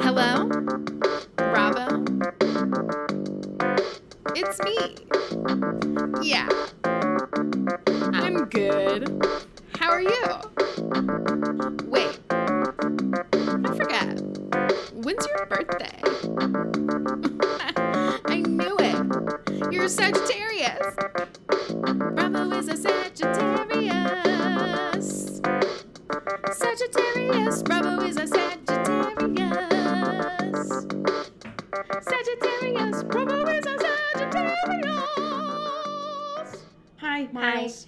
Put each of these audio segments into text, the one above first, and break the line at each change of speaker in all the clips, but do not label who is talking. Hello? Bravo? It's me. Yeah. I'm good. How are you? Wait. I forgot. When's your birthday? I knew it. You're a Sagittarius. Bravo is a Sagittarius. Sagittarius, Bravo is a Sagittarius. Sagittarius, Bravo is a Sagittarius.
Hi, Miles.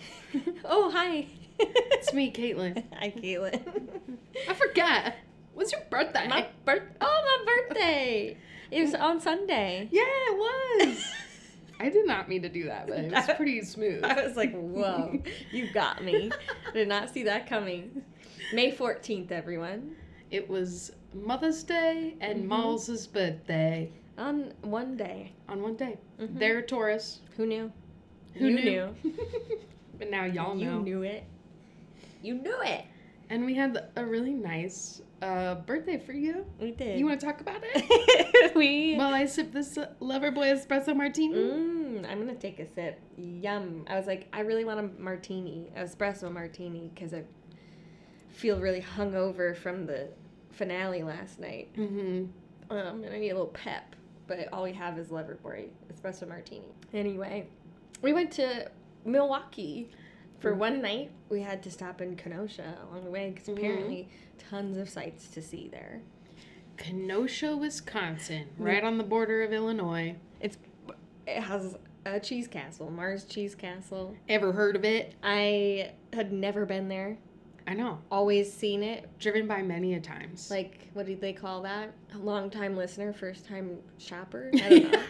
Oh, hi.
It's me, Caitlin.
Hi, Caitlin.
I forget. When's your birthday?
my birth. Oh, my birthday. It was on Sunday.
Yeah, it was. I did not mean to do that, but it was pretty smooth.
I was like, whoa, you got me. Did not see that coming. May 14th, everyone.
It was Mother's Day and
Mm-hmm.
Miles's birthday
On one day.
on one day.
Mhm.
They're Taurus.
Who knew?
Who
you
knew? but now y'all
You
know.
knew it. You knew it.
And we had a really nice uh, birthday for you.
We did.
You want to talk about it?
we.
While I sip this uh, Loverboy espresso martini.
Mm, I'm gonna take a sip. Yum. I was like, I really want a martini, espresso martini, because I feel really hungover from the finale last night.
Mm-hmm.
Um, and I need a little pep, but all we have is Leverboy espresso martini. Anyway, we went to Milwaukee for one night. We had to stop in Kenosha along the way because
Mhm.
apparently tons of sights to see there.
Kenosha, Wisconsin,
Hmm.
right on the border of Illinois.
It has a cheese castle, Mars Cheese Castle.
Ever heard of it?
I had never been there.
I know.
always seen it.
Driven by many a times.
Like, what do they call that? A long time listener, first time shopper? I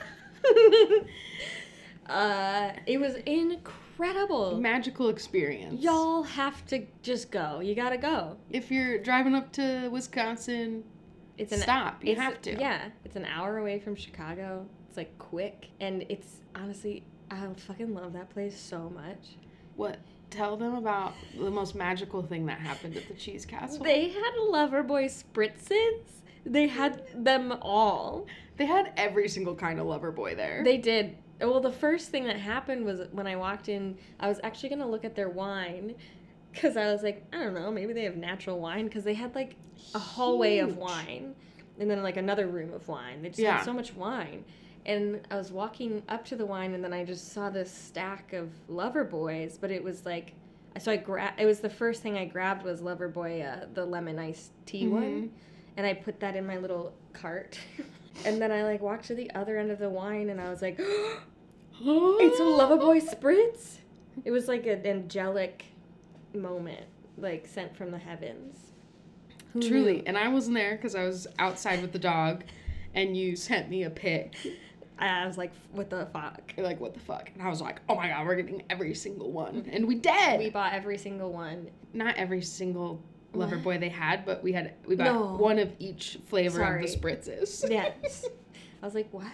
don't know. uh, it was incredible.
magical experience.
Y'all have to just go. You gotta go.
If you're driving up to Wisconsin,
It's an
stop. You
it's-
have to.
Yeah, it's an hour away from Chicago. It's like quick, and it's honestly, I fucking love that place so much.
What? Tell them about the most magical thing that happened at the Cheese Castle.
They had Loverboy spritzes. They had them all.
They had every single kind of lover boy there.
They did. Well, the first thing that happened was when I walked in, I was actually going to look at their wine because I was like, I don't know, maybe they have natural wine because they had like a hallway of
Huge.
wine and then like another room of wine. They just
Yeah.
had so much wine. And I was walking up to the wine and then I just saw this stack of lover boys, but it was like, so I grabbed, it was the first thing I grabbed was Lover Boy, uh, the lemon iced tea
Mm-hmm.
one and I put that in my little cart. and then I like walked to the other end of the wine and I was like, it's a Loverboy spritz. It was like an angelic moment, like sent from the heavens. Who
Truly.
knew?
And I wasn't there because I was outside with the dog and you sent me a pic.
I I was like, what the fuck?
You're like, what the fuck? And I was like, oh my god, we're getting every single one. And we did.
We bought every single one.
Not every single lover boy they had, but we had we bought
No.
one of each flavor
Sorry.
of the spritzes.
Yes. I was like, what?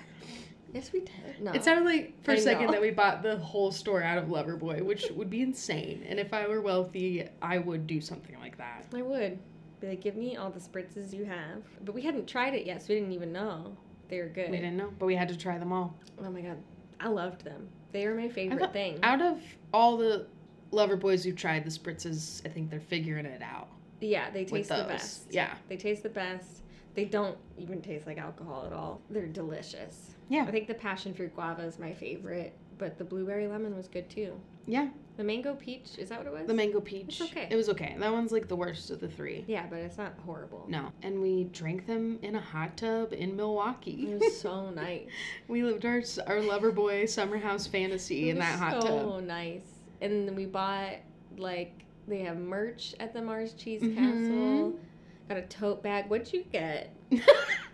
Yes, we did. No.
It sounded like for a
I
second
know.
that we bought the whole store out of Loverboy, which would be insane. And if I were wealthy, I would do something like that.
I would. Be like, give me all the spritzes you have. But we hadn't tried it yet, so we didn't even know they were good.
We didn't know, but we had to try them all.
Oh my god, I loved them. They were my favorite
thought-
thing.
Out of all the lover boys who tried the spritzes, I think they're figuring it out
yeah, they taste
with
the
those.
best.
Yeah.
They taste the best. They don't even taste like alcohol at all. They're delicious.
Yeah.
I think the passion fruit guava is my favorite, but the blueberry lemon was good too.
Yeah.
The mango peach, is that what it was?
The mango peach.
It's okay.
It was okay. That one's like the worst of the three.
yeah, but it's not horrible.
No. And we drank them in a hot tub in Milwaukee.
It was so nice.
we lived our our lover boy summer house fantasy in
It was
that hot
so
tub.
nice. And then we bought like they have merch at the Mars Cheese
Mhm.
Castle. Got a tote bag. What'd you get?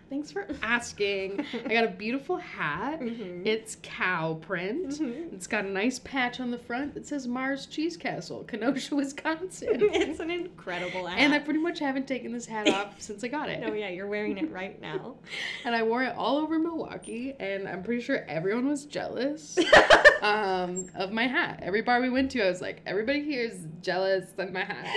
Thanks for asking. I got a beautiful hat.
Mhm.
It's cow print.
Mhm.
Mm-hmm. It's got a nice patch on the front that says Mars Cheese Castle, Kenosha, Wisconsin.
it's an incredible hat.
And I pretty much haven't taken this hat off since I got it.
no, yeah, you're wearing it right now.
And I wore it all over Milwaukee, and I'm pretty sure everyone was jealous. um, of my hat. Every bar we went to, I was like, everybody here is jealous of my hat.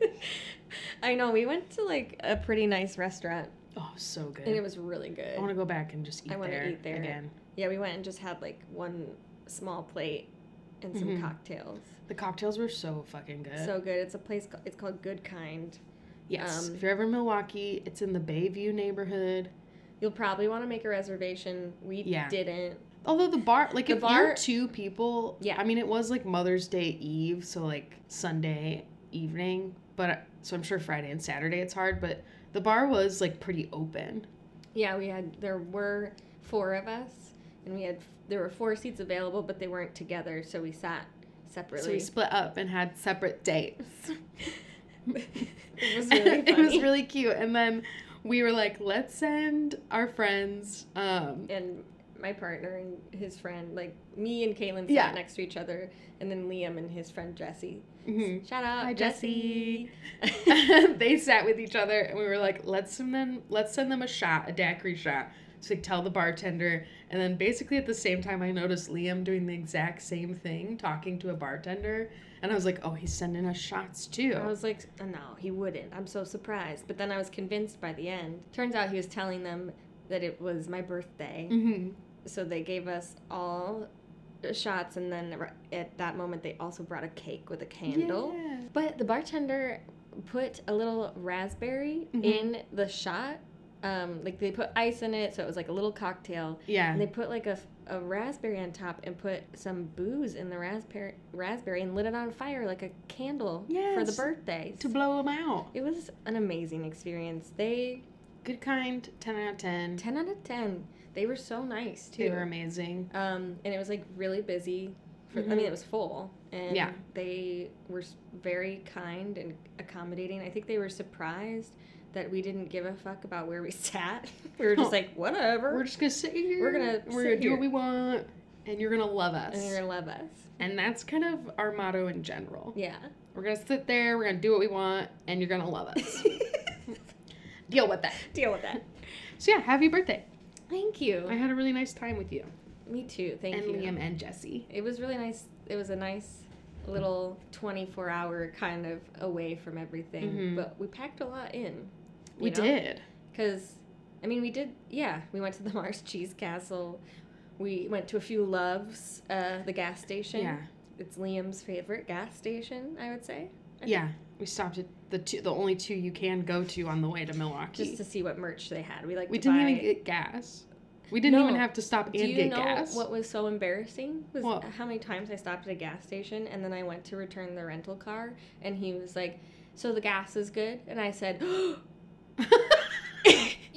I know. We went to like a pretty nice restaurant,
oh, so good.
and it was really good.
I want to go back and just eat
I wanna
there
eat there.
again.
Yeah, we went and just had like one small plate and some
Mhm.
cocktails.
The cocktails were so fucking good.
So good. It's a place. ca- It's called Good Kind.
yes,
um,
if you're ever in Milwaukee, it's in the Bayview neighborhood.
You'll probably want to make a reservation. We
Yeah.
didn't.
Although the bar, like
The
if you're
bar-
two people,
Yeah.
I mean it was like Mother's Day Eve, so like Sunday evening, but uh, so I'm sure Friday and Saturday it's hard, but the bar was like pretty open.
Yeah, we had. There were four of us, and we had. There were four seats available, but they weren't together, so we sat
So we
separately.
split up and had separate dates.
it was really funny.
it was really cute, and then we were like, let's send our friends. Um,
and my partner and his friend, like me and Caitlin, sat
Yeah.
next to each other, and then Liam and his friend Jesse.
mhm.
Shout out,
Hi,
Jesse.
they sat with each other and we were like, let's send them let's send them a shot, a daiquiri shot. So like tell the bartender. And then basically at the same time I noticed Liam doing the exact same thing, talking to a bartender. And I was like, Oh, he's sending us shots too.
I was like, "Oh, no, he wouldn't. I'm so surprised. But then I was convinced by the end. Turns out he was telling them that it was my birthday.
mm-hmm.
So they gave us all shots, and then r- at that moment, they also brought a cake with a candle. But the bartender put a little raspberry
Mhm.
in the shot. Um, like they put ice in it, so it was like a little cocktail.
Yeah.
And they put like a, a raspberry on top and put some booze in the raspberry raspberry and lit it on fire like a candle for the
Yes.
birthdays.
to blow them out.
It was an amazing experience. They
Good kind, ten out of ten.
ten out of ten. They were so nice too.
They were amazing.
Um, and it was like really busy. For, I
Mhm.
mean, it was full, and
Yeah.
they were s- very kind and accommodating. I think they were surprised that we didn't give a fuck about where we sat. we were just like, whatever,
Oh. We're just gonna sit here.
We're gonna
we're
sit
gonna do
here.
what we want, and you're gonna love us.
and you're gonna love us.
and that's kind of our motto in general.
Yeah.
We're gonna sit there, we're gonna do what we want, and you're gonna love us. Deal with that.
Deal with that.
So yeah, happy birthday.
Thank
I
you.
had a really nice time with you.
Me too. Thank
and
you.
Liam and Jesse.
It was really nice. It was a nice little 24 hour kind of away from everything,
Mhm.
but we packed a lot in.
We did.
Because, I mean, we did, yeah, we went to the Mars Cheese Castle. We went to a few loves, uh, the gas station.
Yeah.
It's Liam's favorite gas station, I would say. I
Yeah. We stopped at the two the only two you can go to on the way to Milwaukee.
Just to see what merch they had. We like
we
to
didn't
buy-
even get gas. We didn't
No.
even have to stop and
Do you
get
know
gas.
what was so embarrassing? Was
What?
how many times I stopped at a gas station and then I went to return the rental car and he was like, "So the gas is good," and I said,
you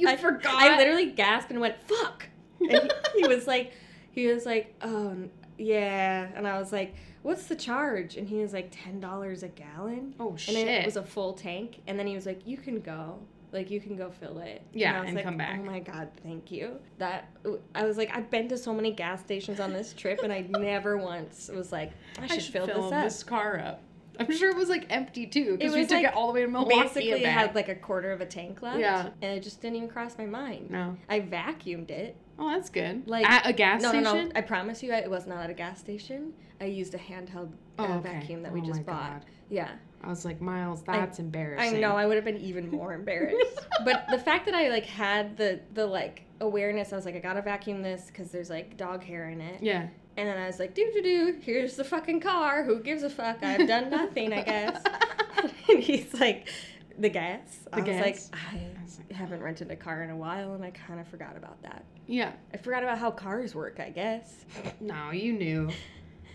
I-
forgot.
I literally gasped and went, "Fuck!" And he, he was like, he was like, "Oh n- yeah," and I was like, "What's the charge?" And he was like, 10 dollars a gallon,"
Oh
and
shit.
then it was a full tank. And then he was like, "You can go." Like you can go fill it.
Yeah,
I was
and
like,
come back.
Oh my god, thank you. That I was like, I've been to so many gas stations on this trip, and I never once was like, I should, fill, this up.
car up. I'm sure it was like empty too,
It
because we
was,
took
like,
it all the way to Milwaukee. and
Basically,
back.
had like a quarter of a tank left.
Yeah.
and it just didn't even cross my mind.
no.
I vacuumed it.
Oh, that's good.
Like-
at a gas
no,
station.
no, no. I promise you, I, it was not at a gas station. I used a handheld uh,
Oh, okay.
vacuum that we
Oh
just
my
bought.
God.
Yeah.
I was like, Miles, that's
I
embarrassing.
know. I would have been even more embarrassed. but the fact that I, like, had the, the, like, awareness, I was like, I gotta vacuum this because there's, like, dog hair in it.
yeah.
And then I was like, doo doo doo, here's the fucking car. Who gives a fuck? I've done nothing, I guess. and he's like, the gas. I
The
was like,
gas. I
I
was like,
haven't rented a car in a while, and I kind of forgot about that.
yeah.
I forgot about how cars work, I guess.
No, you knew.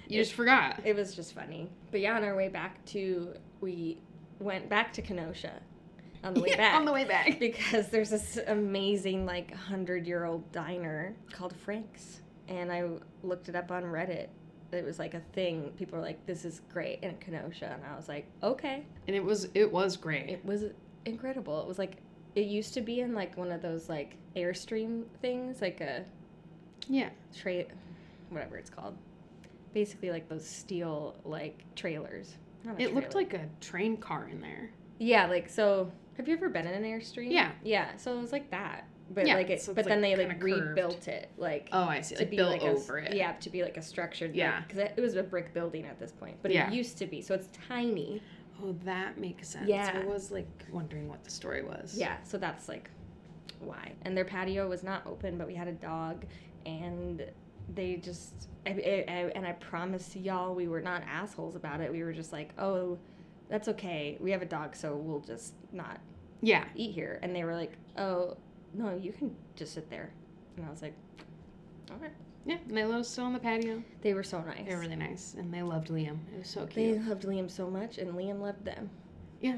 You just forgot.
It was just funny. But yeah, on our way back to, we went back to Kenosha on the way
Yeah,
back.
On the way back.
because there's this amazing, like, 100 year old diner called Frank's. And I looked it up on Reddit. It was like a thing. People were like, this is great in Kenosha. And I was like, okay.
And it was it was great.
It was incredible. It was like, it used to be in like one of those like Airstream things, like a
Yeah.
tra whatever it's called. Basically, like those steel like trailers. Not a
It looked
trailer.
like a train car in there.
yeah, like so. Have you ever been in an airstream?
Yeah.
yeah. So it was like that, but
Yeah,
like it,
so it's,
but then
like,
they
kinda
like
curved.
rebuilt it, like
Oh, I see.
to
Like
be
built
like a,
over it.
yeah, to be like a structured,
Yeah.
because it was a brick building at this point, but
Yeah.
it used to be, so it's tiny,
Oh, that makes sense.
Yeah.
I was like wondering what the story was.
yeah, so that's like why. And their patio was not open, but we had a dog, and they just, I, I, I, and I promise y'all, we were not assholes about it. We were just like, oh, that's okay, we have a dog, so we'll just not
Yeah.
eat here and they were like oh no you can just sit there and i was like all right
Yeah. And they let us sit on the patio.
they were so nice
They were really nice. And they loved Liam. It was so
they
cute.
loved liam so much and liam loved them
yeah.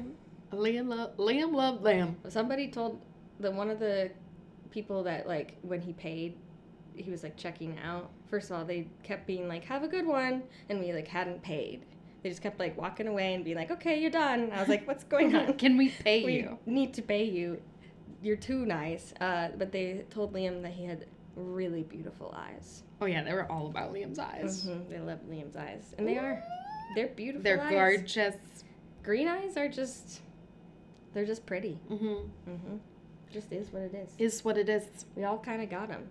Liam, lo- Liam loved them.
somebody told the one of the people that like when he paid he was like checking out first of all they kept being like have a good one and we like hadn't paid they just kept like walking away and being like okay you're done and i was like what's going on
Can we pay
we
you?
need to pay you. You're too nice. Uh, but they told Liam that he had really beautiful eyes.
Oh, yeah. They were all about Liam's eyes.
Mhm, They love Liam's eyes, and they are. They're beautiful.
They're
eyes.
gorgeous.
Green eyes are just. They're just pretty.
Mm-hmm.
hmm Just is what it is.
Is what it is.
We all kind of got them.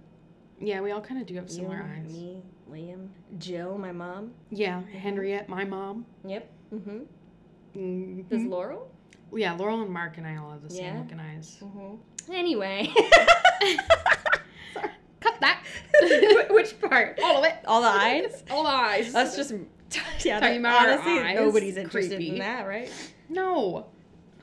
Yeah. We all kind of do have
You,
similar eyes.
me, Liam, Jill, my mom.
Yeah. Henriette, my mom.
Yep. Mm-hmm.
Mhm.
Does Laurel?
yeah. Laurel and Mark and I all have the same
Yeah.
looking eyes.
Mm-hmm. Anyway. Sorry.
Cut that.
Which part?
all of it.
All the eyes.
All the eyes.
That's just
Talking
yeah. that-
about our
honestly,
eyes.
nobody's interested
Creepy.
in that, right?
No.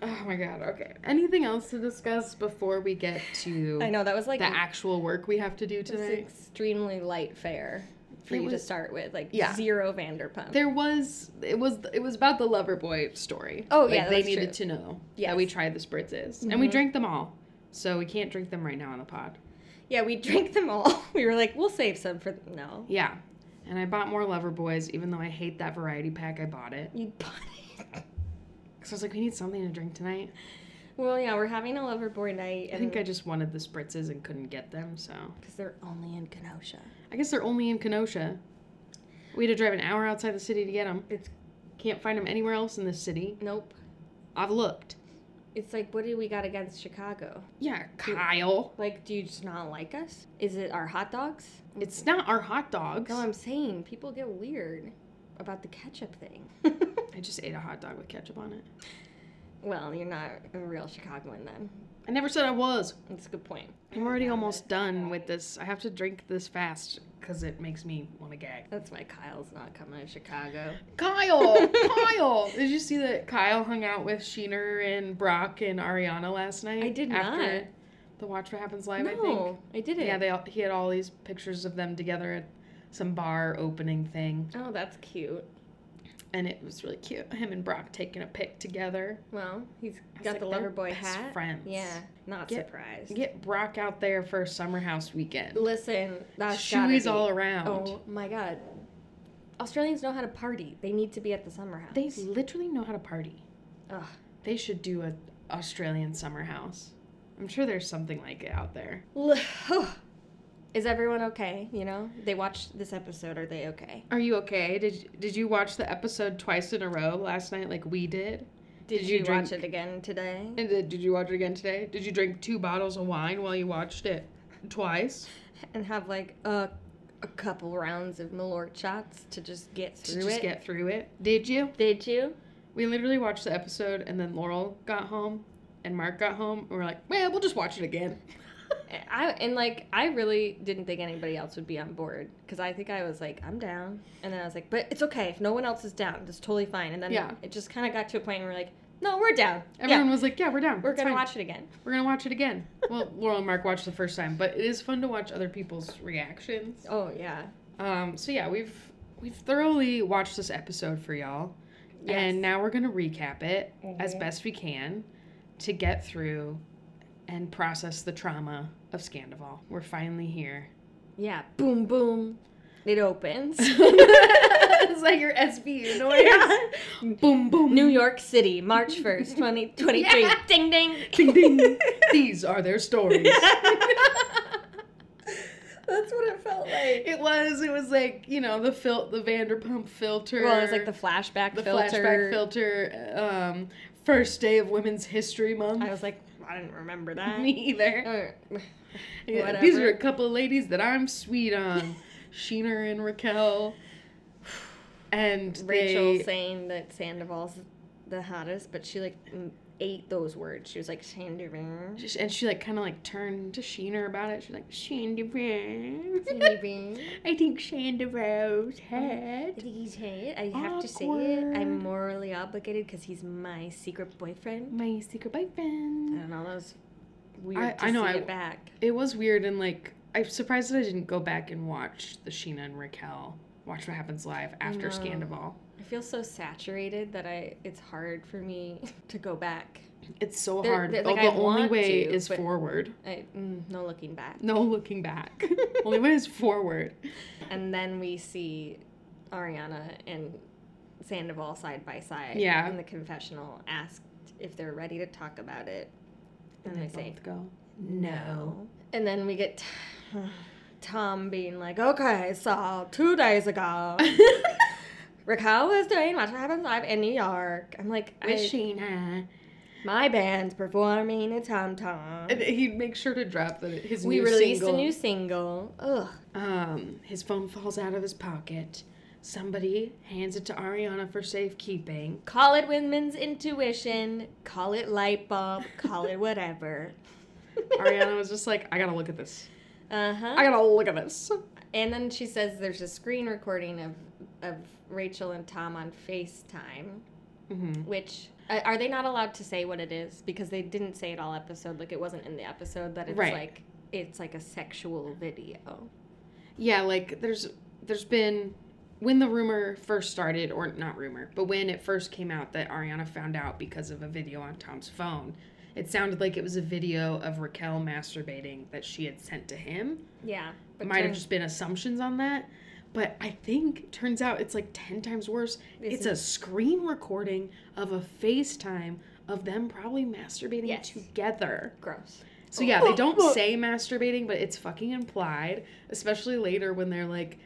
Oh my god. Okay. Anything else to discuss before we get to
I know that was like
the actual work we have to do
it was
today?
extremely light fare for
It
you to
was-
start with, like
Yeah.
zero Vanderpump.
There was it was it was about the lover boy story.
Oh,
Like,
yeah,
they
that's
needed
true.
to know Yeah, that we tried the spritzes and we
Mhm.
drank them all. So we can't drink them right now on the pod.
yeah, we drank them all. We were like, we'll save some for no.
Yeah. And I bought more lover boys, even though I hate that variety pack. I bought it
You bought it.
because I was like, we need something to drink tonight.
Well, yeah, we're having a Loverboy night,
I think I just wanted the spritzes and couldn't get them, so
because they're only in Kenosha.
I guess they're only in Kenosha. We had to drive an hour outside the city to get them.
It's
Can't find them anywhere else in this city.
nope.
I've looked.
It's like, what do we got against Chicago?
Yeah, Kyle.
Like, do you just not like us? Is it our hot dogs?
It's not our hot dogs.
No, I'm saying people get weird about the ketchup thing.
I just ate a hot dog with ketchup on it.
Well, you're not a real Chicagoan then.
I never said I was.
That's a good point.
I'm already almost done with this. I have to drink this fast because it makes me want to gag.
That's why Kyle's not coming to Chicago.
Kyle! Kyle! Did you see that Kyle hung out with Sheener and Brock and Ariana last night?
I did
after
not.
The Watch What Happens Live, I think.
no, I didn't.
Yeah, they all, he had all these pictures of them together at some bar opening thing,
oh, that's cute.
and it was really cute. Him and Brock taking a pic together.
Well, he's
It's
got
like
the
they're
lover boy
best
hat.
Friends.
Yeah, not
Get-
surprised.
Get Brock out there for a summer house weekend.
Listen, that's gotta
Shoeys
be-
all around.
Oh my god, Australians know how to party. They need to be at the summer house.
They literally know how to party.
Ugh.
They should do a Australian summer house. I'm sure there's something like it out there.
L- Is everyone okay? You know, they watched this episode. Are they okay?
Are you okay? Did did you watch the episode twice in a row last night like we did? Did you
watch
drink-
it again today?
And did, did you watch it again today? Did you drink two bottles of wine while you watched it twice?
and have like a, a couple rounds of Malort shots to just get
to
through
just
it.
get through it. Did you?
Did you?
We literally watched the episode and then Laurel got home and Mark got home and we're like, well, we'll just watch it again.
I and like I really didn't think anybody else would be on board because I think I was like I'm down, and then I was like, but it's okay if no one else is down, that's totally fine. And then
Yeah.
it just kind of got to a point where we're like, no, we're down.
Everyone
yeah,
was like, yeah, we're down.
we're
It's
gonna
fine.
watch it again.
We're gonna watch it again. Well, Laurel and Mark watched the first time, but it is fun to watch other people's reactions.
Oh yeah,
Um, so yeah, we've we've thoroughly watched this episode for y'all, and now we're gonna recap it as
Mhm.
best we can to get through and process the trauma of Scandival. We're finally here.
yeah, boom boom, it opens.
it's like your SBU noise. Boom boom.
New York City, March first, twenty twenty three.
Yeah.
Ding ding.
Ding ding. These are their stories.
That's what it felt like.
It was. It was like you know the fil- the Vanderpump filter.
Well, it was like the flashback
the
filter.
flashback filter. Um, first day of Women's History Month.
I was like, I didn't remember that.
Me either.
Or-
Yeah, these
whatever.
are a couple of ladies that I'm sweet on. Sheena and Raquel. And
Rachel
they,
saying that Sandoval's the hottest, but she like m- ate those words. She was like Sandoval.
and she like kind of like turned to Sheena about it. She's like, Sheena,
Sandoval.
I think Shanda Rose
I
had
think he's hate. I have to say it. I'm morally obligated because he's my secret boyfriend.
my secret boyfriend.
And all those weird
I-
to
I know,
see
I-
it back.
It was weird and like I'm surprised that I didn't go back and watch the Sheena and Raquel watch what happens live after
know.
Scandival.
I feel so saturated that I it's hard for me to go back.
It's so
They're-
hard.
they're-
Oh,
like,
the
I
only
want
way
to,
is
but-
forward.
I, mm, no looking back.
No looking back. only way is forward.
And then we see Ariana and Sandoval side by side
Yeah.
in the confessional asked if they're ready to talk about it. And, they, say,
both go.
no. And then we get t- Tom being like, okay, so two days ago, Raquel was doing Watch What Happens Live in New York. I'm like, I,
With Sheena.
my band's performing a Tom Tom.
And he'd make sure to drop that his
We
new
released
single.
a new single. Ugh.
Um, his phone falls out of his pocket. Somebody hands it to Ariana for safekeeping.
Call it women's intuition. Call it light bulb. Call it whatever.
Ariana was just like, I gotta look at this.
Uh huh.
I gotta look at this.
And then she says there's a screen recording of of Rachel and Tom on FaceTime,
Mm-hmm.
which uh, are they not allowed to say what it is because they didn't say it all episode. Like it wasn't in the episode that it's
Right.
like it's like a sexual video.
Yeah, like there's there's been when the rumor first started, or not rumor, but when it first came out that Ariana found out because of a video on Tom's phone, it sounded like it was a video of Raquel masturbating that she had sent to him.
Yeah, but
might have
turns-
just been assumptions on that. But I think turns out it's like ten times worse.
This
it's a screen recording of a FaceTime of them probably masturbating
Yes.
together.
gross.
So yeah, they don't say masturbating, but it's fucking implied, especially later when they're like,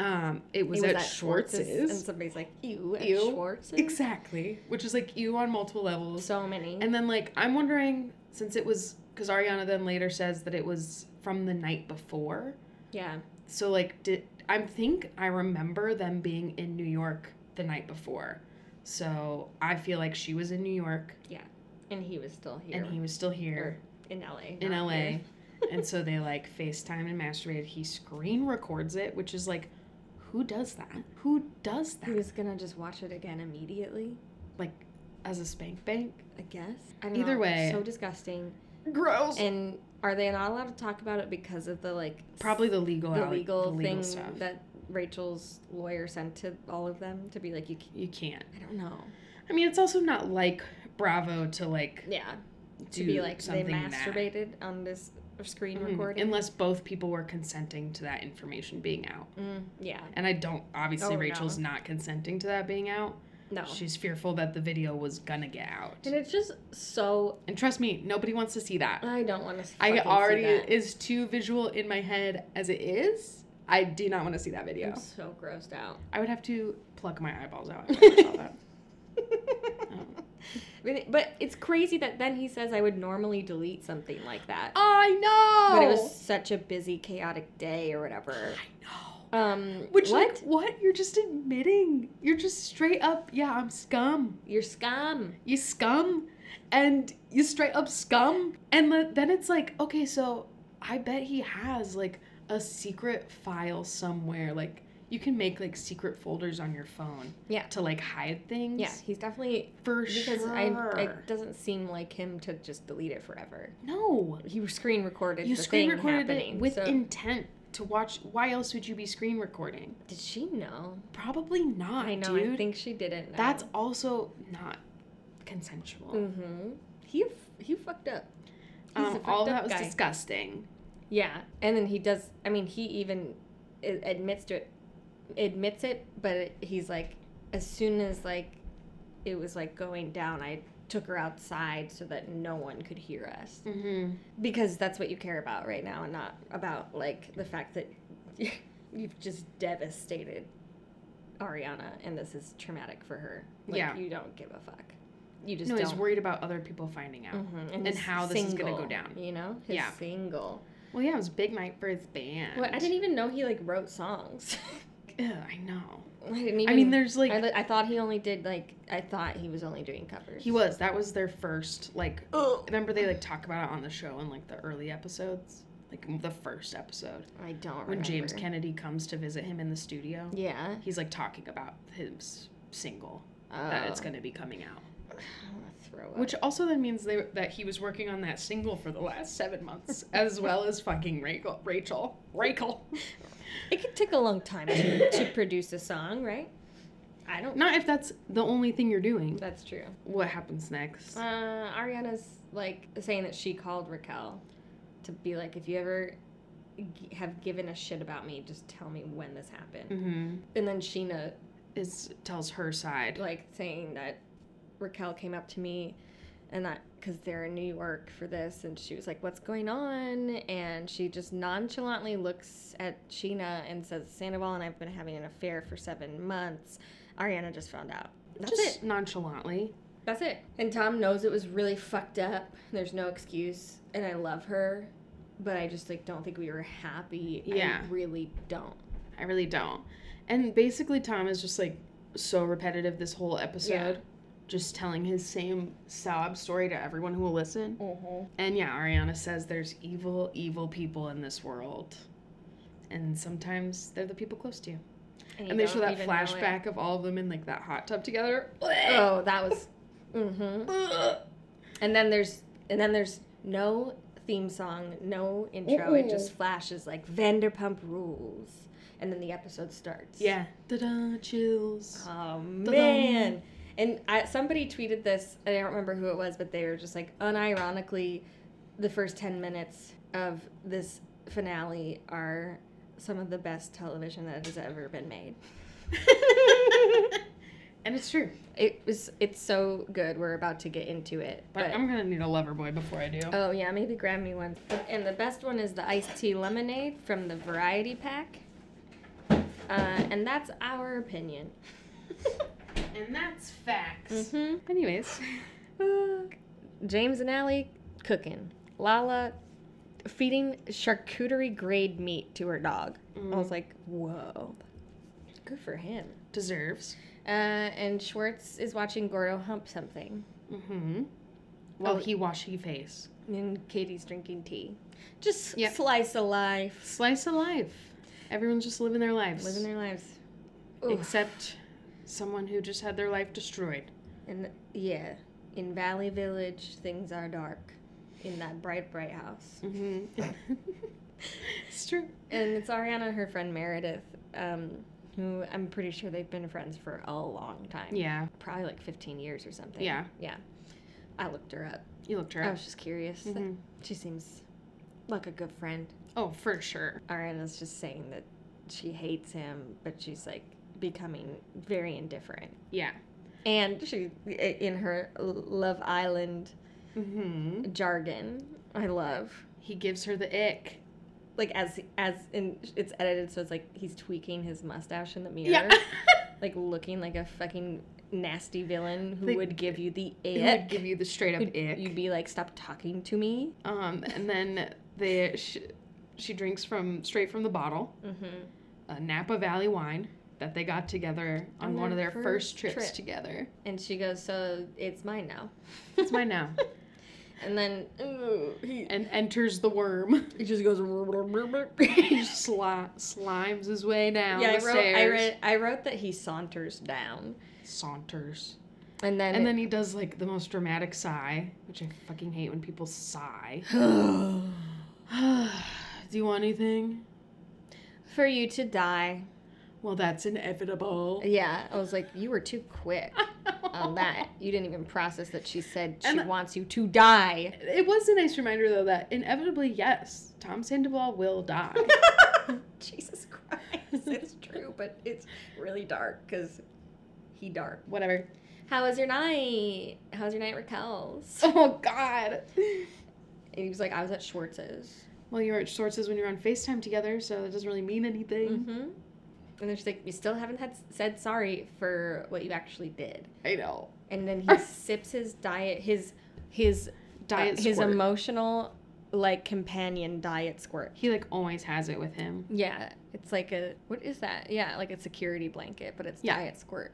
um, it was,
It
at, Schwartz's.
and somebody's like, "Ew, at
Ew.
Schwartz's."
Exactly. Which is like you on multiple levels.
So many.
And then, like, I'm wondering since it was because Ariana then later says that it was from the night before.
yeah,
So, like, did I think I remember them being in New York the night before. So I feel like she was in New York
and he was still here
and he was still here
in L.A.
in
not
LA.
here.
and so they like FaceTime and masturbated. He screen records it, which is like, who does that? Who does
He
that?
was gonna just watch it again immediately.
Like, as a spank bank?
I guess. I don't
Either
know.
way.
so disgusting.
Gross.
And are they not allowed to talk about it because of the like s-
Probably the legal,
the
alle-
legal
the
thing
stuff.
that Rachel's lawyer sent to all of them to be like you? c
you can't.
I don't know.
I mean, it's also not like Bravo to like
Yeah,
do
to be like they
something that.
masturbated on this uh, screen
Mhm.
recording.
unless both people were consenting to that information being out.
Mm, yeah,
And I don't. Obviously,
Oh,
Rachel's not consenting to that being out.
no.
She's fearful that the video was gonna get out.
and it's just so
And trust me, nobody wants to see that.
I don't want to.
I already is too visual in my head as it is. I do not want to see that video.
I'm so grossed out.
I would have to pluck my eyeballs out. If I saw that.
But it- But it's crazy that then he says I would normally delete something like that.
I know.
But it was such a busy, chaotic day or whatever.
I know.
Um,
Which
what?
like what? You're just admitting. You're just straight up. Yeah, I'm scum.
You're scum.
you scum and you straight up scum and the, then it's like okay so i bet he has like a secret file somewhere like you can make like secret folders on your phone
Yeah.
to like hide things
Yeah, he's definitely
for
because
sure
I. It doesn't seem like him to just delete it forever.
no
He screen recorded.
you
the
screen
thing
recorded it
happening,
with
so-
intent to watch why else would you be screen recording
Did she know?
probably not
I know.
dude
I think she didn't. Know.
that's also not consensual
Mm-hmm. He f- he fucked up. He's a
um,
fucked
all
up
that was
guy.
disgusting
Yeah, and then he does. I mean, he even i- admits to it, admits it, but it- he's like, as soon as like it was like going down, I took her outside so that no one could hear us
mm-hmm.
because that's what you care about right now, and not about like the fact that you've just devastated Ariana, and this is traumatic for her. Like,
Yeah.
you don't give a fuck. you just
no,
don't.
he's worried about other people finding out.
Mhm,
and
his
how this is gonna go down.
You know, his
Yeah.
single.
Well, yeah, it was a big night for his band.
What I didn't even know he like wrote songs.
Ugh, I know.
I didn't even.
I mean, there's
I,
like
li- I thought he only did like I thought he was only doing covers.
he was. That was their first like.
Ugh.
Remember they like talk about it on the show in like the early episodes, like the first episode
I don't remember.
when James Kennedy comes to visit him in the studio.
Yeah.
He's like talking about his single
Oh.
that it's gonna be coming out,
I'm gonna throw up.
which also then means they, that he was working on that single for the last seven months, as well as fucking Rachel. Rachel. Rachel.
it could take a long time to, to produce a song, right? I don't.
Not if that's the only thing you're doing.
That's true.
What happens next?
Uh, Ariana's like saying that she called Raquel to be like, if you ever g- have given a shit about me, just tell me when this happened.
Mm-hmm.
And then Sheena
Is tells her side.
like saying that Raquel came up to me and that because they're in New York for this, and she was like, What's going on? And she just nonchalantly looks at Sheena and says, Sandoval and I've been having an affair for seven months. Ariana just found out. That's
just
it.
nonchalantly.
That's it. And Tom knows it was really fucked up. There's no excuse. And I love her, but I just like don't think we were happy.
Yeah.
I really don't.
I really don't. And basically, Tom is just like so repetitive this whole episode, just telling his same sob story to everyone who will listen. And yeah, Ariana says there's evil, evil people in this world. And sometimes they're the people close to you.
you
and they
don't
show that
even know it.
flashback of all of them in like that hot tub together.
Oh, that was. hmm And then there's and then there's no theme song, no intro. It just flashes like Vanderpump Rules, and then the episode starts.
Yeah. Da-da, chills.
Oh
Ta-da.
man. And I, somebody tweeted this. and I don't remember who it was, but they were just like, unironically, the first ten minutes of this finale are some of the best television that has ever been made. Oh.
and it's true.
It was. It's so good. We're about to get into it,
But, I'm going to need a lover boy before I do.
Oh yeah, maybe grab me one. And the best one is the iced tea lemonade from the variety pack. Uh, and that's our opinion.
and that's facts.
hmm
Anyways,
James and Allie cooking. Lala feeding charcuterie grade meat to her dog. I was like, whoa, Mm-hmm. good for him.
deserves.
Uh, and Schwartz is watching Gordo hump something,
Mm-hmm. Well,
Oh.
he washy face.
and Katie's drinking tea. Just
Yeah.
slice of life,
Slice of life. Everyone's just living their lives.
living their lives. Ooh.
Except someone who just had their life destroyed.
And yeah, in Valley Village, things are dark in that bright, bright house.
Mm-hmm. it's true.
And it's Ariana and her friend Meredith, um, who I'm pretty sure they've been friends for a long time.
Yeah.
Probably like 15 years or something.
Yeah.
Yeah. I looked her up.
You looked her
I
up.
was just curious.
Mhm.
She seems like a good friend.
Oh, for sure.
Ariana's just saying that she hates him, but she's like becoming very indifferent.
Yeah.
And she, in her Love Island
Mm-hmm.
jargon, I love.
He gives her the ick.
like as as in it's edited so it's like he's tweaking his mustache in the mirror
Yeah.
like looking like a fucking nasty villain who
Like,
would give you the
He would
ick
give you the straight up ick.
you'd be like stop talking to me
Um, and then they she, she drinks from straight from the bottle.
mm-hmm.
a Napa Valley wine that they got together on, one of their first, trips
trip.
together.
and she goes so it's mine now
It's mine now.
and then ooh, he,
and enters the worm.
he just goes
he
yeah
just sli- slimes his way down
I
the
wrote,
stairs.
I, read, I wrote that he saunters down
Saunters.
and then
And then he does like the most dramatic sigh, which I fucking hate when people sigh. Do you want anything?
for you to die
Well, that's inevitable.
yeah i was like you were too quick on that. You didn't even process that she said she
And-
wants you to die.
It was a nice reminder though that inevitably, yes, Tom Sandoval will die.
Jesus Christ, it's true, but it's really dark because he dark.
Whatever.
How was your night? How was your night, Raquel's? and
Oh God.
he was like, I was at Schwartz's.
Well, you were at Schwartz's when you were on FaceTime together, so that doesn't really mean anything.
Mm-hmm. And then she's like, you still haven't had said sorry for what you actually did.
I know.
and then he sips his diet his his
Diet
uh, his
squirt.
emotional like companion diet squirt.
He like always has it with him.
Yeah, it's like a what is that? Yeah, like a security blanket, but it's
Yeah.
diet squirt.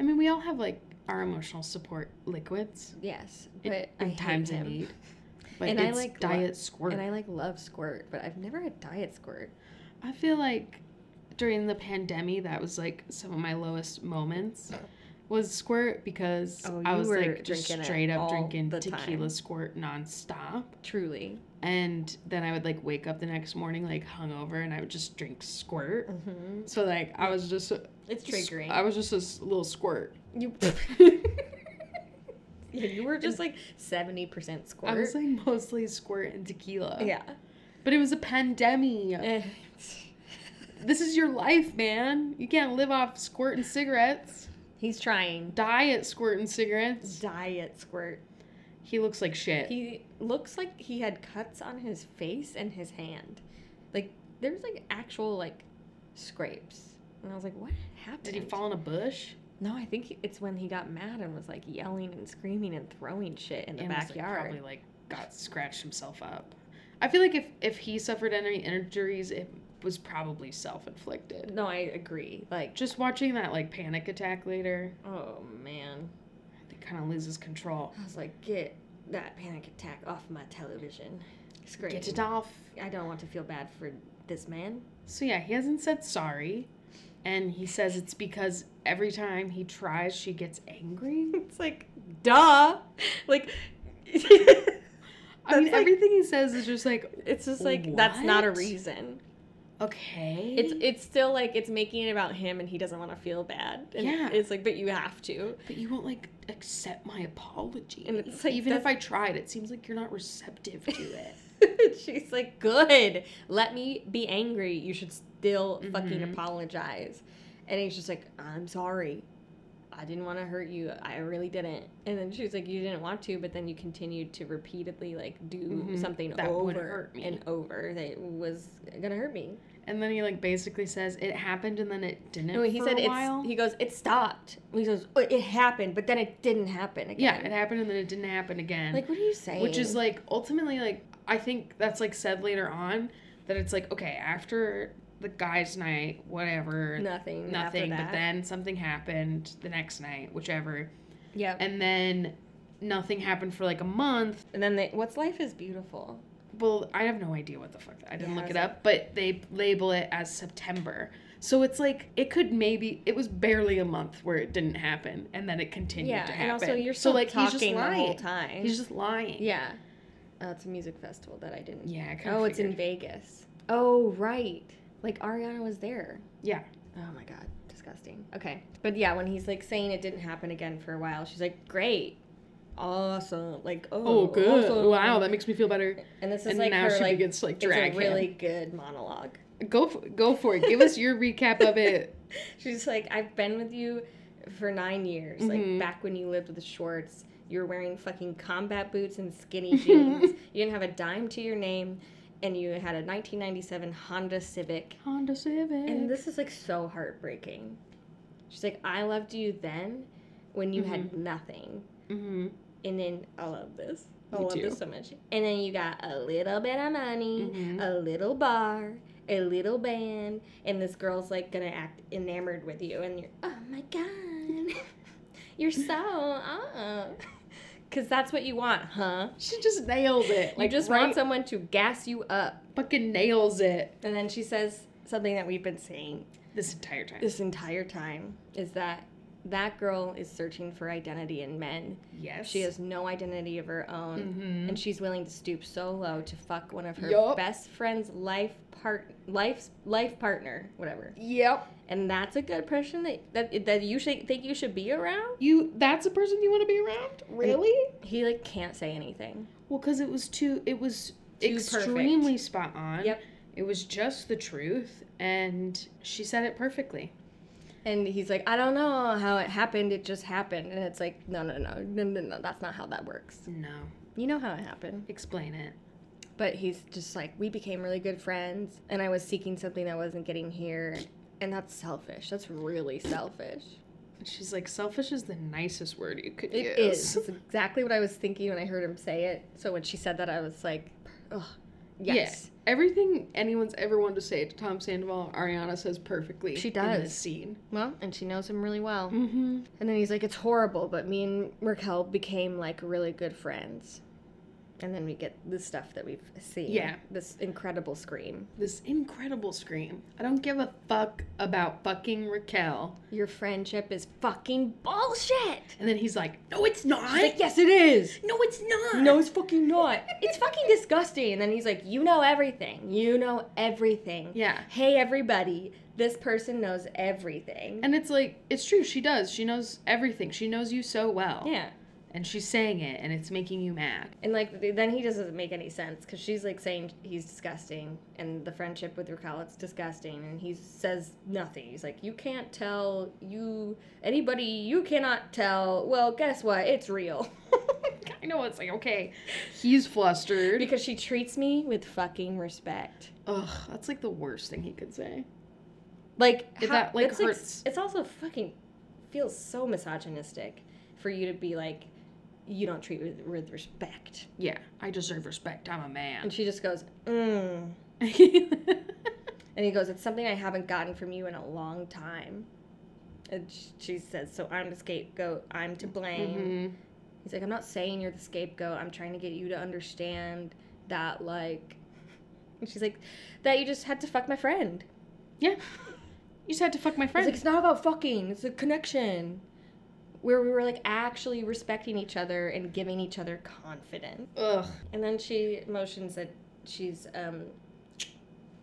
I mean, we all have like our emotional support liquids
Yes,
in,
but I
in
hate
times
him.
of need. But
And I
it's
like lo-
diet squirt.
And I like love squirt, but I've never had diet squirt.
I feel like during the pandemic, that was like some of my lowest moments was squirt because
Oh,
I
you
was
were
like just
drinking it
straight up
all
drinking
the
tequila
time.
squirt nonstop.
Truly.
And then I would like wake up the next morning like hungover and I would just drink squirt.
Mm-hmm.
So like I was just
It's triggering.
I was just a s- little squirt.
you. yeah, you were just like seventy percent squirt.
I was like mostly squirt and tequila.
yeah.
But it was a pandemic.
Eh.
This is your life, man. You can't live off squirt and cigarettes.
He's trying
Diet squirt and cigarettes.
diet squirt.
He looks like shit.
He looks like he had cuts on his face and his hand. Like there's like actual like scrapes. And I was like, what happened?
Did he fall in a bush?
No, I think it's when he got mad and was like yelling and screaming and throwing shit in the
And was, like,
backyard.
probably like got scratched himself up. I feel like if if he suffered any injuries, it was probably self inflicted.
no, I agree. Like,
Just watching that like panic attack later,
oh man,
I think kind of loses control.
I was like, get that panic attack off my television screen.
Get it off.
I don't want to feel bad for this man.
So yeah, he hasn't said sorry, and he says it's because every time he tries, she gets angry.
It's like, duh. Like,
I mean,
That's, like-
everything he says is just like
it's just like that's not a
What?
reason.
okay.
It's it's still like it's making it about him and he doesn't want to feel bad. And
Yeah.
It's like, but you have to.
but you won't like accept my apology.
And it's, like,
even if
that-
I tried, it seems like you're not receptive to it.
She's like, good. Let me be angry. You should still fucking
Mhm.
apologize. And he's just like, I'm sorry. I didn't want to hurt you. I really didn't. And then she's like, you didn't want to, but then you continued to repeatedly like do
Mhm.
something
That would
over
hurt me.
and over that was gonna hurt me.
And then he like basically says it happened and then it didn't.
No, he
for
said
a
it's.
while.
He goes, it stopped. He goes, "Oh, it happened, but then it didn't happen
yeah,
again.
it happened and then it didn't happen again.
Like, what are you saying?
which is like ultimately like I think that's like said later on that it's like okay after the guys' night, whatever,
nothing.
nothing.
After that.
But then something happened the next night, whichever,
yeah.
and then nothing happened for like a month.
And then they, what's life is beautiful.
Well, I have no idea what the fuck. I didn't
Yeah, I
look
was
it up, but they label it as September. So it's like it could maybe it was barely a month where it didn't happen, and then it continued
yeah,
to happen.
and also you're
so
still
like he's
talking
just lying.
the whole time.
He's just lying.
yeah. Uh, it's a music festival that I didn't.
yeah. I kinda
oh, it's in
figured.
Vegas. Oh, right. Like Ariana was there.
Yeah.
Oh my god, disgusting. Okay, but yeah, when he's like saying it didn't happen again for a while, she's like, "Great, awesome." Like, oh,
Oh, good.
awesome."
Wow, that makes me feel better.
and this is
And
like
now
her
she
like
begins to like
it's a
drag
really good monologue.
him. Go for, go for it. Give us your recap of it.
She's like, I've been with you for nine years.
Mhm.
Like back when you lived with shorts, you were wearing fucking combat boots and skinny jeans. you didn't have a dime to your name, and you had a 1997 Honda Civic.
Honda Civic.
And this is like so heartbreaking. She's like, I loved you then, when you had nothing,
mm-hmm.
and then I love this. I
Me
love
too.
this so much. And then you got a little bit of money
Mhm.
a little bar, a little band, and this girl's like gonna act enamored with you, and you're, oh my god, you're so, uh, because that's what you want, huh?
She just nails it. Like
you just
right,
want someone to gas you up,
fucking nails it
and then she says something that we've been saying
this entire time.
this entire time is that that girl is searching for identity in men.
yes.
She has no identity of her own.
Mhm.
And she's willing to stoop so low to fuck one of her
Yup.
best friend's life part life's life partner, whatever.
Yep.
And that's a good person that that, that you should think you should be around.
You. That's a person you want to be around. Really?
He like can't say anything.
Well, because it was too. It was
Too
extremely spot on.
Yep.
It was just the truth, and she said it perfectly.
And he's like, I don't know how it happened. It just happened. And it's like, no, no, no, no, no, no. That's not how that works.
No,
You know how it happened.
explain it.
But he's just like, we became really good friends, and I was seeking something I wasn't getting here. And that's selfish. That's really selfish.
And she's like, selfish is the nicest word you could
It
use.
is. It's exactly what I was thinking when I heard him say it. So when she said that, I was like, oh,
Yeah.
yes.
Everything anyone's ever wanted to say to Tom Sandoval, Ariana says perfectly.
She
In
does.
this scene.
Well, and she knows him really well.
Mm-hmm.
And then he's like, it's horrible, but me and Raquel became like really good friends. And then we get the stuff that we've seen.
Yeah.
This incredible scream.
This incredible scream. I don't give a fuck about fucking Raquel.
Your friendship is fucking bullshit.
And then he's like, no, it's not.
She's like, yes, it is.
no, it's not.
No, it's fucking not. it's fucking disgusting. And then he's like, you know everything. You know everything.
Yeah.
Hey, everybody. This person knows everything.
And it's like, it's true. She does. She knows everything. She knows you so well.
yeah.
And she's saying it, and it's making you mad.
And like th- then he just doesn't make any sense because she's like saying he's disgusting, and the friendship with Raquel it's disgusting, and he says nothing. He's like, you can't tell you anybody, you cannot tell. Well, guess what? It's real.
I know it's like, okay, he's flustered.
because she treats me with fucking respect.
Ugh, that's like the worst thing he could say.
Like
It- that, like,
it's
hurts.
it's also fucking feels so misogynistic for you to be like, you don't treat me with, with respect.
Yeah, I deserve respect. I'm a
And
man.
she just goes, mm. And he goes, It's something I haven't gotten from you in a long time. And sh- she says, So I'm the scapegoat. I'm to blame.
Mhm.
He's like, I'm not saying you're the scapegoat. I'm trying to get you to understand that, like, and she's like, That you just had to fuck my friend.
Yeah. You just had to fuck my
He's
friend.
like, It's not about fucking, it's a connection. Where we were like actually respecting each other and giving each other confidence.
Ugh.
And then she motions that she's um,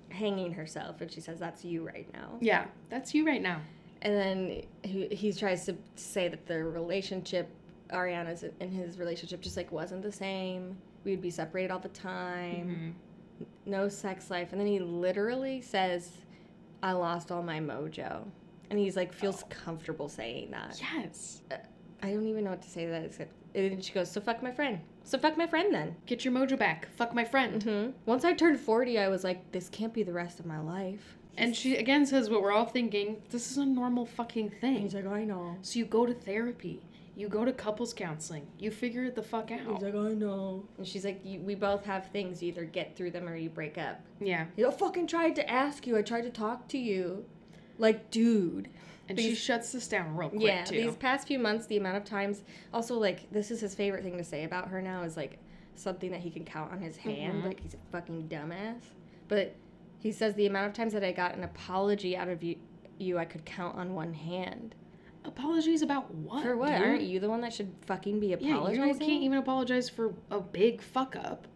hanging herself and she says, That's you right now.
Yeah, that's you right now.
And then he, he tries to say that their relationship, Ariana's and his relationship, just like wasn't the same. We'd be separated all the time,
Mhm.
no sex life. And then he literally says, I lost all my mojo. And he's like, feels comfortable saying that.
Yes.
I don't even know what to say to that except. And then she goes, So fuck my friend. So fuck my friend then.
Get your mojo back. Fuck my friend.
hmm Once I turned 40, I was like, This can't be the rest of my life.
And she again says what we're all thinking this is a normal fucking
And he's
thing.
like, I know.
So you go to therapy, you go to couples counseling, you figure it the fuck out.
like, I know. And she's like, you, we both have things. You either get through them or you break up.
Yeah.
He's like, I fucking tried to ask you. I tried to talk to you. Like, dude.
And she
These-
shuts this down real quick,
yeah.
too.
These past few months, the amount of times, also, like, this is his favorite thing to say about her now is like something that he can count on his hand.
Mhm.
Like, he's a fucking dumbass. But he says, the amount of times that I got an apology out of you, you I could count on one hand.
Apologies about what?
For what?
dude?
Aren't you the one that should fucking be
Yeah, you
apologizing?
can't even apologize for a big fuck up.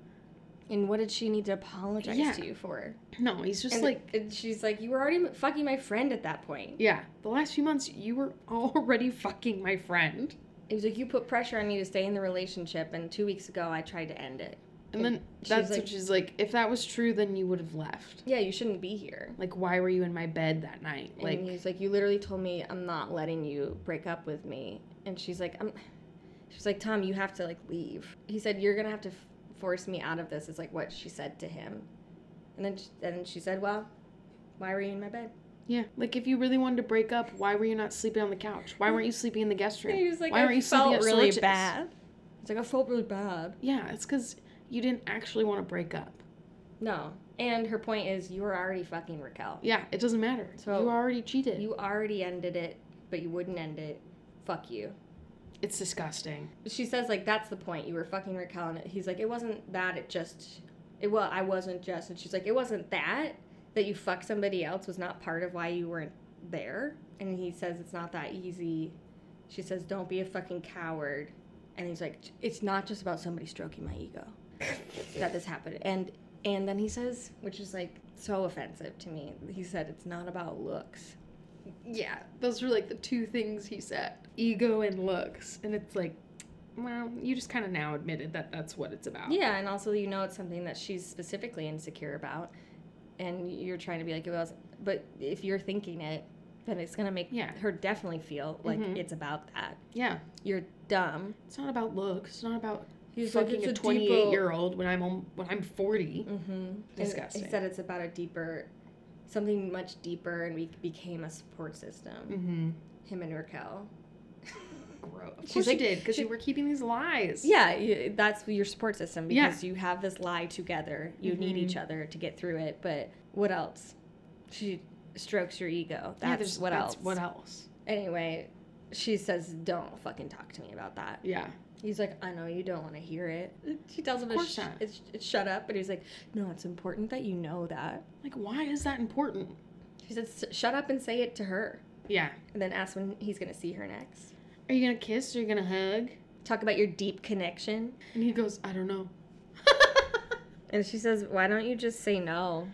And what did she need to apologize
Yeah.
to you for?
No, he's just
and,
like,
and she's like, you were already fucking my friend at that point.
yeah, the last few months you were already fucking my friend.
It was like you put pressure on me to stay in the relationship, and two weeks ago I tried to end it.
And then
she's
that's
like-
what she's like, if that was true, then you would have left.
Yeah, you shouldn't be here.
Like, why were you in my bed that night? Like,
and he's like, you literally told me I'm not letting you break up with me, and she's like, I'm. She's like, Tom, you have to like leave. He said, you're gonna have to f- force me out of this. Is like what she said to him, and then sh and then she said, well, why were you in my bed?
yeah, like if you really wanted to break up, why were you not sleeping on the couch? Why weren't you sleeping in the guest room?
And he was like,
why
I
weren't you sleeping
felt
at
really
Sorch's?"
bad. It's like I felt really bad.
Yeah, it's because you didn't actually want to break up.
No. And her point is, you were already fucking Raquel.
Yeah, it doesn't matter.
So-
you already cheated.
You already ended it, but you wouldn't end it. Fuck you.
it's disgusting.
She says, like, that's the point. You were fucking Raquel. And he's like, it wasn't that. It just, it well, I wasn't just. And she's like, it wasn't that. That you fucked somebody else was not part of why you weren't there. And he says, it's not that easy. She says, don't be a fucking coward. And he's like, it's not just about somebody stroking my ego that this happened. And and then he says, which is like so offensive to me. He said, it's not about looks.
Yeah, those were like the two things he said ego and looks. And it's like, well, you just kind of now admitted that that's what it's about.
Yeah, and also you know it's something that she's specifically insecure about, and you're trying to be like it was. But if you're thinking it, then it's gonna make
Yeah.
her definitely feel like
Mhm.
it's about that.
Yeah,
You're dumb.
it's not about looks, it's not about
He's
fucking a 28 year old when I'm om- when I'm 40.
Mm-hmm.
Disgusting.
He said it's about a deeper, something much deeper, and we became a support system.
Mm-hmm.
him and Raquel.
Gross. Of
She's
course you
like-
did, because
she-
you were keeping these lies.
Yeah, you, that's your support system
Yeah.
because you have this lie together. You need
Mhm.
each other to get through it. But what else? She strokes your ego.
Yeah,
That's
there's-
what
that's
else.
What else?
Anyway, she says, "Don't fucking talk to me about that."
Yeah.
He's like, "I know you don't want to hear it." She tells him,
Of
to
course
sh-
not.
it's, it's "Shut up," but he's like, "No, it's important that you know that."
Like, why is that important?
She says, "Shut up and say it to her,"
Yeah.
and then ask when he's gonna see her next.
Are you gonna kiss? Are you gonna hug?
Talk about your deep connection.
And he goes, I don't know.
And she says, Why don't you just say no?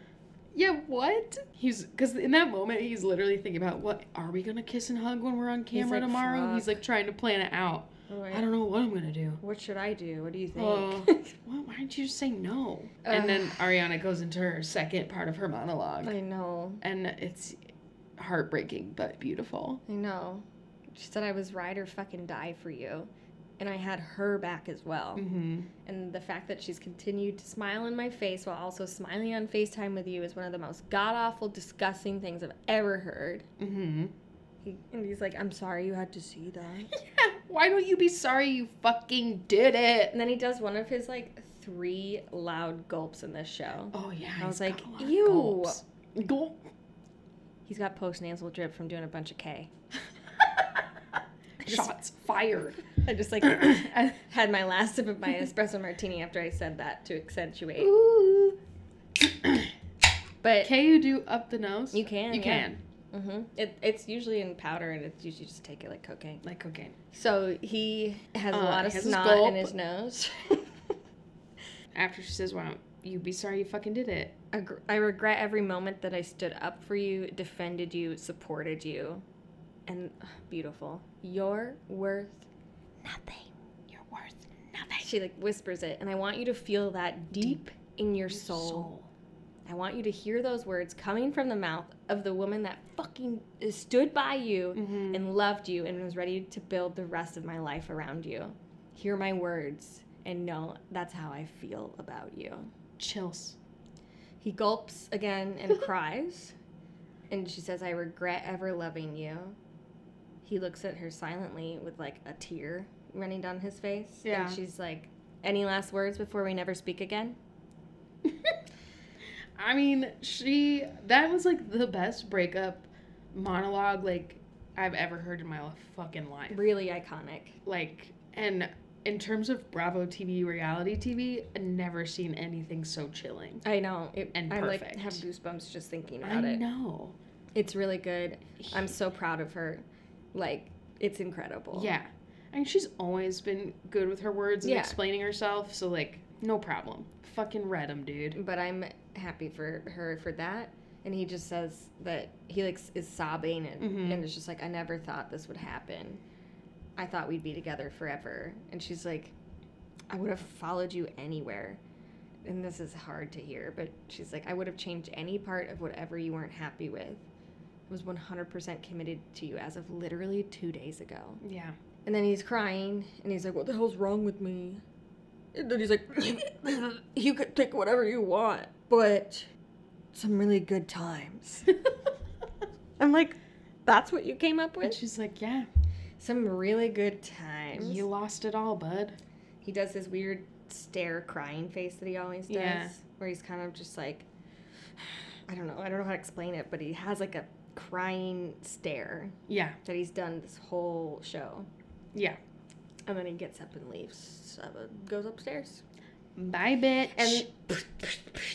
yeah, what? He's because in that moment he's literally thinking about what are we gonna kiss and hug when we're on camera
like,
tomorrow?
"Fuck."
He's like trying to plan it out. I don't know what I'm gonna do.
What should I do? What do you think?
Oh, why, why didn't you just say no? and then Ariana goes into her second part of her monologue,
I know.
and it's heartbreaking but beautiful.
I know. She said I was ride or fucking die for you. And I had her back as well.
Mm-hmm.
And the fact that she's continued to smile in my face while also smiling on FaceTime with you is one of the most god awful, disgusting things I've ever heard.
Mm-hmm.
He, and he's like, I'm sorry you had to see that.
Yeah. Why don't you be sorry you fucking did it?
And then he does one of his like three loud gulps in this show.
Oh yeah.
I was
he's got
like,
a lot of
"Ew."
gulps. Gulp.
He's got post nasal drip from doing a bunch of K.
Shots fired.
I just like had my last sip of my espresso martini after I said that to accentuate.
Ooh.
But
Can you do up the nose?
You can,
You
yeah.
can.
Mhm. it, it's usually in powder, and it's usually just take it like cocaine.
Like cocaine.
So he has a
Uh,
lot of
has his
snot
gulp.
in his nose.
After she says, "Why don't you be sorry you fucking did it?"
I gr- I regret every moment that I stood up for you, defended you, supported you, and ugh, beautiful. You're worth nothing.
You're worth nothing.
She like whispers it, and I want you to feel that deep, in your soul. I want you to hear those words coming from the mouth of the woman that fucking stood by you
Mhm.
and loved you and was ready to build the rest of my life around you. Hear my words and know that's how I feel about you.
Chills.
He gulps again and cries. And she says, I regret ever loving you. He looks at her silently with like a tear running down his face.
Yeah.
And she's like, Any last words before we never speak again?
I mean, she that was like the best breakup monologue like I've ever heard in my fucking life.
Really iconic.
Like and in terms of Bravo TV reality TV, I've never seen anything so chilling.
I know. It,
And
I like
perfect.
have goosebumps just thinking
I
about it.
know.
It's really good. I'm so proud of her. Like it's incredible.
Yeah. I mean, she's always been good with her words and
Yeah.
explaining herself, so like, no problem. Fucking read them, dude.
But I'm happy for her for that. And he just says that he like is sobbing and,
Mhm.
and is just like I never thought this would happen. I thought we'd be together forever. And she's like, I would have followed you anywhere. And this is hard to hear, but she's like, I would have changed any part of whatever you weren't happy with. I was 100% committed to you as of literally two days ago.
Yeah.
And then he's crying, and he's like, "What the hell's wrong with me?" And then he's like, "You could pick whatever you want, but some really good times." I'm like, "That's what you came up
and
with?
she's like, yeah,
Some really good times."
you lost it all, bud.
He does his weird stare, crying face that he always does,
Yeah.
where he's kind of just like, I don't know, I don't know how to explain it, but he has like a crying stare
Yeah.
that he's done this whole show.
Yeah.
And then he gets up and leaves, uh, goes upstairs.
Bye, bitch.
And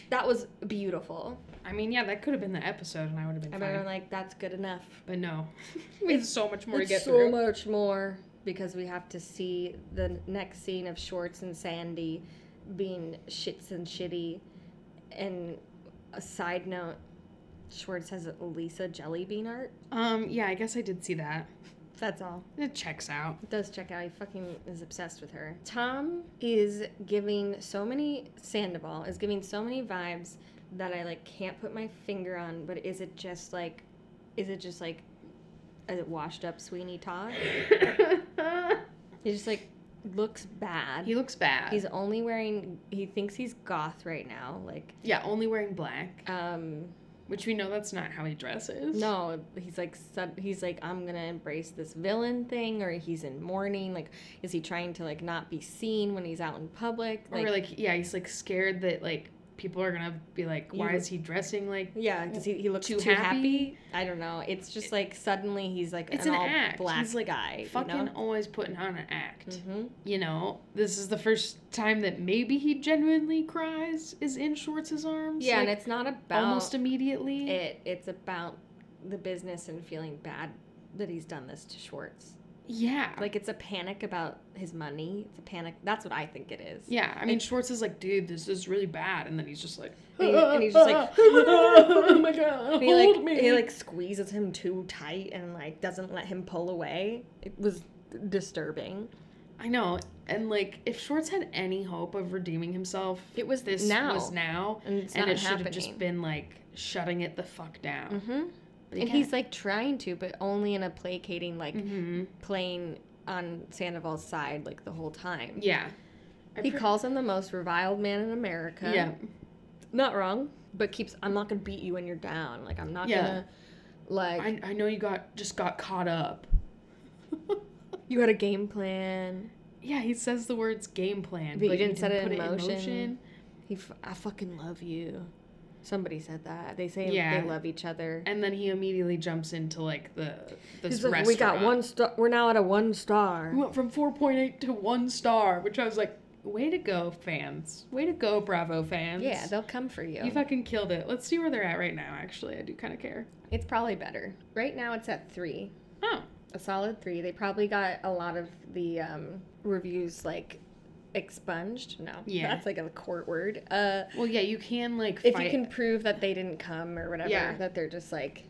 that was beautiful.
I mean, yeah, that could have been the episode, and I would have been
I
fine.
remember like that's good enough.
But no, we have so much more to
it's
get
so
through.
much more because we have to see the next scene of Shorts and Sandy being shits and shitty. And a side note, Schwartz has a Lisa jelly bean art.
Um, yeah, I guess I did see that.
That's all.
It checks out.
It does check out. He fucking is obsessed with her. Tom is giving so many Sandoval is giving so many vibes that I like can't put my finger on. But is it just like, is it just like, a washed up Sweeney Todd? He just like looks bad.
he looks bad.
He's only wearing. He thinks he's goth right now. Like,
yeah, only wearing black.
um,
Which we know that's not how he dresses.
No, he's like sub, he's like I'm gonna embrace this villain thing, or he's in mourning. Like, is he trying to like not be seen when he's out in public?
or like yeah, he's like scared that like people are gonna be like, why
You-
is he dressing like?
yeah, does he he look
Too
too,
happy?
happy? I don't know. It's just like suddenly he's like
It's
an,
an
all
act.
black
He's, like,
guy.
Fucking
You know?
always putting on an act.
Mhm.
You know, this is the first time that maybe he genuinely cries is in Schwartz's arms.
Yeah, and
like,
it's not about
almost immediately.
it. It's about the business and feeling bad that he's done this to Schwartz.
yeah. Like,
Like it's a panic about his money. It's a panic. That's what I think it is.
yeah, I mean, Schwartz is like, dude, this is really bad, and then he's just like,
And he- and he's just like,
oh my god,
And he like
hold me.
he like squeezes him too tight and like doesn't let him pull away. It was disturbing.
I know, and like, if Schwartz had any hope of redeeming himself,
It was
this
now.
was now,
And it's
and
not
it should have just
happening.
been like shutting it the fuck down.
hmm
But he
And he's like trying to, but only in a placating, like
can't. Mhm.
playing on Sandoval's side, like the whole time.
yeah, I
He
pre-
calls him the most reviled man in America.
yeah,
Not wrong, but keeps, I'm not going to beat you when you're down. Like, I'm not
Yeah.
going to, like,
I, I know you got just got caught up.
you had a game plan.
yeah, he says the words game plan,
But you
but
didn't set it
put
in motion. He, f- I fucking love you. Somebody said that. They say
Yeah.
they love each other.
And then he immediately jumps into like the this
He's like, we got
restaurant."
one star. We're now at a one star.
We went from four point eight to one star, which I was like, way to go, fans, way to go, Bravo fans.
Yeah, they'll come for you.
you fucking killed it. Let's see where they're at right now. Actually, I do kind of care.
it's probably better. Right now, it's at three,
Oh,
a solid three. They probably got a lot of the um, reviews like expunged. No,
Yeah.
that's like a court word. Uh,
well, yeah, you can like
if you
fight-
can prove that they didn't come or whatever,
Yeah.
that they're just like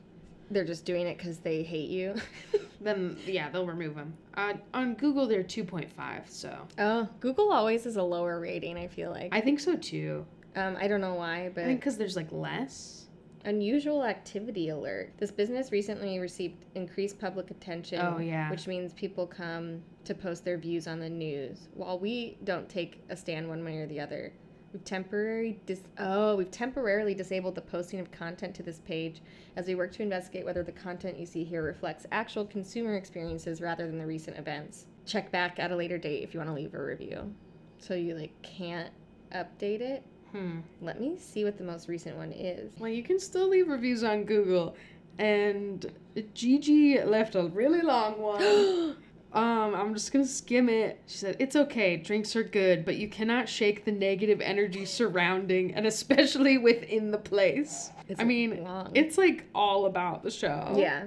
they're just doing it because they hate you.
then yeah, they'll remove him. Uh, on Google, they're two point five, so
oh, Google always is a lower rating. I feel like
I think so too.
um, I don't know why,
I
but
think because there's like less.
Unusual activity alert. This business recently received increased public attention.
Oh, yeah.
Which means people come to post their views on the news. While we don't take a stand one way or the other, we've temporary dis- oh we've temporarily disabled the posting of content to this page as we work to investigate whether the content you see here reflects actual consumer experiences rather than the recent events. Check back at a later date if you want to leave a review. So you like can't update it.
Hmm.
Let me see what the most recent one is.
Well, you can still leave reviews on Google. And Gigi left a really long one. um, I'm just gonna skim it. She said, It's okay, drinks are good, but you cannot shake the negative energy surrounding and especially within the place.
It's
I mean,
long.
it's like all about the show.
yeah.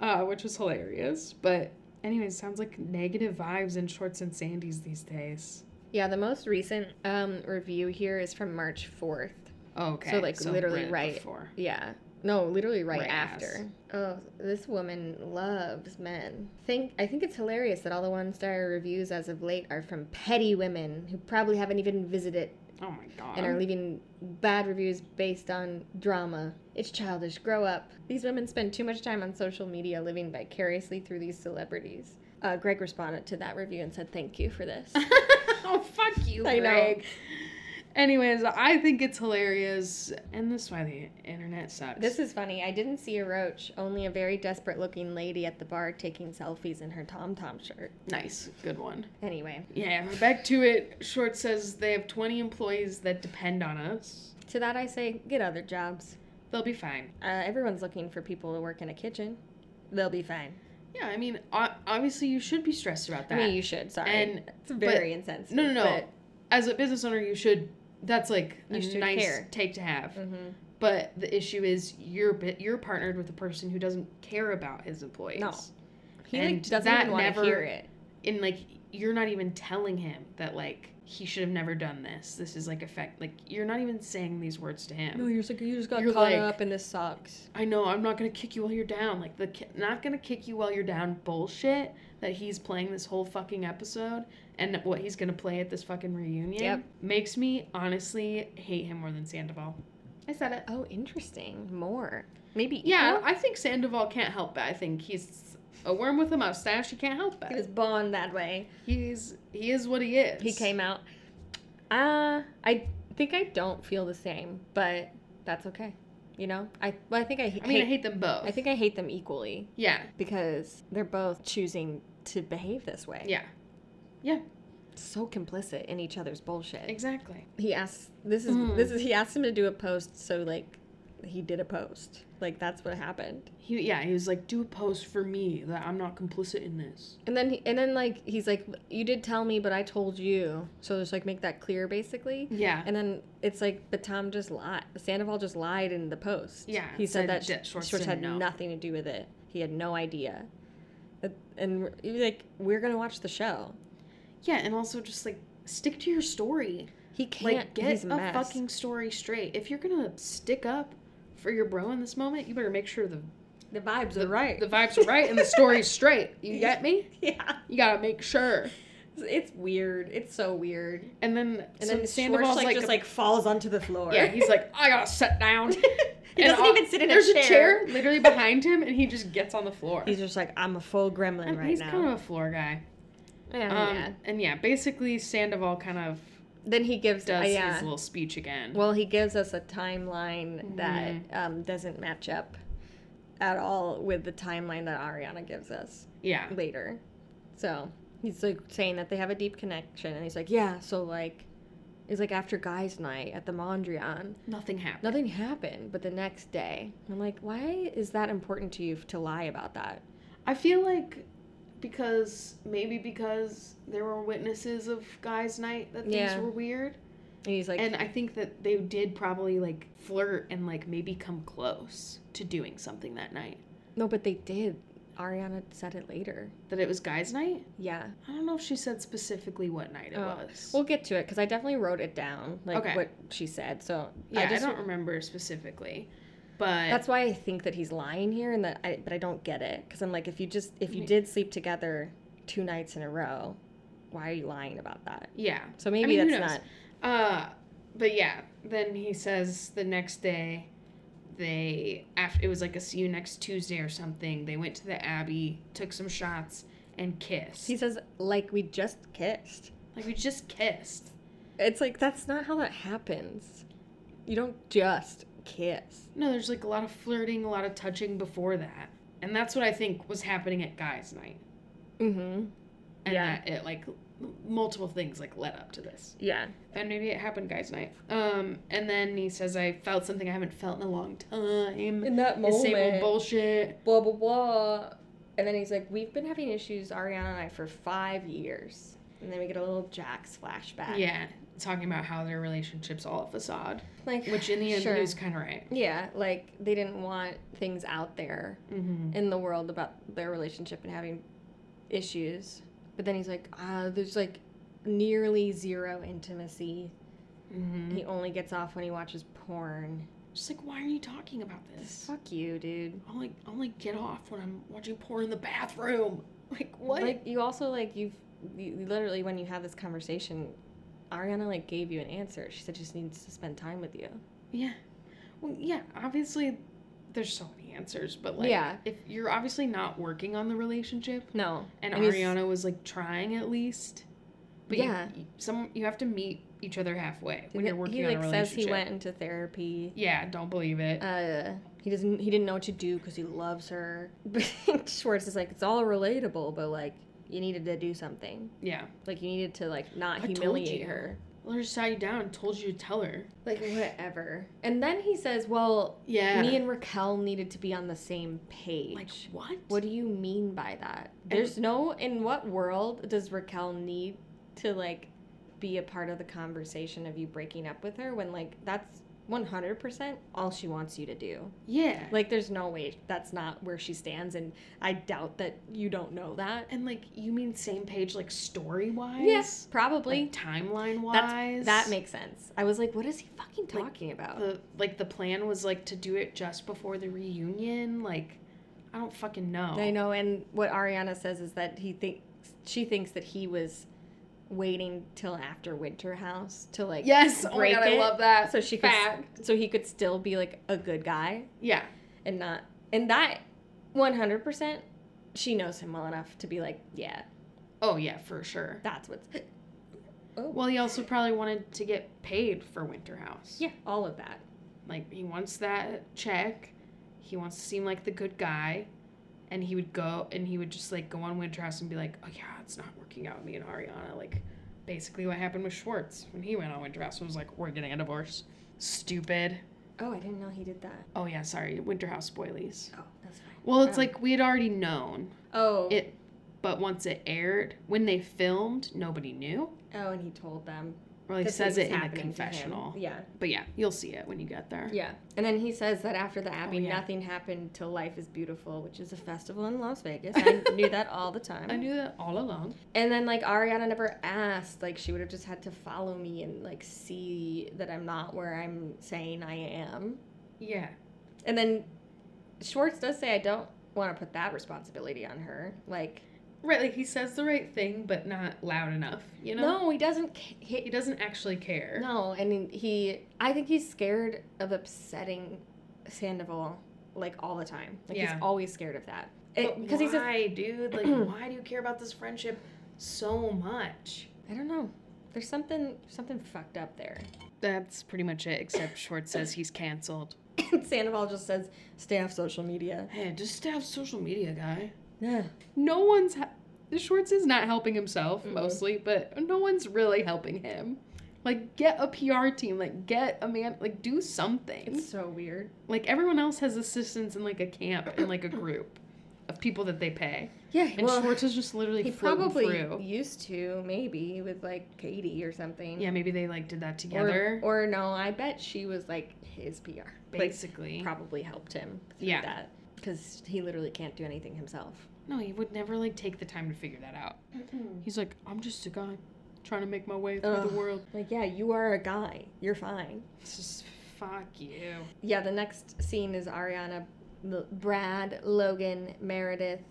Uh, which was hilarious. But anyway, sounds like negative vibes in shorts and sandies these days.
Yeah, the most recent um, review here is from March 4th.
Okay.
So, like, literally right-
Before.
Yeah. No, literally right,
Right
after. Oh, this woman loves men. Think I think it's hilarious that all the one-star reviews as of late are from petty women who probably haven't even visited
Oh my god.
and are leaving bad reviews based on drama. It's childish. Grow up. These women spend too much time on social media living vicariously through these celebrities. Uh, Greg responded to that review and said, "Thank you for this."
oh fuck you,
I know.
Greg. Anyways, I think it's hilarious, and this is why the internet sucks.
This is funny. I didn't see a roach, only a very desperate looking lady at the bar taking selfies in her Tom Tom shirt.
nice, good one.
Anyway,
Yeah, but back to it. Short says they have 20 employees that depend on us.
to that I say, get other jobs.
They'll be fine.
Uh, everyone's looking for people to work in a kitchen. They'll be fine.
Yeah, I mean, o- obviously you should be stressed about
I
that.
mean, you should, sorry.
And-
it's very insensitive.
no, no, no. As a business owner, you should. That's like a
You should
nice
care.
take to have.
hmm
But the issue is you're bi- you're partnered with a person who doesn't care about his employees.
No. He
And
like, doesn't
that
even want
never-
to hear it.
and like you're not even telling him that like he should have never done this. This is like effect. Like you're not even saying these words to him.
you're just, you just
got You're caught like- up
and this sucks.
I know I'm not gonna kick you while you're down. Like the ki- not gonna kick you while you're down bullshit that he's playing this whole fucking episode and what he's gonna play at this fucking reunion
Yep.
makes me honestly hate him more than Sandoval. I said it.
Oh, interesting. More. Maybe.
Yeah,
equal?
I think Sandoval can't help it. I think he's a worm with a mustache. He can't help
He
it.
was born that way.
He's he is what he is.
He came out. Uh, I think I don't feel the same, but that's okay. You know, I well, I think I.
I mean, I hate them both.
I think I hate them equally
Yeah.
because they're both choosing to behave this way.
Yeah. Yeah.
So complicit in each other's bullshit.
Exactly.
He asks. This is
Mm.
this is. He asked him to do a post, so like, he did a post. Like that's what happened.
He yeah. He was like, do a post for me that I'm not complicit in this.
And then he, and then like he's like, you did tell me, but I told you. So just like make that clear, basically.
Yeah.
And then it's like, but Tom just lied. Sandoval just lied in the post.
Yeah,
He said,
said
that
that
Sh-
Schwartz
Schwartz,
didn't
had
know.
nothing to do with it. He had no idea. That- And we're- he was like, we're going to watch the show.
yeah, and also just like stick to your story.
He can't
Like get
he's
a,
a mess.
fucking story straight. If you're gonna stick up for your bro in this moment, you better make sure the
the vibes
the,
are right.
the vibes are right and the story's straight. You get me?
yeah.
You gotta make sure.
It's weird. It's so weird.
And then
And
so
then
Sandoval's
Schwartz like, just like falls onto the floor.
yeah, he's like I gotta sit down.
he
And
doesn't
all-
even sit in
There's
a chair.
literally behind him, and he just gets on the floor.
He's just like, I'm a full gremlin
And
right
he's
now. Oh,
kind of a floor guy.
yeah,
Um, And yeah, basically Sandoval kind of
Then he gives
does
uh, yeah.
his little speech again.
Well, he gives us a timeline
Mm-hmm.
that um, doesn't match up at all with the timeline that Ariana gives us
yeah.
later. So he's like saying that they have a deep connection, and he's like, yeah. So like, it's like after guys' night at the Mondrian,
Nothing happened.
nothing happened. But the next day, I'm like, why is that important to you f- to lie about that?
I feel like because maybe because there were witnesses of guys' night that things
Yeah.
were weird,
And he's like,
and I think that they did probably like flirt and like maybe come close to doing something that night.
no, but they did. Ariana said it later.
That it was guys' night.
Yeah.
I don't know if she said specifically what night it
Oh.
was.
We'll get to it because I definitely wrote it down, like
Okay.
what she said. So
yeah, I,
just
don't remember specifically, but
That's why I think that he's lying here, and that I but I don't get it because I'm like, if you just if you
Me-
did sleep together two nights in a row, why are you lying about that?
yeah.
So maybe
mean, who
that's
knows?
not.
Uh, but yeah, then he says the next day, they after it was like a see you next Tuesday or something. They went to the Abbey, took some shots, and kissed.
He says like we just kissed.
like we just kissed.
It's like that's not how that happens. You don't just kiss.
No, there's like a lot of flirting, a lot of touching before that, and that's what I think was happening at guys' night,
Mm-hmm.
and
Yeah.
that it like m- multiple things like led up to this.
Yeah.
And maybe it happened guys' night. Um, and then he says I felt something I haven't felt in a long time.
In that
The
moment,
same old bullshit.
blah blah blah. And then he's like, "We've been having issues, Ariana and I, for five years." And then we get a little Jax flashback.
Yeah, talking about how their relationship's all a facade,
Like
which in the end
sure.
he was kind of right.
Yeah, like they didn't want things out there
Mm-hmm.
in the world about their relationship and having issues. But then he's like, ah, there's like nearly zero intimacy.
Mm-hmm.
He only gets off when he watches porn.
Just like, why are you talking about this?
Fuck you, dude.
I only, I only get off when I'm watching porn in the bathroom. Like what?
Like you also like you've you, you literally when you have this conversation, Ariana like gave you an answer. She said she just needs to spend time with you.
yeah, well, yeah. Obviously, there's so many answers, but like,
Yeah.
if you're obviously not working on the relationship,
No.
and
And he's-
Ariana was like trying at least, but
Yeah.
you, you- some you have to meet each other halfway when
He-
you're working
he
on
like
a relationship.
says he went into therapy.
Yeah, don't believe it.
uh, he doesn't he didn't know what to do because he loves her. Schwartz is like it's all relatable, but like you needed to do something.
yeah.
Like you needed to like not
I told
humiliate
you.
her.
Well, I just sat you down and told you to tell her.
Like whatever. And then he says, "Well,
Yeah.
me and Raquel needed to be on the same page."
like, what?
what do you mean by that? There's no in what world does Raquel need to like be a part of the conversation of you breaking up with her when like that's 100% all she wants you to do.
yeah.
Like, there's no way that's not where she stands, and I doubt that you don't know that.
and, like, you mean same page, like, story wise?
Yes, probably.
Like, timeline
That's,
wise?
that makes sense. I was like, what is he fucking
Like,
talking about?
The, like, the plan was, like, to do it just before the reunion. Like, I don't fucking know.
I know, and what Ariana says is that he thinks she thinks that he was waiting till after Winter House to like
Yes. Oh my
break
God, I
it
love that.
so she could
Fact.
so he could still be like a good guy
Yeah.
and not and that 100% she knows him well enough to be like yeah
Oh, yeah, for sure.
that's what's
Well, he also probably wanted to get paid for Winter House.
yeah all of that
Like he wants that check. He wants to seem like the good guy. And he would go and he would just like go on Winterhouse and be like, Oh yeah, it's not working out, me and Ariana. Like basically what happened with Schwartz when he went on Winterhouse was like, We're getting a divorce. Stupid.
Oh, I didn't know he did that.
Oh yeah, sorry, Winterhouse spoilies.
Oh, that's fine.
Well, it's
Oh.
like we had already known
Oh.
it, but once it aired, when they filmed, nobody knew.
oh, and he told them.
Well, he
that
says it
this was
in a
happening to him.
confessional.
Yeah.
But yeah, you'll see it when you get there.
Yeah. Oh, And then he says that after the Abbey,
yeah.
nothing happened till Life is Beautiful, which is a festival in Las Vegas. I knew that all the time.
I knew that all along.
And then like Ariana never asked, like she would have just had to follow me and like see that I'm not where I'm saying I am.
Yeah.
And then Schwartz does say I don't want to put that responsibility on her. Like
Right, like he says the right thing, but not loud enough, you know?
no, he doesn't ca-
He
he,
doesn't actually care.
no, and he I think he's scared of upsetting Sandoval like all the time. Like
Yeah.
he's always scared of that.
Because
Because he's a
why, dude? Like, why do you care about this friendship so much?
I don't know. There's something something fucked up there.
That's pretty much it, except Schwartz says he's canceled.
And Sandoval just says, "Stay off social media."
Hey, just stay off social media, guy.
Yeah.
No one's. Ha- Schwartz is not helping himself
Mhm.
mostly, but no one's really helping him. Like, get a PR team. Like, get a man. Like, do something.
It's so weird.
like everyone else has assistants in like a camp and like a group of people that they pay.
Yeah,
And
well,
Schwartz is just literally
he
floating
probably
through.
used to maybe with like Katie or something.
Yeah, maybe they like did that
Or-
together.
Or, no, I bet she was like his PR.
basically.
Like probably helped him through
Yeah.
that because he literally can't do anything himself.
no, he would never like take the time to figure that out. He's like, I'm just a guy trying to make my way through
Ugh.
the world.
Like, yeah, you are a guy. You're fine.
It's just fuck you.
Yeah, the next scene is Ariana, L- Brad, Logan, Meredith,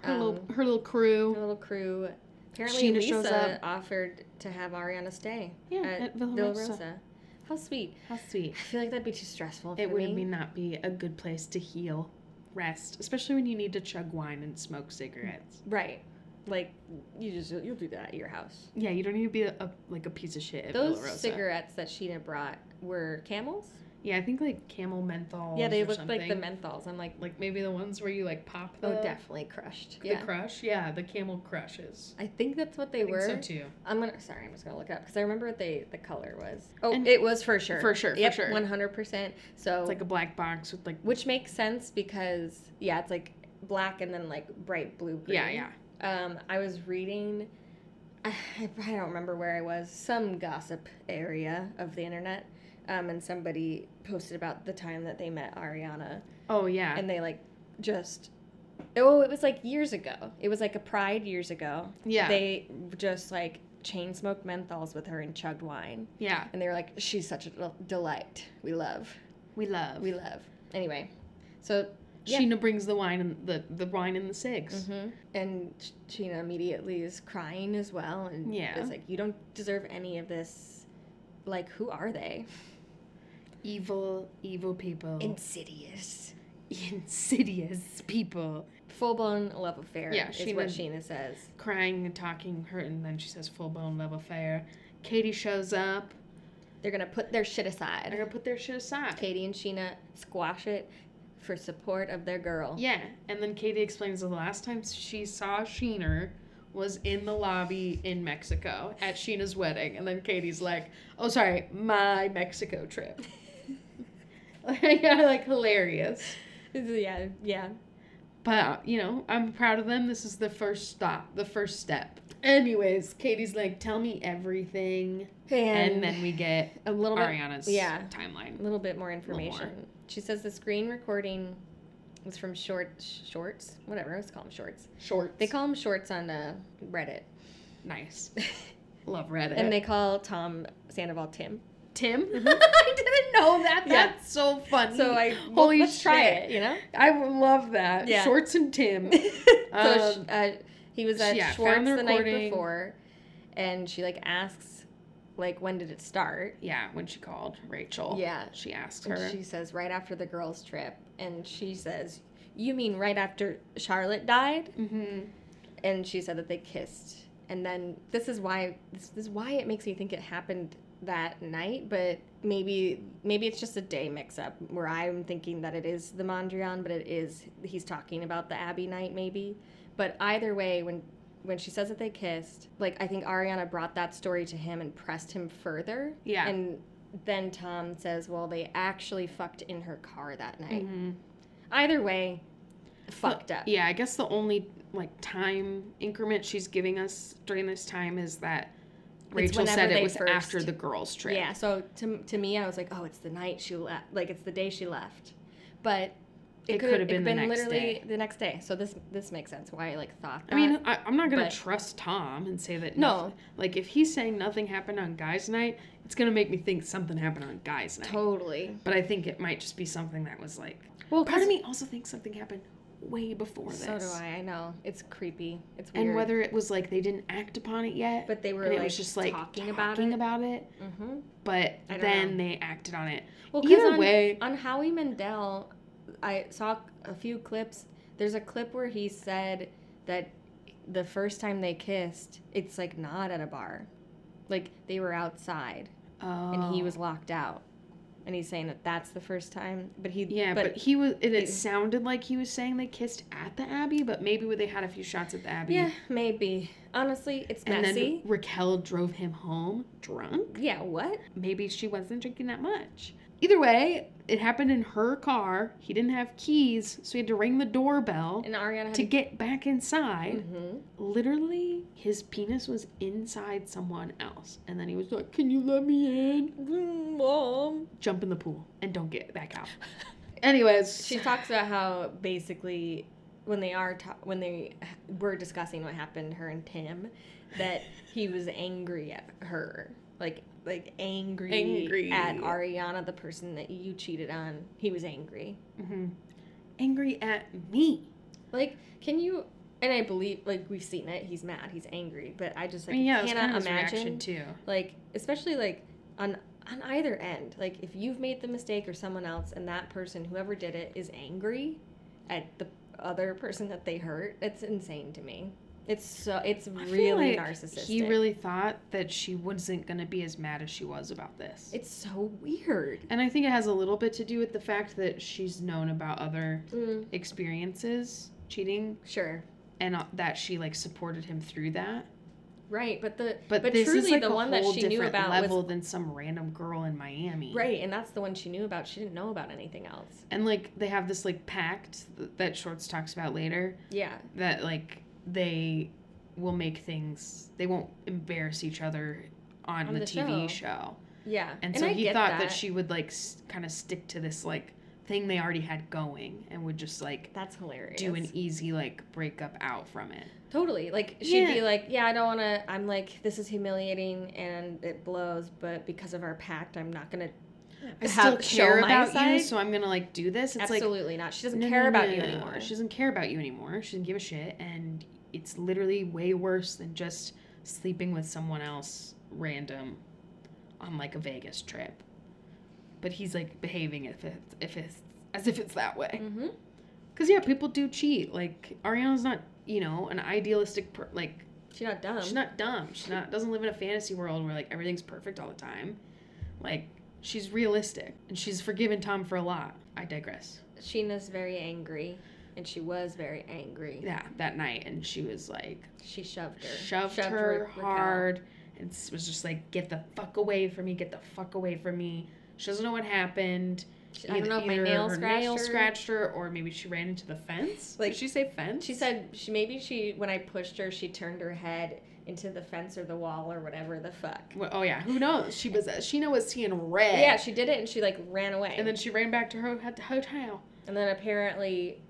Her
um,
little her little
her
crew.
little crew. Apparently,
Sheena
Lisa
shows up.
offered to have Ariana stay
Yeah,
at,
at Villa
Villa
Rosa.
Rosa. How sweet.
How sweet.
Oh, I feel like that'd be too stressful. For
It would
me.
be not be a good place to heal, rest, especially when you need to chug wine and smoke cigarettes.
Right. Like you just you'll do that at your house.
Yeah, you don't need to be a, like a piece of shit. At Villa
Those
Rosa.
cigarettes that Sheena brought were camels.
Yeah, I think like camel menthol.
yeah, they
or
looked like the
something.
menthols. I'm like,
Like maybe the ones where you like pop
oh,
the
definitely crushed.
the
yeah.
crush. Yeah, the camel crushes.
I think that's what they
I think
were.
so too.
I'm gonna. Sorry, I'm just gonna look it up because I remember what they the color was. Oh,
And-
it was for sure.
For sure, for
Yep,
sure.
100. percent So
It's like a black box with like
which makes sense because yeah, it's like black and then like bright blue green.
yeah yeah.
um, I was reading, I, I don't remember where I was, some gossip area of the internet, um, and somebody posted about the time that they met Ariana,
Oh yeah.
and they like just, oh, it was like years ago. It was like a Pride years ago.
yeah.
They just like chain smoked menthols with her and chugged wine,
yeah.
and they were like, she's such a del- delight. We love,
We love.
we love. Anyway, so yeah.
Sheena brings the wine and the the wine and the cigs.
Mm-hmm. And Ch- Chyna immediately is crying as well, and
Yeah.
it's like you don't deserve any of this. Like, who are they?
Evil, evil people.
Insidious,
Insidious people.
full blown love affair.
Yeah,
is what
Chyna-
Sheena says.
Crying and talking, hurt, and then she says full blown love affair. Katie shows up.
They're gonna put their shit
They're
aside.
gonna put their shit aside.
Katie and Sheena squash it for support of their girl.
Yeah, and then Katie explains the last time she saw Sheener was in the lobby in Mexico at Sheena's wedding, and then Katie's like, "Oh, sorry, my Mexico trip." yeah, like hilarious.
yeah, yeah.
But you know, I'm proud of them. This is the first stop, the first step. Anyways, Katie's like, "Tell me everything," and, then we get
a little bit
Ariana's
yeah.
timeline.
a little bit more
little more.
information. She says the screen recording was from short shorts, whatever. Let's call them shorts.
Short,
They call them shorts on uh, Reddit,
nice. Love Reddit.
and they call Tom Sandoval Tim.
Tim. I didn't know that.
Yeah.
That's so funny.
So I
Holy
let's try
shit.
it, you know.
I would love that.
Yeah.
Shorts and Tim.
so
Um,
sh uh, he was at
yeah,
Schwartz
found the
the, night
recording.
before, and she like asks, like when did it start?
yeah, when she called Rachel.
Yeah,
She asked her.
and she says right after the girls' trip, and she says, "You mean right after Charlotte died?"
mm-hmm.
And she said that they kissed and then this is why this, this is why it makes me think it happened that night, but maybe maybe it's just a day mix up where I'm thinking that it is the Mondrian, but it is he's talking about the Abbey night maybe. But either way, when when she says that they kissed, like I think Ariana brought that story to him and pressed him further.
Yeah.
And then Tom says, "Well, they actually fucked in her car that night."
Mhm.
Either way, fucked
Well,
up.
uh, Yeah, I guess the only like time increment she's giving us during this time is that Rachel
whenever
said it
they
was
first-
after the girls' trip.
Yeah. So to, to me, I was like, oh, it's the night she left. Like it's the day she left, but
It
it could
could've
have
been
been,
the next
literally
day.
the next day. So this this makes sense why I like thought. That.
I mean, I, I'm not gonna
but-
trust Tom and say that.
No.
noth- like if he's saying nothing happened on guys' night, it's gonna make me think something happened on guys' night.
totally.
But I think it might just be something that was like.
Well,
Part of me also thinks something happened way before
So
this.
do I. I know it's creepy. It's weird.
And whether it was like they didn't act upon it yet,
but they were
and
like
it was just like
talking about
talking
it.
about it,
mm-hmm.
but
I don't
then
know.
they acted on it.
Well, 'cause
Either
on,
way,
on Howie Mandel, I saw a few clips. There's a clip where he said that the first time they kissed, it's like not at a bar, like they were outside and he
Oh.
was locked out, and he's saying that that's the first time. But he
Yeah, but, he was. It, it
it-
sounded like he was saying they kissed at the Abbey, but maybe they had a few shots at the Abbey.
yeah, maybe honestly, it's
And
messy.
then Raquel drove him home drunk.
yeah, what?
Maybe she wasn't drinking that much. Either way, it happened in her car. He didn't have keys, so he had to ring the doorbell
And Ariana had
to get back inside.
hmm
Literally, his penis was inside someone else. And then he was like, Can you let me in?
Mm-hmm. Mom.
Jump in the pool and don't get back out. Anyways,
She talks about how basically when they are ta- when they were discussing what happened her and Tim that he was angry at her like like angry,
Angry.
at Ariana the person that you cheated on he was angry
Mhm. angry at me.
like can you and I believe like we've seen it he's mad he's angry but I just like
it was
cannot
kind of his
imagine
reaction too.
like especially like on on either end like if you've made the mistake or someone else and that person whoever did it is angry at the other person that they hurt it's insane to me it's so it's
I feel
really
like
narcissistic
He really thought that she wasn't going to be as mad as she was about this.
it's so weird
and I think it has a little bit to do with the fact that she's known about other
mm,
experiences cheating
sure
and uh, that she like supported him through that.
right but the
But,
but,
this
truly
is like
the
a
one that
whole
she knew
different
about
level
was
than some random girl in Miami.
right and that's the one she knew about she didn't know about anything else
And like they have this like pact th- that Shorts talks about later
yeah
that like they will make things they won't embarrass each other on,
On
the,
the
TV
show.
show.
yeah
And so
I
he
get
thought that. she would like s- kind of stick to this like thing they already had going and would just like
that's hilarious
do an easy like breakup out from it.
Totally. Like she'd
Yeah.
be like, "Yeah, I don't want to. I'm like, this is humiliating and it blows, but because of our pact, I'm not gonna.
I still
Have-
care
show my
about you,
side?
so I'm gonna like do this. It's like
absolutely not. She doesn't
no, no,
care
no,
about
no,
you
no.
anymore.
She doesn't care about you anymore. She doesn't give a shit, and it's literally way worse than just sleeping with someone else random on like a Vegas trip. But he's like behaving if it's, if it's as if it's that way.
hmm
Because, yeah, people do cheat. Like, Ariana's not, you know, an idealistic, per- like,
She's not dumb.
she's not dumb. She's not, doesn't live in a fantasy world where, like, everything's perfect all the time. Like, she's realistic. And she's forgiven Tom for a lot. I digress.
Sheena's very angry, and she was very angry.
Yeah, that night. And she was, like,
She shoved her.
shoved,
Ra-
her
Raquel.
hard and s- was just like, get the fuck away from me, get the fuck away from me. She doesn't know what happened.
She- I don't know if my
Either
nail
her
scratched
nail
her.
scratched her, or maybe she ran into the fence.
Like-
Did she say fence?
She said she maybe she when I pushed her, she turned her head into the fence or the wall or whatever the fuck.
Well, oh yeah, who knows? She was Sheena was seeing red.
Yeah, she did it, and she like ran away.
and then she ran back to her ho- hotel.
And then apparently,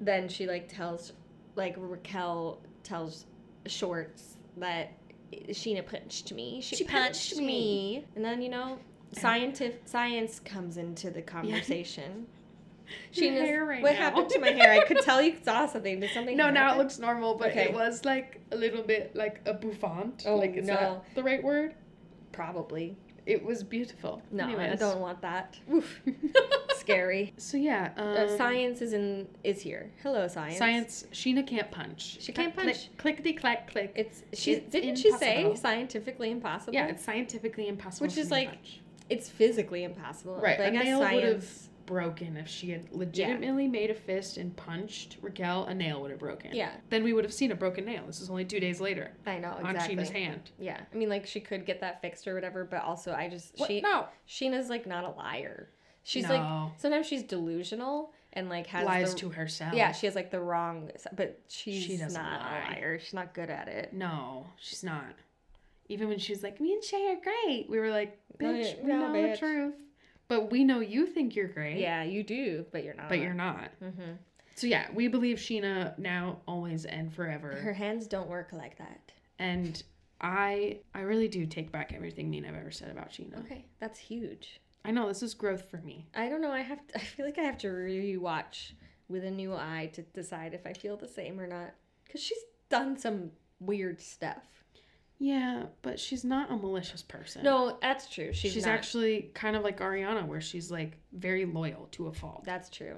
then she like tells, like Raquel tells Shorts that Sheena punched me. She,
She
punched,
punched
me. And then you know, scientific science comes into the conversation.
Your
Sheena's-
hair right
what
now.
happened to my hair? I could tell you saw something. Did something?
No, now it
happen?
looks normal, but
Okay.
it was like a little bit like a bouffant.
Oh,
like is
no.
that the right word?
probably.
It was beautiful.
No, I
Anyways.
don't want that. Oof. scary.
So yeah, um,
Uh, science is in is here. Hello, science.
Science. Sheena can't punch.
She can't
Click-
punch.
Clickety clack click.
It's she
It's
didn't she say
impossible.
scientifically impossible?
yeah, it's scientifically impossible.
Which
for
is
me to
like-
punch.
it's physically impossible.
Right,
Like
a
as
nail would've-
science.
broken if she had legitimately made a fist and punched Raquel. A nail would have broken.
Yeah,
Then we would have seen a broken nail. This is only two days later
I know
on
Oh, exactly.
Sheena's hand.
Yeah, I mean, like she could get that fixed or whatever, but also I just
What?
she
no.
Sheena's like not a liar. She's
No.
like sometimes she's delusional and like has
Lies
the,
to herself.
Yeah, she has like the wrong, but she's
She doesn't
not
lie.
a liar. She's not good at it.
No, she's not. Even when she was like, "Me and Shay are great," we were like,
No,
"Bitch, we
no,
know
bitch."
the truth, but we know you think you're great,
Yeah, you do, but you're not.
but you're not."
Mm-hmm.
So yeah, we believe Sheena now, always, and forever.
Her hands don't work like that.
and I, I really do take back everything mean I've ever said about Sheena.
Okay, that's huge.
I know this is growth for me.
I don't know. I have. To, I feel like I have to rewatch with a new eye to decide if I feel the same or not. Cause she's done some weird stuff.
Yeah, but she's not a malicious person.
No, that's true. She's,
she's,
not.
actually kind of like Ariana, where she's like very loyal to a fault.
That's true.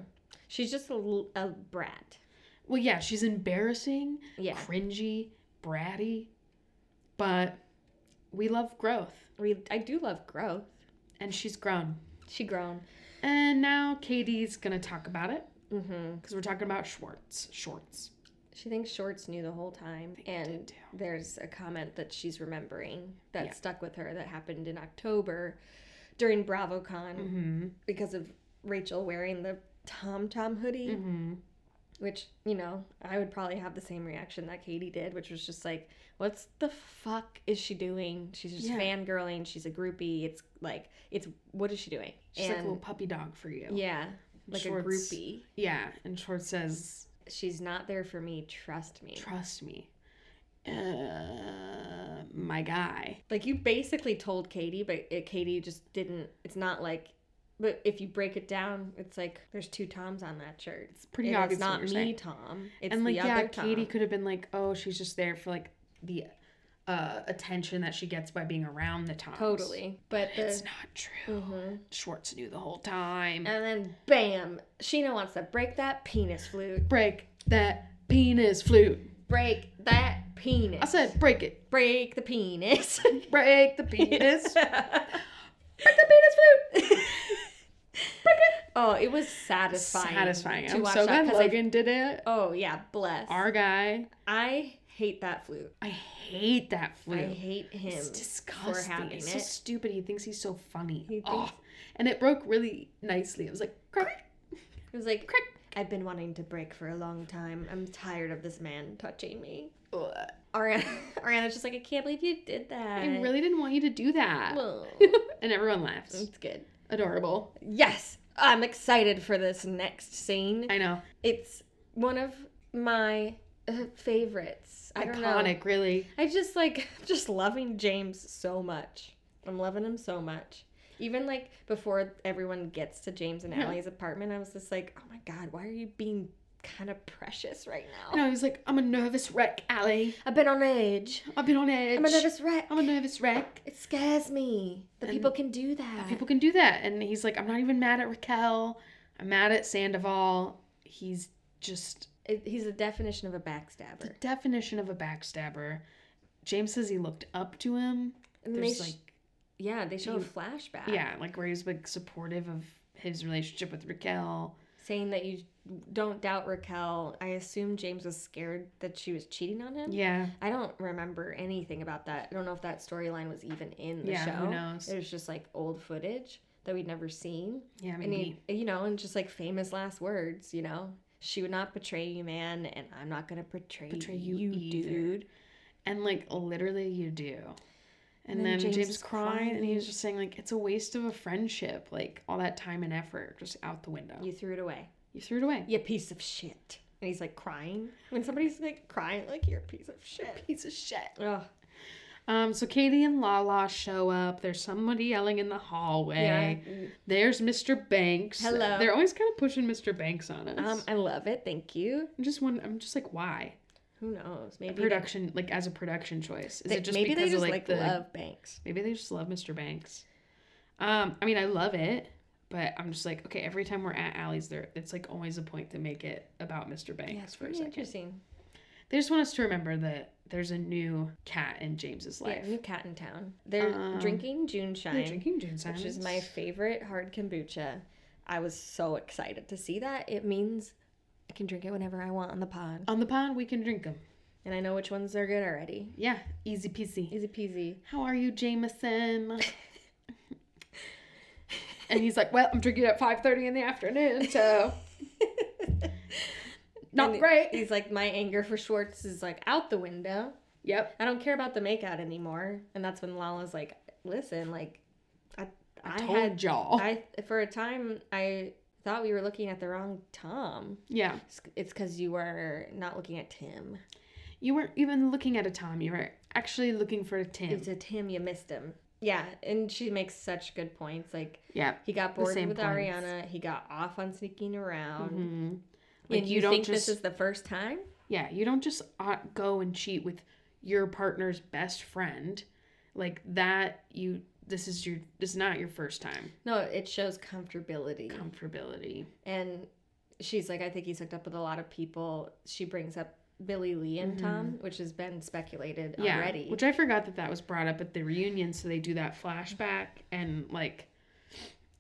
She's just a, l- a brat.
Well, yeah, she's embarrassing,
Yeah,
cringy, bratty, but we love growth,
we. I do love growth.
and she's grown.
She grown.
And now Katie's gonna talk about it
Mm-hmm.
because we're talking about Schwartz. Schwartz.
She thinks Shorts knew the whole time,
I
and
did too.
there's a comment that she's remembering that
Yeah.
stuck with her that happened in October during BravoCon
Mm-hmm.
because of Rachel wearing the Tom Tom hoodie,
Mm-hmm.
which, you know, I would probably have the same reaction that Katie did, which was just like, what's the fuck is she doing? She's just
Yeah.
fangirling. She's a groupie. It's like, it's what is she doing?
She's like a little puppy dog for you.
yeah, like
Schwartz-
a groupie.
Yeah, and Schwartz says,
She's not there for me. Trust me.
"Trust me, uh, my guy."
like you basically told Katie, but it, Katie just didn't. It's not like, but if you break it down, it's like there's two Toms on that shirt.
It's pretty
And
obvious.
It's not
what you're
me,
saying.
Tom. It's
and like
the
yeah
other
katie
Tom.
could have been like oh she's just there for like the uh attention that she gets by being around the toms
Totally, but the,
it's not true
Mhm.
schwartz knew the whole time
and then bam, Sheena wants to break that penis flute.
break that penis flute
Break that penis.
i said break it
break the penis.
break the penis
break the penis flute. oh, it was satisfying.
satisfying
to
i'm
watch
so
that
glad
'cause I-
logan did it
Oh yeah, bless.
our guy
I hate that flute.
i hate that flute
I hate him.
It's disgusting.
having
It's so
it.
stupid. He thinks he's so funny.
He
oh.
thinks-
And it broke really nicely. It was like, crack,
It was like,
crack.
I've been wanting to break for a long time. I'm tired of this man touching me.
Ugh.
Ariana, Ariana's just like, I can't believe you did that.
I really didn't want you to do that.
Well, mm.
and everyone laughs.
it's good.
Adorable.
Yes, I'm excited for this next scene.
I know.
It's one of my uh, favorites. I don't know.
Iconic, really.
I just like just loving James so much. I'm loving him so much. Even like before everyone gets to James and
Yeah.
Allie's apartment, I was just like, oh my god, why are you being kind of precious right
You
now?
know, he was like, I'm a nervous wreck, Allie.
I've been on edge.
I've been on edge.
I'm a nervous wreck.
I'm a nervous wreck.
It scares me that
And-
people can do that.
People can do that. And he's like, I'm not even mad at Raquel. I'm mad at Sandoval. He's just
It- He's the definition of a
the
backstabber.
definition of a backstabber. James says he looked up to him.
And they
There's
sh-
like,
yeah, they show a
you-
flashback.
yeah, like where he was like supportive of his relationship with Raquel.
saying that you don't doubt Raquel. I assume James was scared that she was cheating on him.
Yeah.
I don't remember anything about that. I don't know if that storyline was even in the
Yeah,
show.
who knows?
It was just like old footage that we'd never seen.
Yeah,
And
maybe.
he- you know, and just like famous last words, you know. She would not betray you, man, and I'm not gonna betray,
Betray you
you,
either.
dude.
And like literally you do. And,
And
then,
then
James,
James is
cried and he was
crying.
just saying like it's a waste of a friendship, like all that time and effort just out the window. You,
You threw it away.
threw it away.
You piece of shit. And he's like crying. When somebody's like crying, like you're a piece of shit.
Piece of shit.
Ugh.
Um, so Katie and Lala show up. There's somebody yelling in the hallway.
Yeah.
There's Mr. Banks.
Hello.
They're always kind of pushing Mr. Banks on us.
Um, I love it. Thank you.
I'm just one. I'm just like, why
Who knows? Maybe
production? Like as a production choice, is
They,
it just
maybe
because
they just
of
like,
like the
love banks.
Maybe they just love Mr. Banks. Um, I mean, I love it, But I'm just like, okay, every time we're at Allie's, there it's like always a point to make it about Mr. Banks
Yeah, it's
for a
pretty
second.
interesting.
They just want us to remember that there's a new cat in James's
Yeah,
life.
new cat in town. They're
Um,
drinking June Shine,
They're drinking June
which is
Silence.
my favorite hard kombucha. I was so excited to see that. It means I can drink it whenever I want on the pod,
on the pond. We can drink them.
and I know which ones are good already.
Yeah, easy peasy.
Easy peasy.
How are you, Jameson? and he's like, well, I'm drinking at 5:30 in the afternoon, so not
And
great.
He's like, my anger for Schwartz is like out the window.
Yep.
I don't care about the makeout anymore. And that's when Lala's like, listen, like, I, I,
told
had,
y'all.
I, for a time, I thought we were looking at the wrong Tom.
yeah.
It's- It's because you were not looking at Tim.
You weren't even looking at a Tom. You were actually looking for a Tim.
It's a Tim, you missed him. Yeah, and she makes such good points. Like,
yeah.
he got bored
same
with
points.
Ariana. He got off on sneaking
Mhm.
around.
Like,
Mm-hmm. And
you
you,
don't
think
just-
this is the first time?
Yeah, you don't just uh, go and cheat with your partner's best friend. Like that you this is your this is not your first time.
No, it shows comfortability.
Comfortability.
and she's like, I think he's hooked up with a lot of people. She brings up Billy Lee and Tom, which has been speculated
Yeah.
already.
Which I forgot that that was brought up at the reunion so they do that flashback and like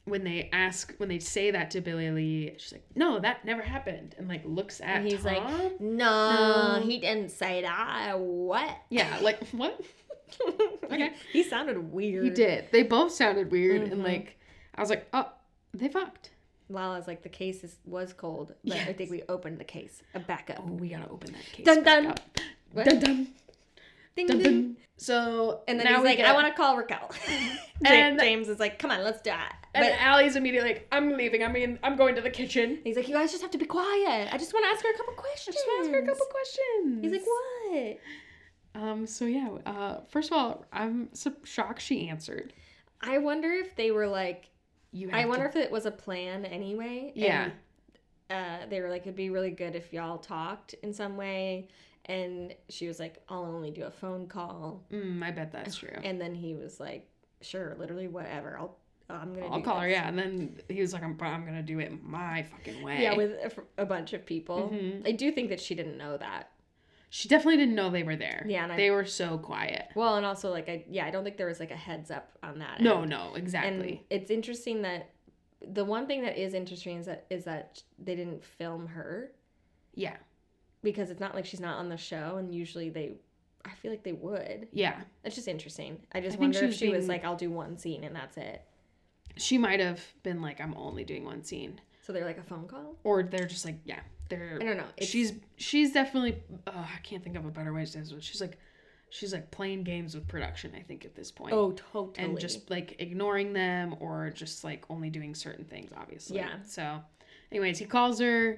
when they ask when they say that to Billy Lee, she's like, "No, that never happened." And like looks at
and he's
Tom.
like, no,
No.
he didn't say that. What?
"Yeah, like what?" Okay.
he sounded weird.
He did. They both sounded weird, and
Mhm.
like I was like, oh, they fucked.
Lala's like, the case is, was cold, but I think we opened the case. A backup.
Oh, we gotta open that case.
Dun,
back
dun.
up.
What?
dun dun
Ding,
dun
ding.
dun. So
And then
now
he's
we
like,
get,
I want to call Raquel.
And-
and James is like, come on, let's do it.
And
But
Allie's immediately like, I'm leaving. I mean, I'm going to the kitchen.
he's like, you guys just have to be quiet. I just want to ask her a couple
I
questions.
just want to ask her a couple questions.
He's like, what?
Um. So yeah. Uh. First of all, I'm so shocked she answered.
I wonder if they were like,
You. Have
I wonder
To,
if it was a plan anyway.
yeah.
And, uh, they were like, it'd be really good if y'all talked in some way. And she was like, I'll only do a phone call.
Mm, I bet that's true.
And then he was like, sure, literally whatever. I'll, I'm going to
I'll call her. Yeah. And then he was like, I'm. I'm gonna do it my fucking way.
Yeah, with a, fr- a bunch of people.
Mhm.
I do think that she didn't know that.
She definitely didn't know they were there.
Yeah, and I-
they were so quiet.
Well, and also like, I yeah, I don't think there was like a heads up on that.
No,
end.
no, exactly.
And it's interesting that the one thing that is interesting is that is that they didn't film her.
yeah,
because it's not like she's not on the show and usually they I feel like they would.
yeah.
That's just interesting. I just
think
wonder
she
if
was
she was
being-
like, I'll do one scene and that's it.
She might have been like, "I'm only doing one scene,"
So they're like a phone call?
or they're just like, "Yeah,
I
they're."
don't know. It's,
She's she's definitely. Oh, I can't think of a better way to say this. but She's like, she's like playing games with production. I think at this point.
Oh totally.
And just like ignoring them or just like only doing certain things, obviously.
Yeah.
So, anyways, he calls her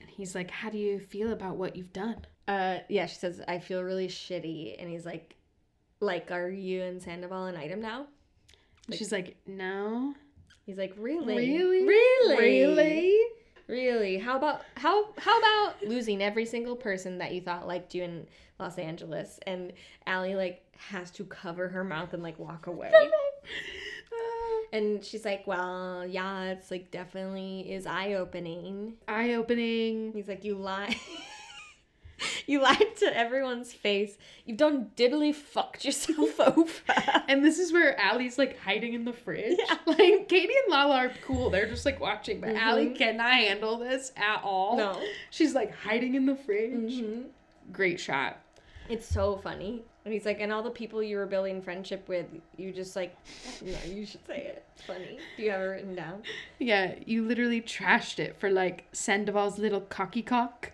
and he's like, How do you feel about what you've done?
uh yeah, she says, I feel really shitty and he's like like, are you and Sandoval an item now?
And she's like, No.
He's like, Really?
Really?
Really?
Really?
Really? How about how how about losing every single person that you thought liked you in Los Angeles and Allie like has to cover her mouth and like walk away. And she's like, Well, yeah, it's like definitely is eye opening.
Eye opening.
He's like, You lie. you lied to everyone's face. You've done diddly fucked yourself over.
And this is where Allie's like hiding in the fridge.
Yeah.
Like Katie and Lala are cool. They're just like watching, but
Mhm.
Allie cannot handle this at all.
no.
She's like hiding in the fridge.
Mhm.
Great shot.
It's so funny. And he's like, And all the people you were building friendship with, you just like, No, you should say it. It's funny. Do you have it written down?
Yeah, you literally trashed it for like Sandoval's little cocky cock.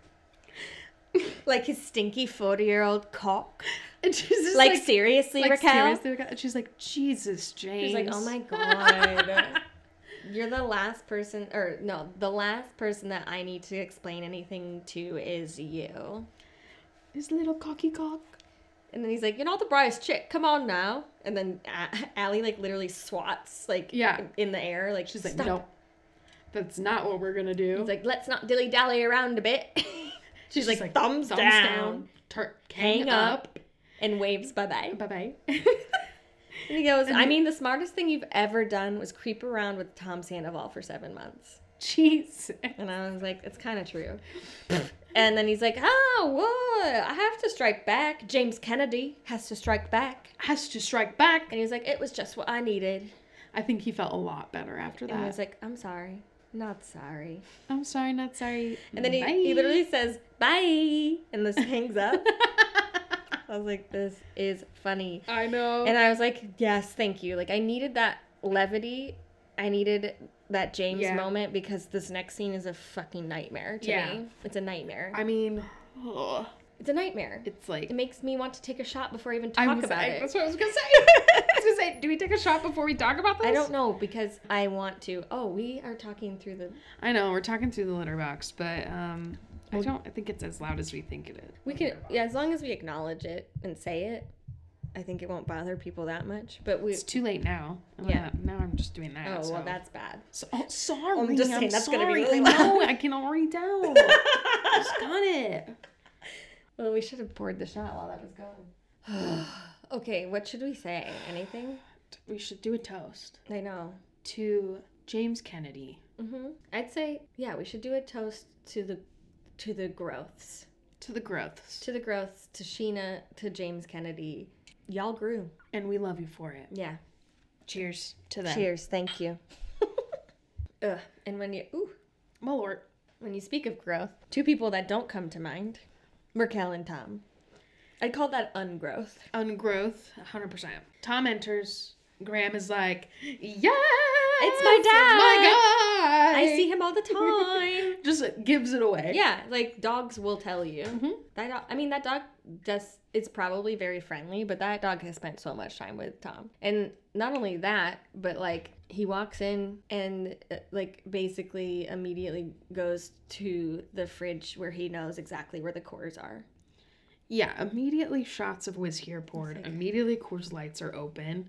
Like his stinky 40 year old cock.
And she's just
Like,
like,
seriously,
like,
Raquel?
seriously, Raquel? And she's like, Jesus, James.
She's like, oh my god. You're the last person, or no, the last person that I need to explain anything to is you.
His little cocky cock.
And then he's like, you're not the brightest chick. Come on now. And then A- Allie like literally swats like
Yeah.
in the air, like
She's like, no, that's not what we're gonna do.
He's like, let's not dilly dally around a bit. She's, like, thumbs, down,
Tur-
Hang
hang up.
and waves bye bye.
Bye bye.
And he goes, I mean, the smartest thing you've ever done was creep around with Tom Sandoval for seven months.
Jeez.
And I was like, it's kind of true. and then he's like, oh, whoa, I have to strike back. James Kennedy has to strike back.
Has to strike back.
And he was like, it was just what I needed.
I think he felt a lot better after that.
And he was like, I'm sorry. Not sorry.
I'm sorry, not sorry.
And then he, he literally says, bye. And this hangs up. I was like, this is funny.
I know.
And I was like, yes, thank you. Like, I needed that levity. I needed that James
Yeah.
moment because this next scene is a fucking nightmare to
Yeah.
me. It's a nightmare.
I mean, ugh,
It's a nightmare.
it's like
It makes me want to take a shot before I even
I
talk
was-
about
I-
it.
That's what I was gonna say. I was gonna say, do we take a shot before we talk about this?
I don't know because I want to. Oh, we are talking through the.
I know we're talking through the litter box, but um, I
Well-
don't. I think it's as loud as we think it is.
We can, yeah, as long as we acknowledge it and say it, I think it won't bother people that much. But we.
It's too late now. I'm
Yeah.
not- now I'm just doing that.
Oh,
so.
well, that's bad.
So, oh, sorry.
I'm just saying, that's gonna be
sorry.
really
I know,
loud.
I can already tell. I just got it.
Well, we should have poured the shot while that was going. okay, what should we say? Anything?
We should do a toast
I know.
to James Kennedy.
hmm I'd say, yeah, we should do a toast to the to the growths,
To the growths.
to the growths, to Sheena, to James Kennedy. Y'all grew.
And we love you for it.
Yeah.
Cheers to that.
Cheers. Thank you. Ugh. And when you ooh,
My lord.
when you speak of growth, two people that don't come to mind, Merkel and Tom. I'd call that ungrowth.
Ungrowth, 100%. Tom enters. Graham is like, yeah,
It's my dad.
my God.
I see him all the time.
Just like, gives it away.
yeah, like dogs will tell you.
Mhm.
That dog, I mean, that dog does. It's probably very friendly, but that dog has spent so much time with Tom. And not only that, but like he walks in and uh, like basically immediately goes to the fridge where he knows exactly where the cores are.
Yeah. Immediately shots of Whiskey are poured.
like-
immediately Coors lights are open.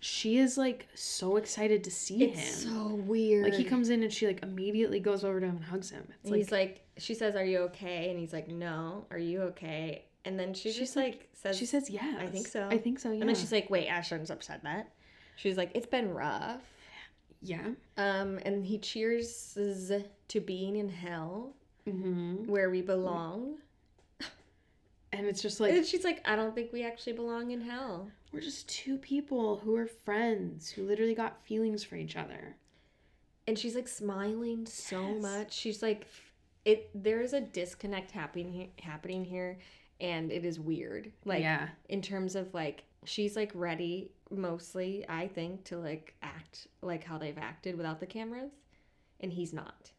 She is like so excited to see him.
It's so weird.
Like he comes in and she like immediately goes over to him and hugs him. It's
And
like,
he's like, she says, "Are you okay?" And he's like, "No, are you okay?" And then she
She's
just
like-
like, says,
she says yes.
I think so.
I think so. Yeah.
and then she's like, "Wait, Ashton's upset that." She's like, "It's been rough."
yeah.
Um, and he cheers to being in hell
Mm-hmm.
where we belong.
And it's just like
and she's like, I don't think we actually belong in hell.
we're just two people who are friends who literally got feelings for each other.
And she's like smiling so
Yes.
much. She's like, it. There is a disconnect happening he- happening here, and it is weird. Like
yeah.
in terms of like she's like ready mostly, I think, to like act like how they've acted without the cameras, and he's not.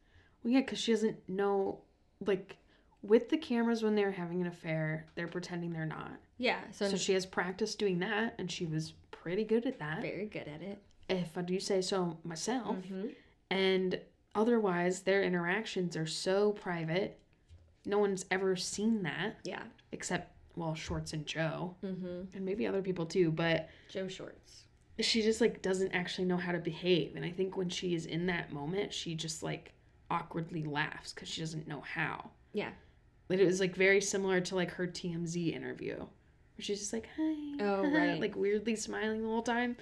Well, yeah, because she doesn't know like with the cameras when they're having an affair, they're pretending they're not.
Yeah. So,
So she has practiced doing that, and she was pretty good at that,
very good at it.
if I do say so myself.
Mhm.
And otherwise, their interactions are so private. No one's ever seen that
Yeah.
except, well, Schwartz and Joe,
Mm-hmm.
and maybe other people too, but
Joe Shorts.
she just like doesn't actually know how to behave. And I think when she is in that moment, she just like awkwardly laughs because she doesn't know how.
Yeah.
Like, It was like very similar to like her TMZ interview where she's just like, hi.
Oh,
haha,"
right.
Like weirdly smiling the whole time.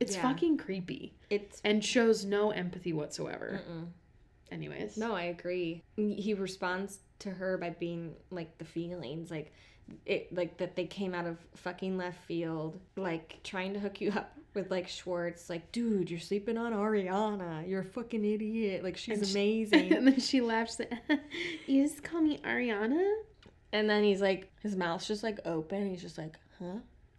It's
Yeah.
fucking creepy
It's
and shows no empathy whatsoever.
Mm-mm.
Anyways.
Mm. No, I agree. He responds to her by being like the feelings, like it, like that they came out of fucking left field, like trying to hook you up with like Schwartz, like dude, you're sleeping on Ariana, you're a fucking idiot, like she's
And she-
amazing.
and then she laughs. you just call me Ariana?
and then he's like, his mouth's just like open, and he's just like, huh?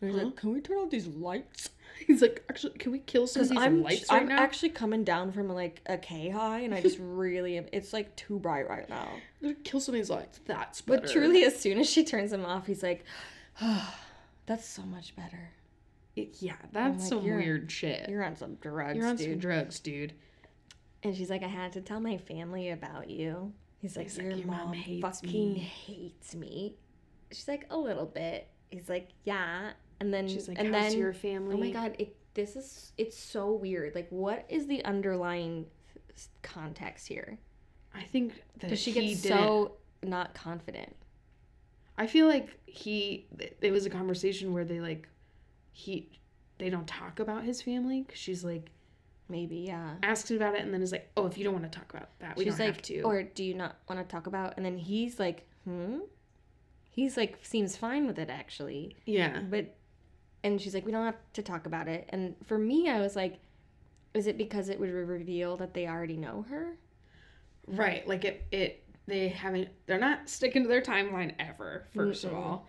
And he's
Huh?
like, can we turn off these lights?
He's like, actually, can we kill some of
Because
these
I'm,
lights right
I'm
now?
actually coming down from like a K high, and I just really am. It's like too bright right now.
kill some of these lights. That's better.
But truly, as soon as she turns him off, he's like, oh, "That's so much better.
It- yeah, that's
like,
some
you're-
weird shit. You're,
You're on some drugs,
on
dude."
some drugs, dude.
and she's like, "I had to tell my family about you." He's like,
He's like,
"Your,
"Your
mom,
mom hates
fucking
me."
hates me." She's like, "A little bit." He's like, "Yeah," and then
She's like,
and
how's
then
your family?
oh my god, it this is it's so weird. Like, what is the underlying s- context here?
I think that
Because she
he
gets
didn't-
so not confident.
I feel like he. It was a conversation where they like, he, they don't talk about his family because she's like
Maybe, yeah.
asked him about it and then is like, oh, if you don't want to talk about that, we
Oh. She's
don't
like,
have to.
or do you not want to talk about? And then he's like, hmm? He's like, seems fine with it actually.
yeah,
But, and she's like, we don't have to talk about it. And for me, I was like, is it because it would reveal that they already know her?
right. Like it, it. They haven't. They're not sticking to their timeline ever. 1st of
Mm-mm.
all,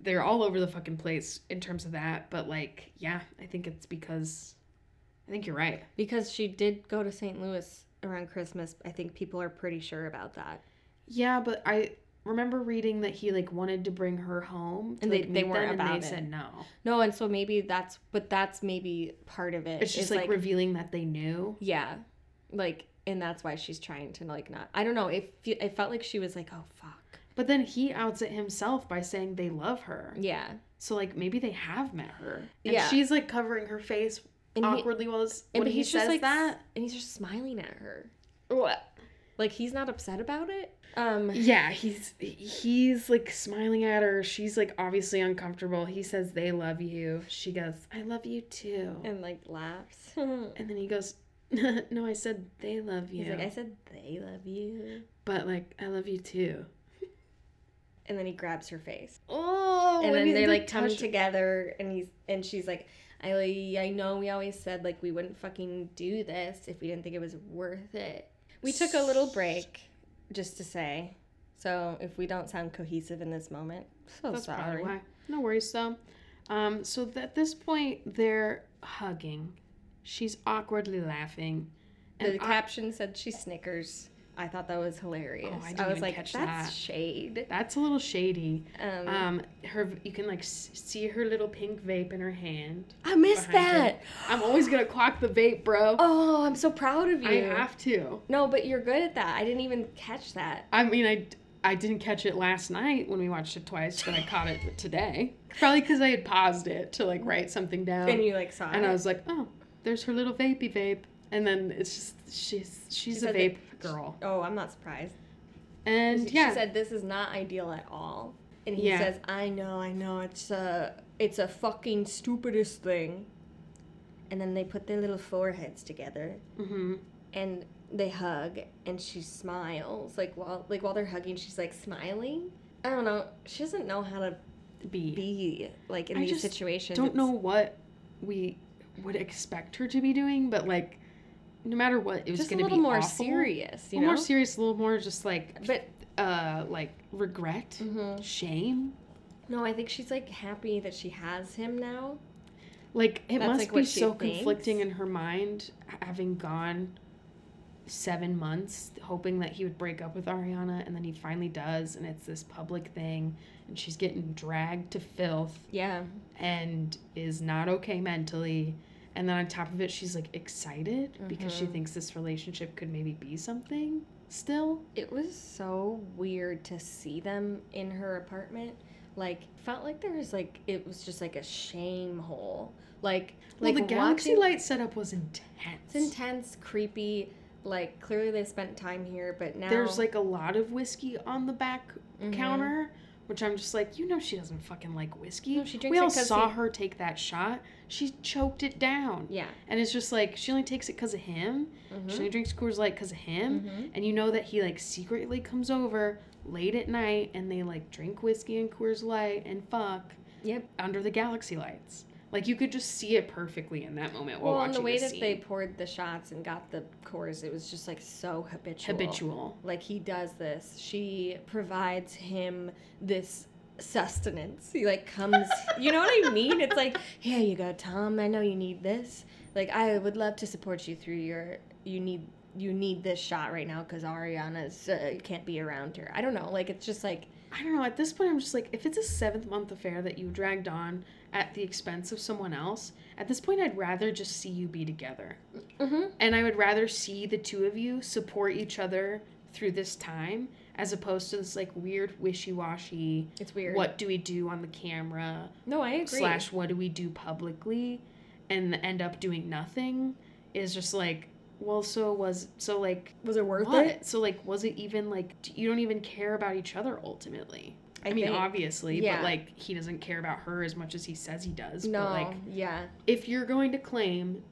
they're all over the fucking place in terms of that. But like, yeah, I think it's because. I think you're right.
Because she did go to St. Louis around Christmas. I think people are pretty sure about that.
Yeah, but I remember reading that he like wanted to bring her home, to,
And they-
like,
they
meet
weren't
them,
about
and
it.
they said no.
No, and so maybe that's, but that's maybe part of it.
It's just
is,
like, revealing that they knew.
Yeah. Like and that's why she's trying to like not. I don't know. It fe- it felt like she was like, "Oh fuck."
But then he outs it himself by saying they love her.
Yeah.
So like maybe they have met her. And
Yeah.
she's like covering her face
And he-
awkwardly while this,
and
when he
he's just
says
like
that.
and he's just smiling at her.
What?
Like he's not upset about it. Um
Yeah, he's he's like smiling at her. She's like obviously uncomfortable. He says they love you. She goes, "I love you too."
and like laughs. He's
And then he goes, "No, I said they love you."
like, "I said they love you."
but like, "I love you too."
And then he grabs her face.
Oh,
and
when
then
he,
they like come
touch-
together and he's and she's like, "I I know we always said like we wouldn't fucking do this if we didn't think it was worth it." We took a little break just to say. So, if we don't sound cohesive in this moment, so
That's
sorry.
probably why. No worries though. Um, so th- at this point, they're hugging. She's awkwardly laughing.
The
And I-
caption said she snickers. I thought that was hilarious.
Oh, I
I,
didn't
was
even
like,
catch
that's
that."
shade.
That's a little shady.
Um,
Um, her you can like s- see her little pink vape in her hand.
I missed
behind her.
that.
I'm always gonna clock the vape, bro.
Oh, I'm so proud of you.
I have to.
No, but you're good at that. I didn't even catch that.
I mean, I I didn't catch it last night when we watched it twice, but I caught it today. Probably because I had paused it to like write something down,
and you like saw
and
it.
I was like, oh, there's her little vapey vape, and then it's just she's she's
She
a
said that-
vape girl,
oh, I'm not surprised.
and
She
yeah,
said this is not ideal at all. And he
Yeah.
says, "I know, I know. It's a it's a fucking stupidest thing." And then they put their little foreheads together
hmm
and they hug and she smiles like while like while they're hugging she's like smiling. I don't know. She doesn't know how to
B.
be like in
I
these
just
situations.
Don't know what we would expect her to be doing, but like, no matter what, it
It's
was
just a
going to be
little more
awful.
serious,
A
you
little
know.
more serious, a little more just like
but
uh like regret,
mhm.
shame.
no, I think she's like happy that she has him now.
Like it
That's,
must
like,
be
what she
so
thinks.
conflicting in her mind, h- having gone seven months hoping that he would break up with Ariana, and then he finally does, and it's this public thing, and she's getting dragged to filth
Yeah.
and is not okay mentally. And then on top of it, she's like excited because she
Mhm.
thinks this relationship could maybe be something still.
It was so weird to see them in her apartment. Like felt like there was like it was just like a shame hole. Like
Like
like
well, the galaxy
watching-
light setup was intense.
It's intense, creepy. Like clearly they spent time here, but now
There's like a lot of whiskey on the back
Mhm.
counter, which I'm just like, you know, she doesn't fucking like whiskey.
No, she drinks
we
it
all
'cause
saw
he-
her take that shot. She choked it down,
Yeah.
and it's just like she only takes it because of him.
Mhm.
She only drinks Coors Light because of him.
Mhm.
And you know that he like secretly comes over late at night, and they like drink whiskey and Coors Light and fuck
Yep.
under the galaxy lights. Like you could just see it perfectly in that moment while
Well, and
watching
the way
this
that they
scene.
poured the shots and got the cores, it was just like so habitual.
habitual.
Like he does this. She provides him this sustenance. He like comes. you know what I mean? It's like here you go, Tom. I know you need this. Like I would love to support you through your. You need you need this shot right now because Ariana's uh, can't be around her. I don't know. Like it's just like
I don't know. At this point, I'm just like, if it's a seventh month affair that you dragged on at the expense of someone else, at this point, I'd rather just see you be together. And I would rather see the two of you support each other through this time as opposed to this like weird wishy washy,
it's weird.
what do we do on the camera,
No, I agree.
slash, what do we do publicly, and end up doing nothing is just like, well, so was, so like,
was it worth
what?
it?
So like, was it even like d- you don't even care about each other ultimately? I, mean,
think.
obviously,
Yeah.
but like he doesn't care about her as much as he says he does.
no,
But like,
yeah,
if you're going to claim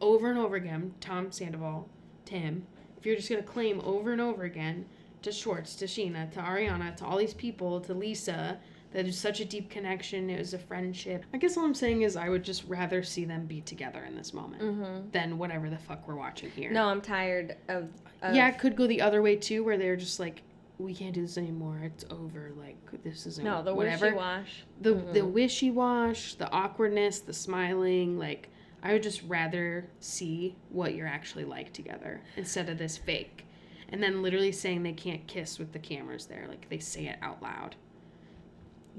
over and over again, Tom Sandoval, Tim, if you're just going to claim over and over again to Schwartz, to Sheena, to Ariana, to all these people, to Lisa, that is such a deep connection, it was a friendship. I guess all I'm saying is I would just rather see them be together in this moment
mm-hmm.
than whatever the fuck we're watching here.
no, uh, I'm tired of, of
Yeah, it could go the other way too, where they're just like, we can't do this anymore. It's over. Like this isn't
no, the
whatever.
wishy wash.
the the
Mhm.
wishy wash, the awkwardness, the smiling. Like I would just rather see what you're actually like together instead of this fake. And then literally saying they can't kiss with the cameras there, like they say it out loud.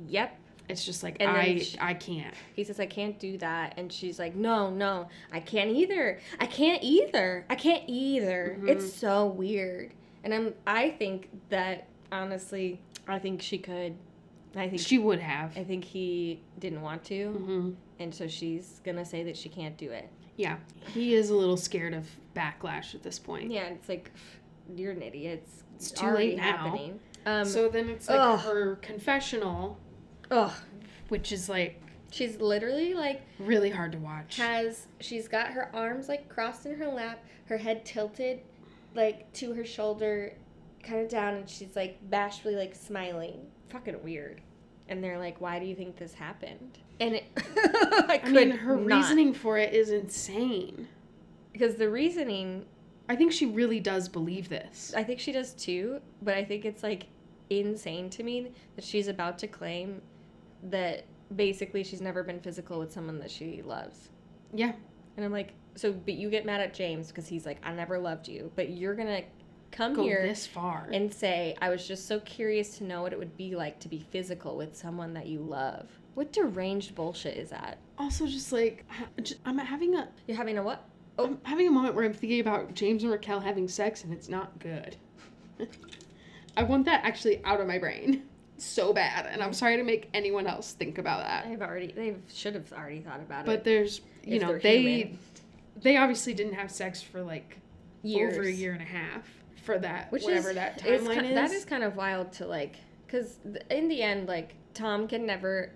Yep.
It's just like
And then
I
sh-
I can't.
He says, I can't do that. And she's like, No, no, I can't either. I can't either. I can't either.
Mhm.
It's so weird. And I'm I think that honestly, I think she could. I think
She would have.
I think he didn't want to.
hmm
And so she's gonna say that she can't do it.
Yeah, he is a little scared of backlash at this point.
Yeah, and it's like you're an idiot. It's,
It's too
already
late now.
happening. Um
so then it's like
ugh.
her confessional,
ugh.
which is like
She's literally like
really hard to watch.
has she's got her arms like crossed in her lap, her head tilted like to her shoulder kind of down and she's like bashfully like smiling. Fucking weird. And they're like, "Why do you think this happened?" And it, I
I
could
mean, her
not.
reasoning for it is insane.
because the reasoning,
I think she really does believe this.
I think she does too, but I think it's like insane to me that she's about to claim that basically she's never been physical with someone that she loves.
Yeah,
And I'm like, so, but you get mad at James because he's like, I never loved you, but you're gonna come
go
here
this far.
and say, I was just so curious to know what it would be like to be physical with someone that you love. What deranged bullshit is that?
also, just like I- just- I'm having a
You're having a what? Oh.
I'm having a moment where I'm thinking about James and Raquel having sex, and it's not good. I want that actually out of my brain so bad, and I'm sorry to make anyone else think about that.
I've already, they should have already thought about
But
it.
there's you
If
know
they're
they
human.
they obviously didn't have sex for like
Years.
over a year and a half for that
Which
whatever
is,
that
is
timeline
ki- That is kind of wild to like, because in the end, like, Tom can never,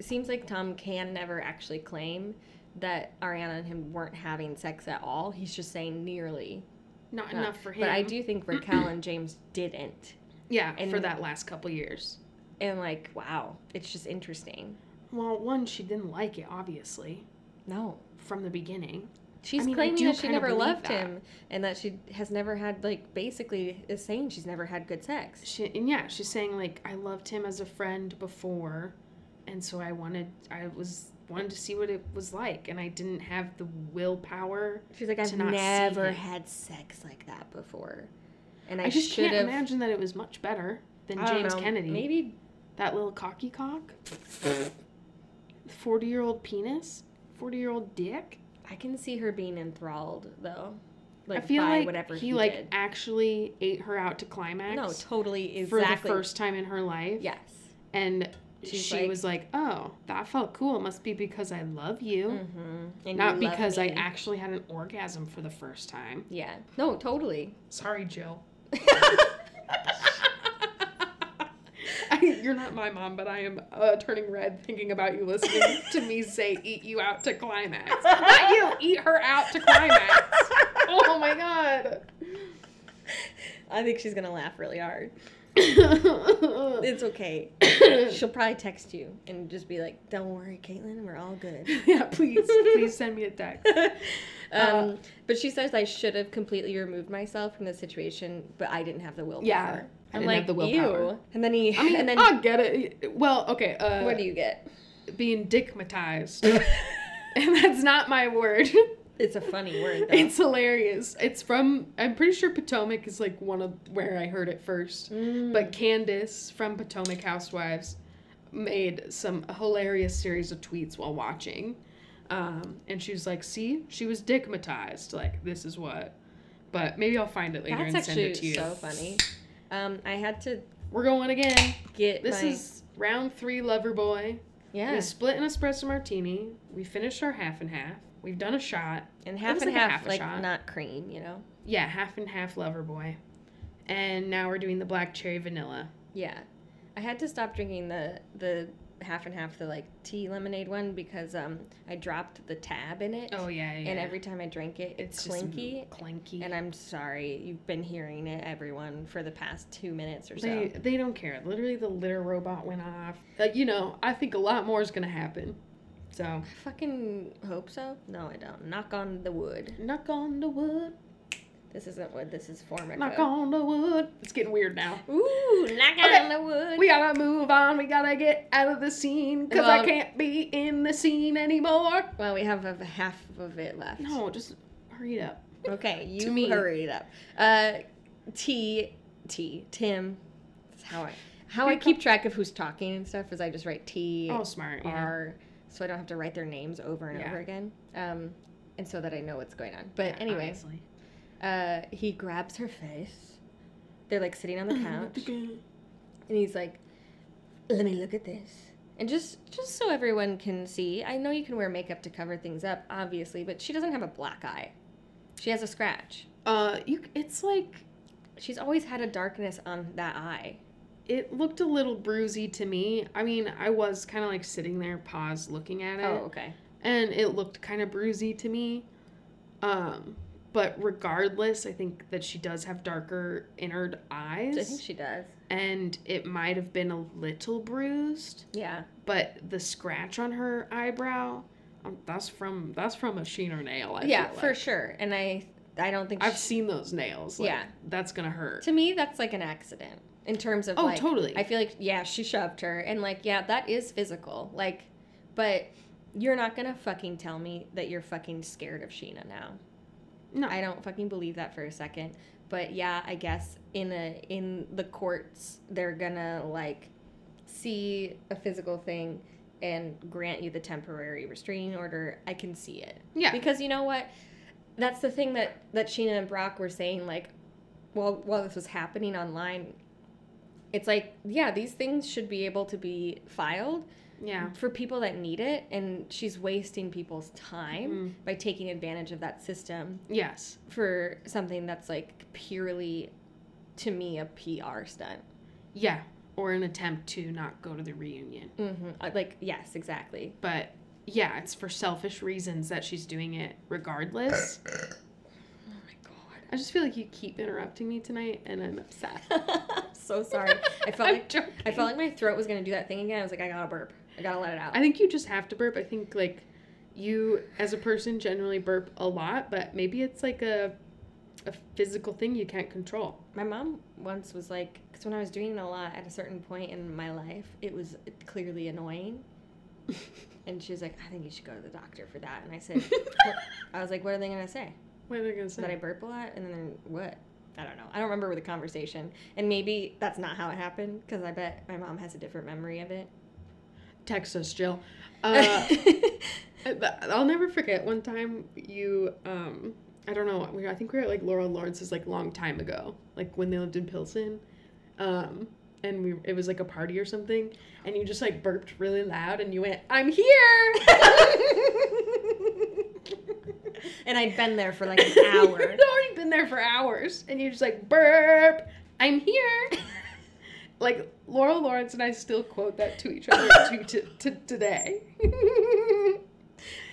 seems like Tom can never actually claim that Ariana and him weren't having sex at all. He's just saying nearly.
not
Yeah.
enough for him.
But I do think Raquel and James didn't.
yeah
and-
for that last couple years.
And like, wow, it's just interesting.
Well, one she didn't like it obviously
No.
from the beginning.
She's
I mean, I
claiming
do
that she
kinda
never
believe
loved
that.
him and that she has never had like basically is saying she's never had good sex.
She and yeah, she's saying like I loved him as a friend before, and so I wanted I was wanted to see what it was like, and I didn't have the willpower.
She's like, I've
To not see
never
him.
had sex like that before. And
I,
I,
just
should
can't
have
imagine that it was much better than
I don't
James
know,
Kennedy.
Maybe
That little cocky cock, forty year old penis, forty year old dick.
I can see her being enthralled though. Like
I feel
by
like
whatever
he,
he,
like
did.
actually ate her out to climax.
No, totally
for
exactly.
the first time in her life.
Yes.
and
She's
she
like-
was like, "Oh, that felt cool. It must be because I love you."
Mm-hmm. And
Not
you love
because I
me.
actually had an orgasm for the first time.
Yeah. No, totally.
Sorry, Jill. I, you're not my mom, but I am uh, turning red thinking about you listening to me say "eat you out to climax." Not you, eat her out to climax. Oh my god.
I think she's gonna laugh really hard.
it's
It's okay. She'll probably text you and just be like, "Don't worry, Caitlin, we're all good."
yeah, please, please send me a text. Uh,
um, but she says I should have completely removed myself from the situation, but I didn't have the willpower.
Yeah, I didn't have the willpower.
"Ew." And then he.
I mean,
and then
I Ah, get it. Well, okay. Uh,
what do you get?
being dickmatized? and that's not my word.
It's a funny word. Though.
It's hilarious. It's from I'm pretty sure Potomac is like one of where I heard it first.
Mm.
But Candace from Potomac Housewives made some hilarious series of tweets while watching. Um, and she was like, see, she was dickmatized. Like, this is what. But maybe I'll find it later
that's
and send
actually
it to you.
so funny. Um, I had to
We're going again.
get
This
my-
is round three, lover boy.
yeah,
We split an espresso martini. We finished our half and half. We've done a shot.
and
it
half
was
and
like a
half,
half a
like
shot.
not cream, you know.
Yeah, half and half lover boy. And now we're doing the black cherry vanilla.
Yeah. I had to stop drinking the the half and half the like tea lemonade one because um I dropped the tab in it.
Oh yeah, yeah.
And every time I drink it, it's,
just
clinky.
clinky.
And I'm sorry, you've been hearing it, everyone, for the past two minutes or so.
they they don't care. Literally, the litter robot went off. Uh, you know, I think a lot more is gonna happen. So
I fucking hope so. No, I don't. Knock on the wood.
knock on the wood,
This isn't wood. This is formica.
knock on the wood. It's getting weird now.
Ooh, knock
Okay.
on the wood.
We gotta move on. We gotta get out of the scene because I
Well-
can't be in the scene anymore.
well, we have a half of it left.
No, just hurry it up.
Okay, you
To me.
hurry it up. Uh, T T Tim. That's how I how I
Here
keep track of who's talking and stuff is I just write T
Oh, smart. Yeah.
R, so I don't have to write their names over and
Yeah.
over again. Um, and so that I know what's going on. But anyway,
Obviously.
uh, he grabs her face. They're like sitting on the couch, and he's like, "Let me look at this." And just just so everyone can see, I know you can wear makeup to cover things up, obviously, but she doesn't have a black eye. She has a scratch.
Uh, you. It's like
She's always had a darkness on that eye.
it looked a little bruisey to me. I mean, I was kind of like sitting there, paused, looking at it,
Oh, okay.
and it looked kind of bruisey to me. Um, but regardless, I think that she does have darker inner eyes,
I think she does.
and it might have been a little bruised.
Yeah.
But the scratch on her eyebrow, um, that's from that's from a sheener nail. I
yeah,
feel
for
like.
sure. And I I don't think
I've
she-
seen those nails. Like,
Yeah.
that's gonna hurt.
to me that's like an accident in terms of
Oh,
like
totally.
I feel like yeah, she shoved her and like yeah, that is physical. Like but you're not going to fucking tell me that you're fucking scared of Sheena now.
no,
I don't fucking believe that for a second. But yeah, I guess in a in the courts they're gonna like see a physical thing and grant you the temporary restraining order. I can see it.
yeah,
Because you know what? That's the thing that that Sheena and Brock were saying like while while this was happening online. It's like, yeah, these things should be able to be filed
yeah.
for people that need it and she's wasting people's time
Mm,
by taking advantage of that system
yes.
for something that's like purely to me a PR stunt.
Yeah, or an attempt to not go to the reunion.
Mm-hmm. Like yes, exactly.
But yeah, it's for selfish reasons that she's doing it regardless.
Oh my
I just feel like you keep interrupting me tonight and I'm upset.
god. I'm so sorry. I felt
I'm
like
joking.
I felt like my throat was gonna do that thing again. I was like, I gotta burp. I gotta let it out.
I think you just have to burp. I think like you as a person generally burp a lot, but maybe it's like a a physical thing you can't control.
my mom once was like, because when I was doing it a lot at a certain point in my life, it was clearly annoying. And she was like, I think you should go to the doctor for that. And I said, I was like, what are they gonna say?
what are they gonna say?
that I burp a lot, and then what? I don't know. I don't remember the conversation, and maybe that's not how it happened because I bet my mom has a different memory of it.
Text us, Jill. Uh, I- but I'll never forget one time you um I don't know we I think we were at like Laurel and Lawrence's like long time ago like when they lived in Pilsen um and we it was like a party or something and you just like burped really loud and you went I'm here
and I'd been there for like an hour.
you'd already been there for hours and you just like burp I'm here like Laurel Lawrence and I still quote that to each other to, to, to today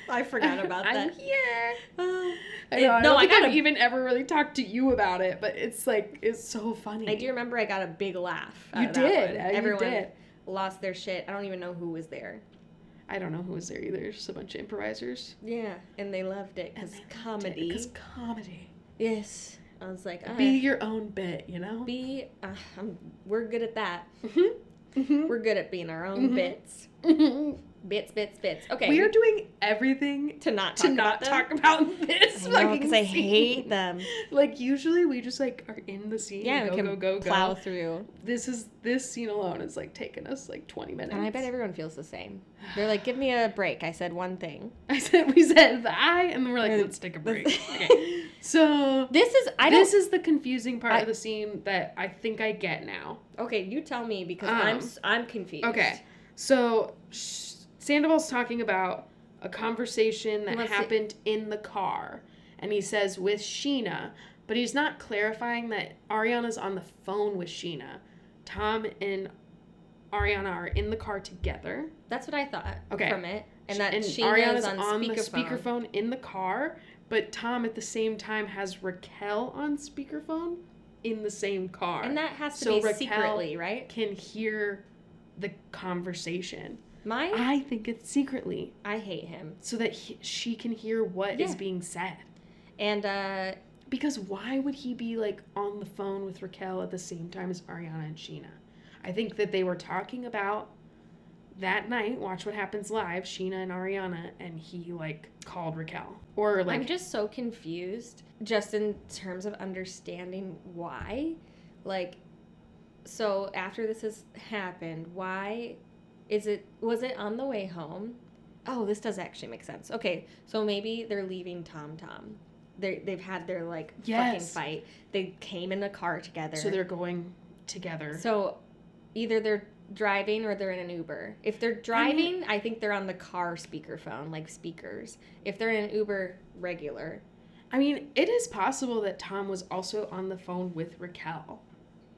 I forgot about
I'm
that.
here
Uh,
I
It-
know. I
no,
don't
I
think I
got
have
a-
even ever really talked to you about it, but it's like it's so funny.
I do remember I got a big laugh. out
You
of that
did.
one.
uh, you
Everyone
did.
lost their shit. I don't even know who was there.
I don't know who was there either. Just a bunch of improvisers.
Yeah, and they loved it because comedy.
Because comedy.
yes, I was like, "All
Be
right,
your own bit, you know.
be. Uh, I'm, we're good at that.
mm-hmm. Mm-hmm.
We're good at being our own
Mhm.
bits. Bits, bits, bits. Okay.
We are doing everything
to not
to
talk
not
about
talk
them.
about this
I know,
fucking
'cause I
scene.
hate them.
Like usually we just like are in the scene.
Yeah,
go
we can
go go
plow
go.
through.
This is this scene alone is like taking us like twenty minutes.
And I bet everyone feels the same. They're like, give me a break. I said one thing.
I said we said the I, and then we're like
Uh,
let's take a break. okay. So
This is I don't
this is the confusing part
I-
of the scene that I think I get now.
Okay, you tell me because
Um,
I'm s- I'm confused.
Okay, so sh- Sandoval's talking about a conversation that
Let's see.
happened in the car, and he says with Sheena, but he's not clarifying that Ariana's on the phone with Sheena. Tom and Ariana are in the car together.
That's what I thought
Okay.
from it, and that she
Ariana's
knows on,
the
speakerphone.
speakerphone in the car, but Tom at the same time has Raquel on speakerphone in the same car.
and that has to
So
be
Raquel-
secretly, right?
can hear the conversation.
My,
I think it's secretly
I hate him.
so that he, she can hear what is
Yeah.
being said.
And uh,
Because why would he be like on the phone with Raquel at the same time as Ariana and Sheena? I think that they were talking about that night, watch what happens live, Sheena and Ariana, and he like called Raquel. Or like
I'm just so confused, just in terms of understanding why. Like, so after this has happened, why is it, was it on the way home? Oh, this does actually make sense. Okay, so maybe they're leaving Tom Tom. They they've had their like fucking
Yes.
fight. They came in a car together.
so they're going together.
So either they're driving or they're in an Uber. If they're driving, I, think they're on the car speakerphone, like speakers. If they're in an Uber regular,
I mean, it is possible that Tom was also on the phone with Raquel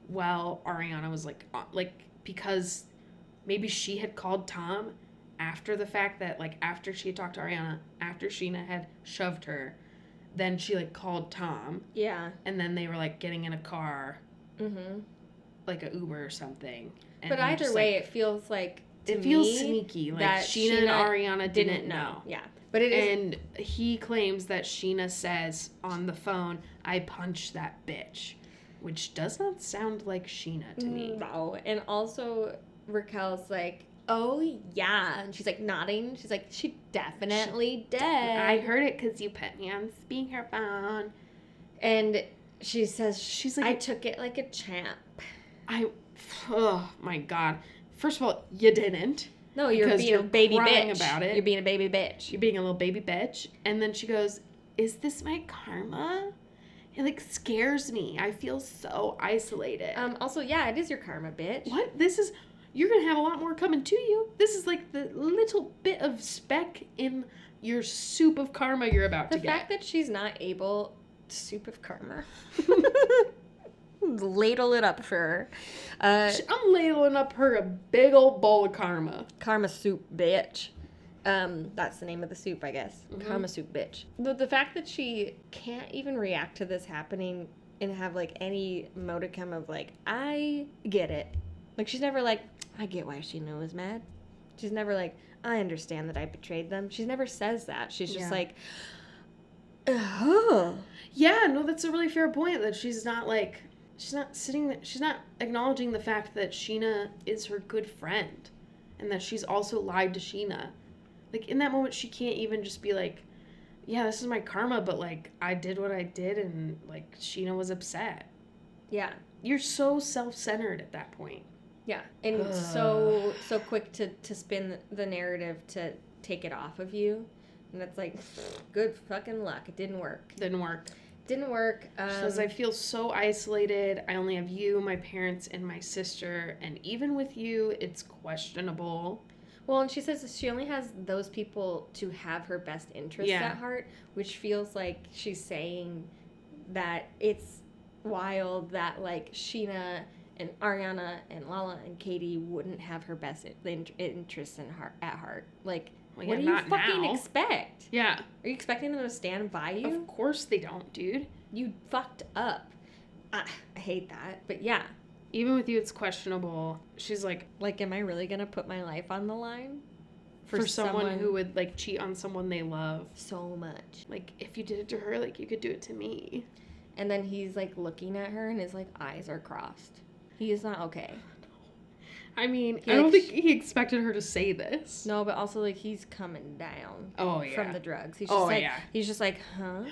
while Ariana was like on, like because maybe she had called Tom after the fact that like after she had talked to Ariana, after Sheena had shoved her, then she like called Tom
yeah.
and then they were like getting in a car,
Mm-hmm.
like a Uber or something. And
But
I'm
either
just,
way,
like,
it feels like to
it feels
me,
sneaky. Like
that
Sheena, and
Sheena
Ariana didn't,
didn't
know.
know. Yeah, but it is.
And he claims that Sheena says on the phone, I punched that bitch, which does not sound like Sheena to me.
No. And also, Raquel's like, oh, yeah. And she's like nodding. She's like, she definitely did.
I heard it because you put me on speakerphone.
and she says,
She's
I
like,
took it like a champ.
I, oh my God. First of all, you didn't.
No, you're
Because
being
you're
a baby
crying
bitch.
about it.
You're being a baby bitch.
You're being a little baby bitch. And then she goes, Is this my karma? It like scares me. I feel so isolated.
Um, also, yeah, it is your karma, bitch.
What? This is. You're gonna have a lot more coming to you. This is like the little bit of speck in your soup of karma you're about
The
to
fact that she's not able soup of karma. Ladle it up for her. Uh,
get. I'm ladling up her a big old bowl of karma.
karma soup, bitch. Um, that's the name of the soup, I guess. Karma soup, bitch. The, the fact that she can't even react to this happening and have like any modicum of like, I get it. Like she's never like, I get why Sheena was mad. She's never like, I understand that I betrayed them. She never says that. She's just
Yeah.
like, oh,
Yeah, no, that's a really fair point that she's not like. She's not sitting. She's not acknowledging the fact that Sheena is her good friend and that she's also lied to Sheena. Like, in that moment, she can't even just be like, yeah, this is my karma, but like, I did what I did and like, Sheena was upset.
yeah,
you're so self-centered at that point
yeah, and so so quick to to spin the narrative to take it off of you, and that's like, good fucking luck. It didn't work.
didn't work
Didn't work. Um,
she says i feel so isolated i only have you my parents and my sister and even with you it's questionable
Well, and she says she only has those people to have her best interests
Yeah.
at heart, which feels like she's saying that it's wild that like Sheena and Ariana and Lala and Katie wouldn't have her best in- interests in heart at heart. Like,
Well,
what
yeah,
do you
not
fucking
now.
expect?
yeah
Are you expecting them to stand by you?
of course they don't dude
You fucked up. I, I hate that, but yeah.
even with you it's questionable she's like
Like, am I really gonna put my life on the line
for, someone, who would like cheat on someone they love
so much?
like if you did it to her like you could do it to me
And then he's like looking at her and his like eyes are crossed. He is not okay.
i mean
He,
i don't
like,
think he expected her to say this
No, but also like he's coming down
oh yeah
from the drugs. He's just
Oh,
like
yeah.
he's just like, huh?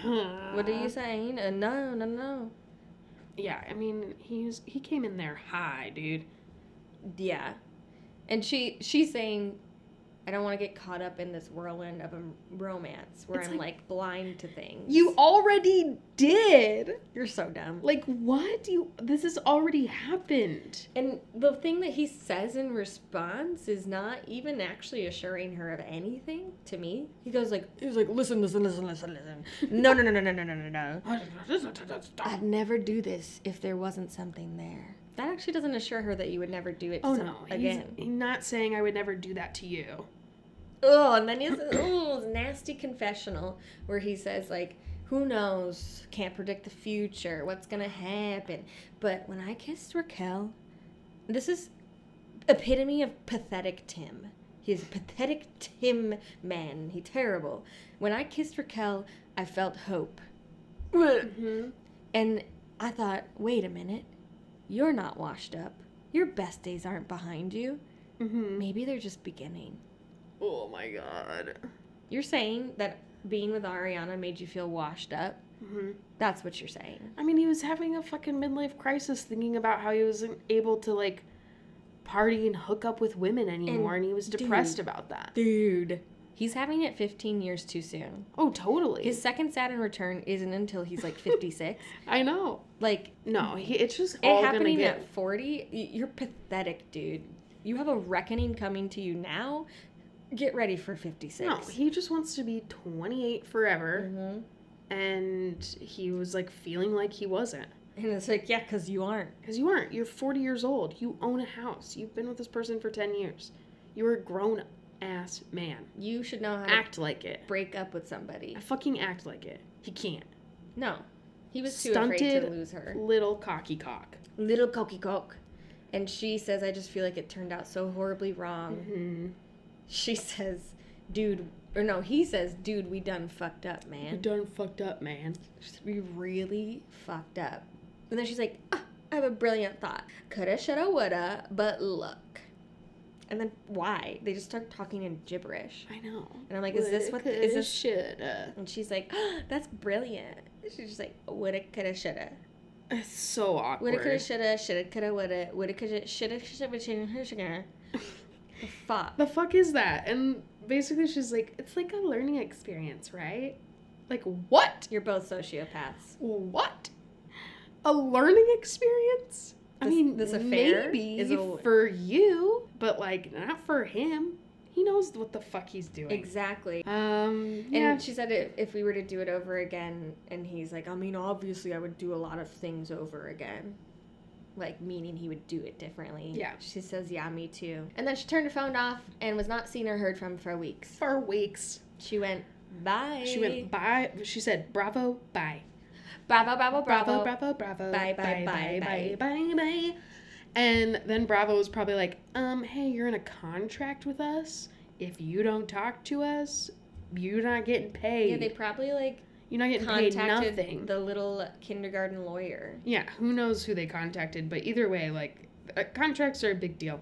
What are you saying? Uh, no, no, no.
yeah i mean he's he came in there high dude
Yeah. And she she's saying I don't want to get caught up in this whirlwind of a romance where
It's
I'm
like-
like, blind to things.
you already did
you're so dumb.
Like what? You this has already happened.
And the thing that he says in response is not even actually assuring her of anything to me. He goes like, he was like, listen, listen, listen, listen, listen. No, no, no, no, no, no, no, no, no. I'd never do this if there wasn't something there. that actually doesn't assure her that you would never do it. to
Oh
some-
no, he's,
again.
he's not saying I would never do that to you.
Oh, and then he has oh nasty confessional where he says like, "Who knows? Can't predict the future. What's gonna happen?" But when I kissed Raquel, this is epitome of pathetic Tim. He's a pathetic Tim man. He terrible. When I kissed Raquel, I felt hope,
Mm-hmm.
and I thought, "Wait a minute, you're not washed up. Your best days aren't behind you.
Mm-hmm.
Maybe they're just beginning."
Oh my god.
You're saying that being with Ariana made you feel washed up.
Mm-hmm.
That's what you're saying.
I mean, he was having a fucking midlife crisis, thinking about how he wasn't able to like party and hook up with women anymore, and, he was
dude.
depressed about that.
Dude. He's having it 15 years too soon.
Oh, totally.
His second Saturn return isn't until he's like 56.
I know.
like,
No, he, it's just all
it
gonna
happening
get.
at 40, y- you're pathetic, dude. You have a reckoning coming to you now. Get ready for 56.
No, he just wants to be 28 forever,
Mhm.
and he was like feeling like he wasn't.
And it's like, yeah, because you aren't.
Because you aren't. You're 40 years old. You own a house. You've been with this person for 10 years. You're a grown ass man.
You should know how to
Act like it.
break up with somebody.
I fucking act like it. He can't.
No. He was too afraid to
Stunted
lose her.
Little cocky cock.
little cocky cock and she says i just feel like it turned out so horribly wrong
Mm-hmm.
she says dude or no he says dude we done fucked up
You
man
done fucked up, man.
She said, we really fucked up and then she's like "Ah, i have a brilliant thought coulda shoulda woulda but look and then why they just start talking in gibberish
I know.
and i'm like is this what is this
shit?
and she's like "Ah, that's brilliant she's just like woulda coulda shoulda
it's so
woulda coulda
awkward.
shoulda shoulda coulda woulda woulda coulda shoulda shoulda shoulda shoulda the fuck
The fuck is that? And basically, she's like, it's like a learning experience, right? Like what?
You're both sociopaths.
What? A learning experience? I
This-
mean,
this affair
maybe
is a-
for you, but like not for him. He knows what the fuck he's doing.
Exactly.
Um, yeah,
And she said if, if we were to do it over again, and he's like, I mean, obviously I would do a lot of things over again. Like, meaning he would do it differently.
Yeah.
She says, Yeah, me too. And then she turned her phone off and was not seen or heard from for weeks.
for weeks.
She went, Bye.
She went bye. She said bravo, bye,
Bravo, bravo, bravo.
bravo, bravo, bravo,
Bye, bye,
bye,
bye,
bye, bye, bye. And then Bravo was probably like, um, hey, you're in a contract with us. If you don't talk to us, you're not getting paid.
Yeah, they probably like
you're not getting paid
contacted
nothing.
the little kindergarten lawyer.
Yeah, who knows who they contacted, but either way, like uh, contracts are a big deal.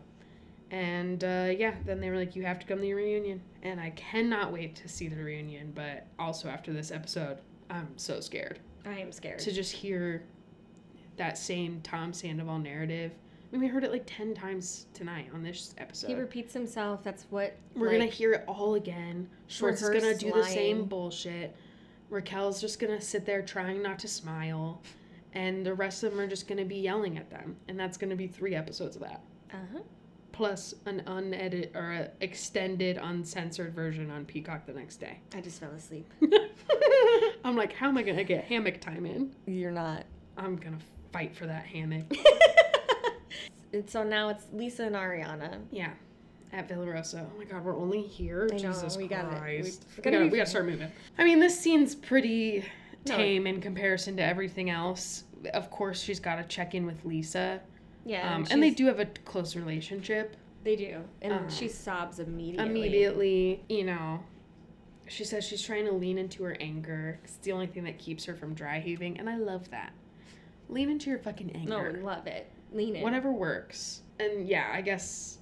And uh, yeah, then they were like, "You have to come to the reunion," and I cannot wait to see the reunion. But also after this episode, I'm so scared
I am scared.
to just hear that same Tom Sandoval narrative. I mean, we heard it like ten times tonight on this episode.
He repeats himself. That's what
We're
like,
gonna hear it all again. Schwartz is gonna
rehearsed
do the same
lying.
bullshit. Raquel's just gonna sit there trying not to smile, and the rest of them are just gonna be yelling at them, and that's gonna be three episodes of that,
Uh-huh.
plus an unedited or a extended, uncensored version on Peacock the next day.
I just fell asleep.
I'm like, how am I gonna get hammock time in?
You're not.
I'm gonna fight for that hammock.
and so now it's Lisa and Ariana.
Yeah. At Villarosa. Oh my god, we're only here.
I know,
Jesus
we gotta- we-
Christ.
it's
We,
gonna
gotta,
be
we gotta
fun.
start moving. I mean, this scene's pretty
No, it-
tame in comparison to everything else. Of course, she's gotta check in with Lisa.
Yeah,
Um, and they
she's-
do have a close relationship.
They do, and
Uh-huh.
she sobs immediately.
Immediately, you know, she says she's trying to lean into her anger. 'cause It's the only thing that keeps her from dry heaving, and I love that. Lean into your fucking
No,
anger.
we love it. Lean in.
Whatever works. And yeah, I guess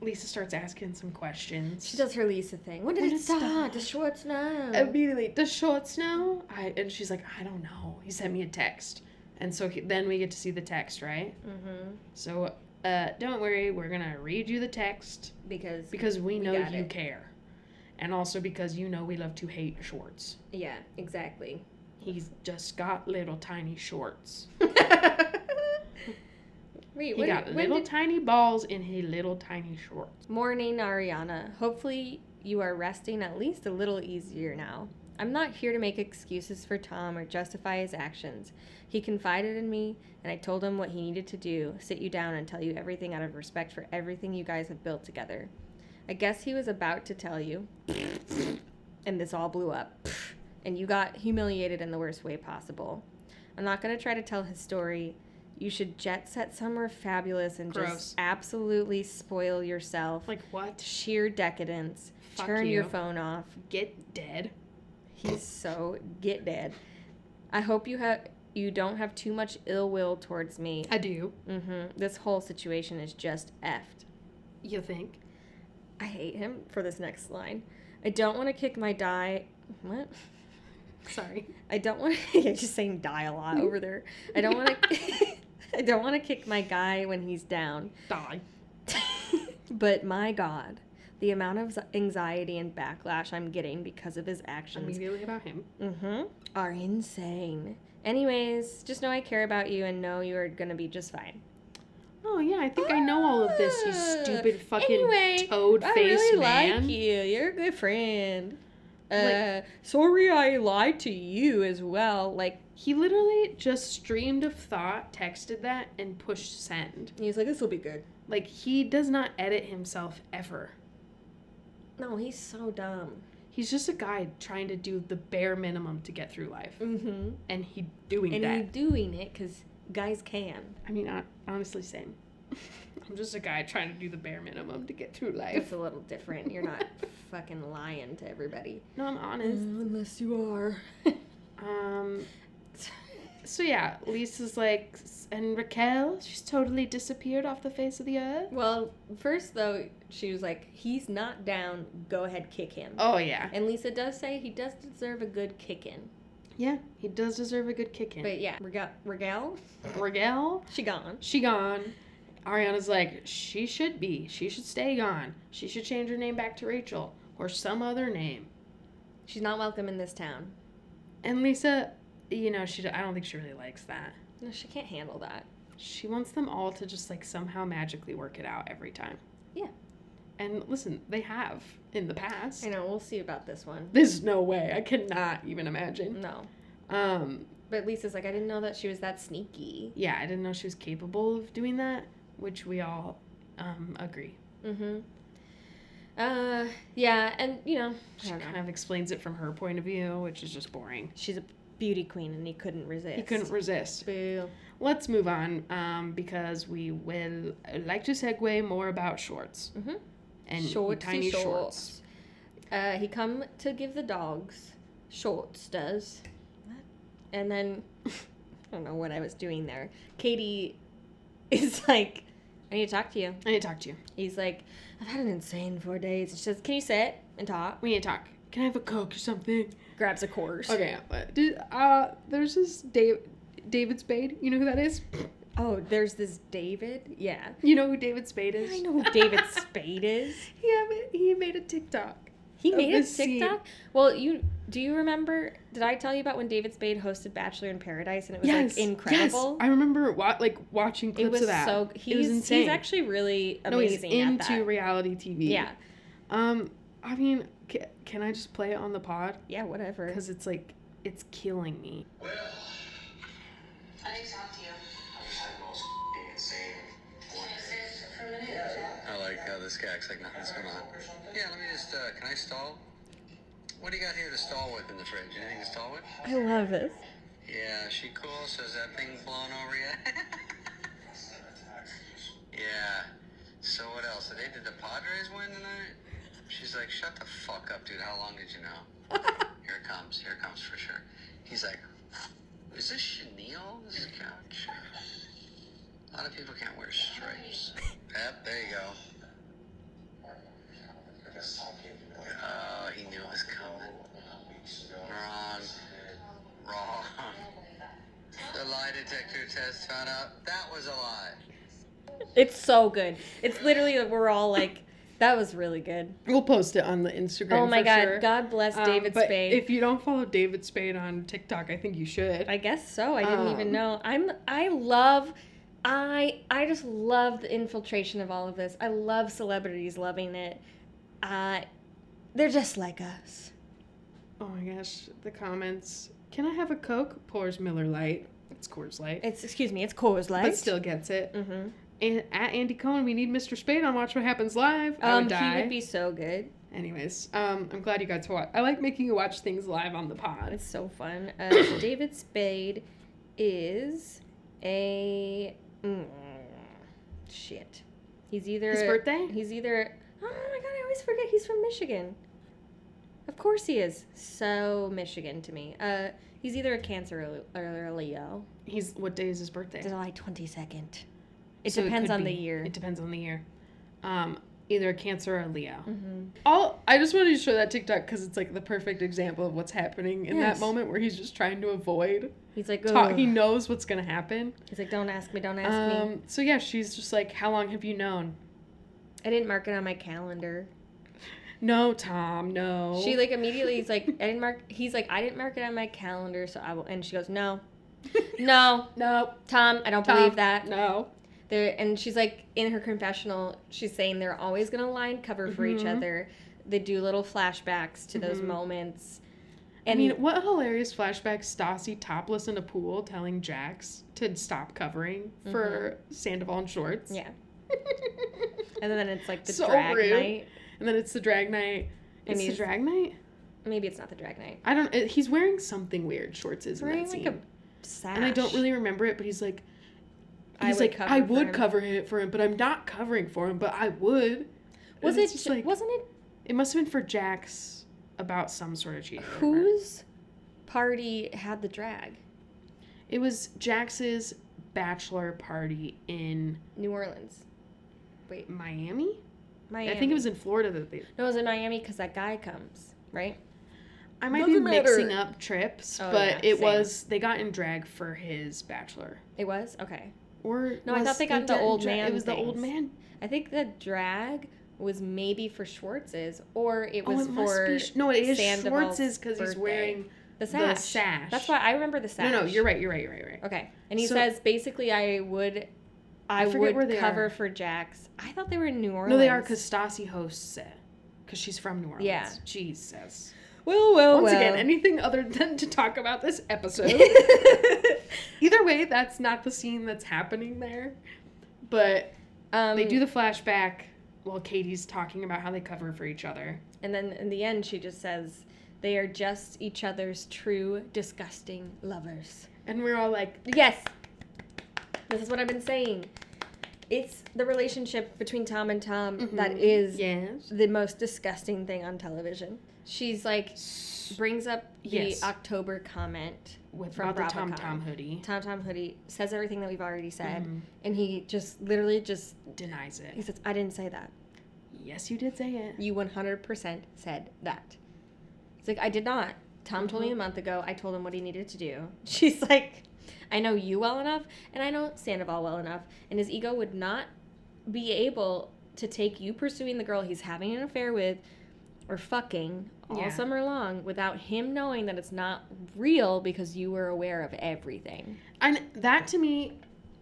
Lisa starts asking some questions.
She does her Lisa thing. When did
When
it
did it stop?
start? Does Schwartz know?
immediately does shorts now i and she's like i don't know he sent me a text and so he, then we get to see the text right
mm-hmm.
so uh, don't worry we're gonna read you the text
Because
because we
We
know
got
you
it.
care and also because you know we love to hate shorts
yeah, exactly.
he's just got little tiny shorts he
Wait, when,
got
when
little
did-
tiny balls in his little tiny shorts
morning, Ariana? Hopefully, you are resting at least a little easier now. I'm not here to make excuses for Tom or justify his actions. He confided in me, and I told him what he needed to do sit you down and tell you everything out of respect for everything you guys have built together. I guess he was about to tell you, and this all blew up, and you got humiliated in the worst way possible. I'm not going to try to tell his story. You should jet set somewhere fabulous and
Gross.
just absolutely spoil yourself.
Like what?
Sheer decadence.
Fuck
Turn your
you.
phone off.
Get dead.
He's so get dead. I hope you have you don't have too much ill will towards me.
I do.
hmm This whole situation is just effed.
You think?
I hate him for this next line. I don't want to kick my die. What?
Sorry.
I don't want to. You're just saying die a lot over there. I don't want to. I don't want to kick my guy when he's down.
Die.
but my God, the amount of anxiety and backlash I'm getting because of his actions
Immediately about him.
mm-hmm, are insane. Anyways, just know I care about you and know you are gonna be just fine.
Oh yeah, I think I know all of this. You
Ah,
stupid fucking
anyway,
toad
I
face
really
man.
like you. You're a good friend. Uh, sorry I lied to you as well. Like
He literally just streamed of thought, texted that, and pushed send.
he's like, this will be good.
Like he does not edit himself ever.
No, he's so dumb.
He's just a guy trying to do the bare minimum to get through life,
Mm-hmm.
and he doing
And
that.
he's doing it because guys can.
I mean, hon- honestly, same. I'm just a guy trying to do the bare minimum to get through
It's
life.
a little different. You're not fucking lying to everybody.
No, I'm honest.
unless you are.
Um, so yeah, Lisa's like, "S- and Raquel, she's totally disappeared off the face of the earth.
well, first though, she was like, "He's not down. Go ahead, kick him."
Oh yeah,
And Lisa does say he does deserve a good kick in.
yeah, he does deserve a good kick in.
But yeah, Rega- Regal,
Raquel,
she gone.
she gone. Ariana's like, she should be. She should stay gone. She should change her name back to Rachel or some other name.
She's not welcome in this town.
And Lisa, you know, she. I don't think she really likes that.
No, she can't handle that.
She wants them all to just like somehow magically work it out every time.
Yeah.
And listen, they have in the past.
I know. We'll see about this one.
There's no way. I cannot even imagine.
No,
Um,
but Lisa's like, I didn't know that she was that sneaky.
yeah, I didn't know she was capable of doing that, which we all um, agree.
Mm-hmm. Uh, yeah, and you know, I
She
don't
kind
know.
of explains it from her point of view, which is just boring.
She's a beauty queen, and he couldn't resist.
He couldn't resist.
Boo.
Let's move on um, because we will like to segue more about shorts
Mm-hmm.
and
Shortsy
tiny shorts.
shorts. Uh, he come to give the dogs shorts, does. And then I don't know what I was doing there. Katie is like, I need to talk to you.
I need to talk to you.
He's like, I've had an insane four days. And she says, Can you sit and talk?
We need to talk. Can I have a Coke or something?
Grabs a course.
Okay, but did, uh, there's this Dave, David Spade. You know who that is?
Oh, there's this David. Yeah.
You know who David Spade is?
I know who David Spade is.
He have it- he made a TikTok.
He
Of
made a
this scene.
TikTok. Well, you do you remember? Did I tell you about when David Spade hosted Bachelor in Paradise and it was like incredible?
Yes, I remember wa- like watching clips
it was
of that.
so he's,
it was insane.
he's actually really
no, he's
amazing at
into
that.
reality TV.
yeah
Um, I mean, ca can I just play it on the pod?
yeah whatever
Because it's like it's killing me.
I need to talk to you. Can you sit for a minute?
I like how this guy acts like nothing's going on. Yeah, let me just, uh, can I stall? What do you got here to stall with in the fridge? Anything to stall with?
i love this
Yeah, she cool, so is that thing blown over yet? yeah. So what else? Did they did the Padres win tonight? She's like, shut the fuck up, dude. How long did you know? here it comes. Here it comes for sure. He's like, is this chenille? This is couch? A lot of people can't wear stripes. Yep, there you go. Oh, he knew it was coming. Wrong. Wrong. The lie detector test found out that was a lie.
it's so good it's literally that we're all like that was really good
We'll post it on the Instagram.
oh my
for
god
sure.
god bless
Um,
david
but
spade
If you don't follow David Spade on TikTok, I think you should.
i guess so i didn't even
Um,
know i'm i love i i just love the infiltration of all of this i love celebrities loving it uh they're just like us
Oh my gosh, the comments. Can I have a Coke? Pours Miller Light. It's Coors Light.
It's excuse me, it's Coors Light.
But still gets it.
Mm-hmm.
And at Andy Cohen, we need Mr. Spade on Watch What Happens Live. I
Um,
would die.
he would be so good.
Anyways, um, I'm glad you got to watch. I like making you watch things live on the pod.
It's so fun. Uh, so David Spade is a mm, shit. He's either
His birthday?
He's either. Oh my god! I always forget he's from Michigan. Of course he is. So Michigan to me. Uh, he's either a Cancer or- or a Leo.
He's what day is his birthday?
July twenty second. It
So
depends
could
on the
be-
year.
It depends on the year. Um, either a Cancer or a Leo.
hmm
All I just wanted to show that TikTok because it's like the perfect example of what's happening in
Yes.
that moment where he's just trying to avoid.
He's like,
Talk, he
"Ugh."
knows what's gonna happen.
he's like, don't ask me, don't ask me.
Um, so yeah, she's just like, "How long have you known?"
I didn't mark it on my calendar.
No, Tom. No.
She like immediately is like, I didn't mark. He's like, I didn't mark it on my calendar, so I will. And she goes, No, no,
no.
Tom, I don't
Tom,
believe that.
No.
They're, and she's like, in her confessional, she's saying they're always gonna lie and cover for each
Mhm.
other. They do little flashbacks to those
Mhm.
moments.
I
And
mean, what a hilarious flashback Stassi topless in a pool telling Jax to stop covering for Sandoval and shorts.
Mm-hmm. yeah, and then it's like the
So
drag
rude.
night.
And then it's the drag night.
And
It's the
he's-
drag night?
Maybe it's not the drag night.
I don't it, he's wearing something weird, Shorts is in
Wearing
that
like
scene.
a sash.
and I don't really remember it, but he's like
I
he's
would
like
cover
I
for
would
him."
cover it for him, but I'm not covering for him, but I would. And
Was
it's
it?
just
ju-
like
wasn't it
it must have been for Jax about some sort of cheating. I don't remember.
whose party had the drag?
It was Jax's bachelor party in
New Orleans,
Miami.
Miami.
I think it was in Florida that they
No, it was in Miami because that guy comes, right?
I might
Doesn't
be mixing
matter.
up trips,
Oh,
but
yeah,
it
same.
was they got in drag for his bachelor.
It was okay.
Or
No, I
was-
thought they got the
in
old
drag-
man
It was the old
things.
man.
I think the drag was maybe for Schwartz's, or it
Oh,
was
it must
for
be. Sh- No, it is
Sandoval's
Schwartz's because he's
birthday.
wearing
the
the
sash.
sash.
That's why I remember the sash.
No, no, you're right. You're right. You're right. You're right.
Okay, and he
So-
says basically, I would, I,
I forget
would
where they
cover
are.
for Jax. I thought they were in New Orleans.
No, they are because Stassi hosts it because she's from New Orleans.
Yeah.
Jesus.
well, well,
Once
well.
again, anything other than to talk about this episode. Either way, that's not the scene that's happening there. But
um,
they do the flashback while Katie's talking about how they cover for each other.
And then in the end, she just says, "They are just each other's true, disgusting lovers."
And we're all like,
Yes. This is what I've been saying. It's the relationship between Tom and Tom that is
yes.
the most disgusting thing on television. She's like brings up the
Yes.
October comment
With
from
about the Tom
BravoCon.
Tom hoodie.
Tom Tom hoodie says everything that we've already said,
Mhm.
and he just literally just
Denies it.
he says, "I didn't say that.
Yes, you did say it.
You 100% said that." It's like I did not. Tom told me
Mm-hmm.
a month ago. I told him what he needed to do. She's like, I know you well enough, and I know Sandoval well enough, and his ego would not be able to take you pursuing the girl he's having an affair with or fucking all
Yeah.
summer long without him knowing that it's not real because you were aware of everything.
And that to me,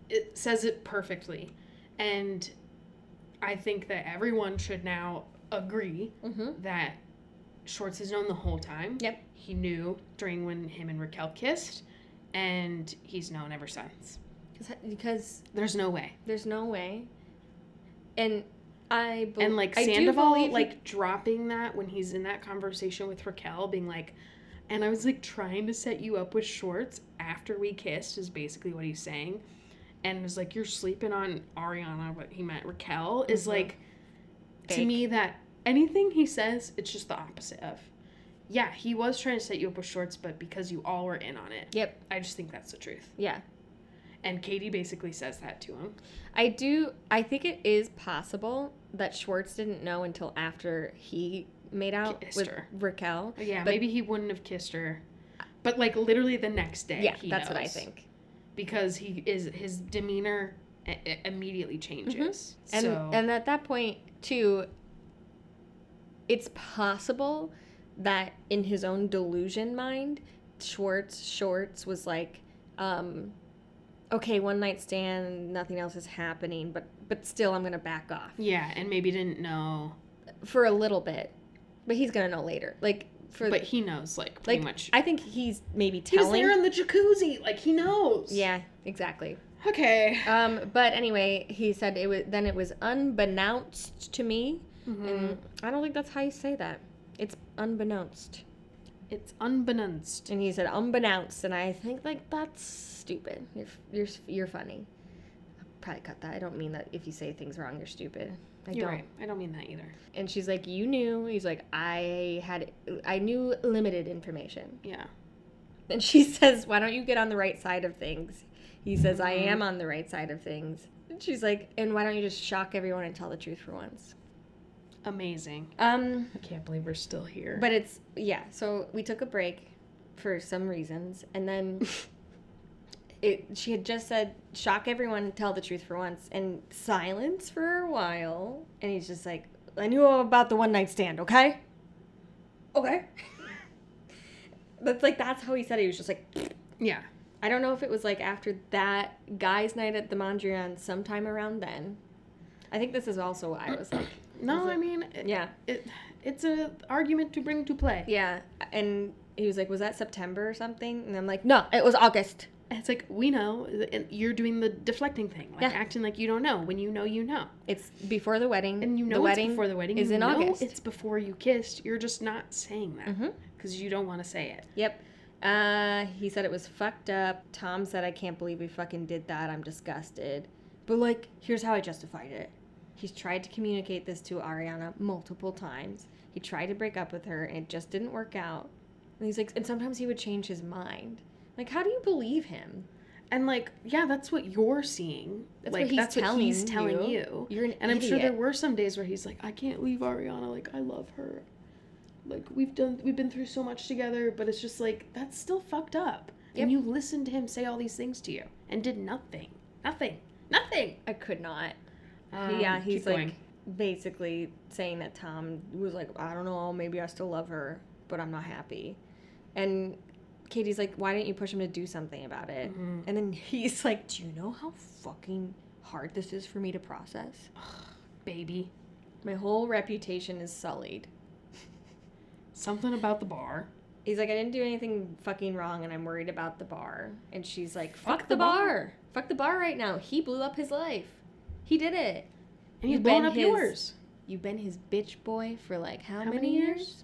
it says it perfectly. And I think that everyone should now agree
Mm-hmm.
that Schwartz has known the whole time.
Yep.
He knew during when him and Raquel kissed, and he's known ever since.
Because
There's no way.
there's no way. And I bel-
and like
I do
Sandoval,
believe-
like dropping that when he's in that conversation with Raquel, being like, and I was like trying to set you up with shorts after we kissed, is basically what he's saying. And was like, you're sleeping on Ariana, what he meant, Raquel, is
Mhm.
like, to
Fake.
me, that anything he says, it's just the opposite of. Yeah, he was trying to set you up with shorts, but because you all were in on it,
Yep.
I just think that's the truth.
Yeah.
And Katie basically says that to him.
I do. I think it is possible that Schwartz didn't know until after he made out
Kissed
with
her.
Raquel.
Yeah,
But- Uh,
maybe he wouldn't have kissed her, but like literally the next day.
yeah,
he
that's what I
knows.
think.
because he is his demeanor i- i- immediately changes.
Mm-hmm. And
so
and at that point too, it's possible that in his own delusion mind, Schwartz Schwartz was like, um, okay, one night stand, nothing else is happening, but but still, I'm gonna back off.
yeah, and maybe didn't know.
for a little bit, but he's gonna know later. Like for
but he knows like pretty
like
much.
I think he's maybe
he was
telling.
there in the jacuzzi, like he knows.
yeah, exactly.
Okay.
Um, but anyway, he said it was then it was unbeknownst to me,
Mhm.
and I don't think that's how you say that. It's unbeknownst,
It's unbeknownst.
and he said unbeknownst, and I think like that's stupid. You're f- you're s- you're funny. I'll probably cut that. I don't mean that if you say things wrong, you're stupid. I
You're
don't.
right. I don't mean that either.
And she's like, you knew. He's like, I had, I knew limited information.
Yeah.
And she says, Why don't you get on the right side of things? He says, I am on the right side of things. And she's like, And why don't you just shock everyone and tell the truth for once?
Amazing.
Um,
I can't believe we're still here.
but it's, yeah, so we took a break for some reasons. And then it, she had just said, Shock everyone and tell the truth for once. And silence for a while. And he's just like, I knew all about the one night stand, okay? Okay. That's like, that's how he said it. He was just like,
yeah.
I don't know if it was like after that guys' night at the Mondrian sometime around then. I think this is also why I was like,
No,
Is it-
I mean it,
yeah,
it it's a argument to bring to play.
yeah. And he was like, was that September or something? And I'm like, no, it was August.
It's like we know and you're doing the deflecting thing, like
Yeah.
acting like you don't know when you know you know,
It's before the wedding.
and you know
the
it's
wedding
before the wedding
is
you
in
know
August.
It's before you kissed. You're just not saying that
Mhm.
because you don't want to say it.
Yep. Uh, he said it was fucked up. Tom said, I can't believe we fucking did that. I'm disgusted. But, like, here's how I justified it. He's tried to communicate this to Ariana multiple times. He tried to break up with her, and it just didn't work out. And he's like, and sometimes he would change his mind. Like, how do you believe him?
And like, yeah, that's what you're seeing.
That's
like
what he's
that's what he's
telling
telling
you.
you.
You're an
And I'm
idiot.
sure there were some days where he's like, I can't leave Ariana. Like I love her. Like we've done, we've been through so much together, but it's just like that's still fucked up.
Yep.
And you listened to him say all these things to you and did nothing, nothing, nothing.
I could not.
Um,
yeah,
keep
he's like
going.
basically saying that Tom was like, I don't know, maybe I still love her, but I'm not happy. And Katie's like, why didn't you push him to do something about it?
Mhm.
And then he's like, do you know how fucking hard this is for me to process?
baby,
My whole reputation is sullied.
something about the bar.
He's like, I didn't do anything fucking wrong and I'm worried about the bar. And she's like, fuck,
the
the bar. Fuck the bar right now. He blew up his life. He did it.
And he's
You've
blown
been
up
his-
yours.
You've been his bitch boy for like how,
How
many,
many
years?
years?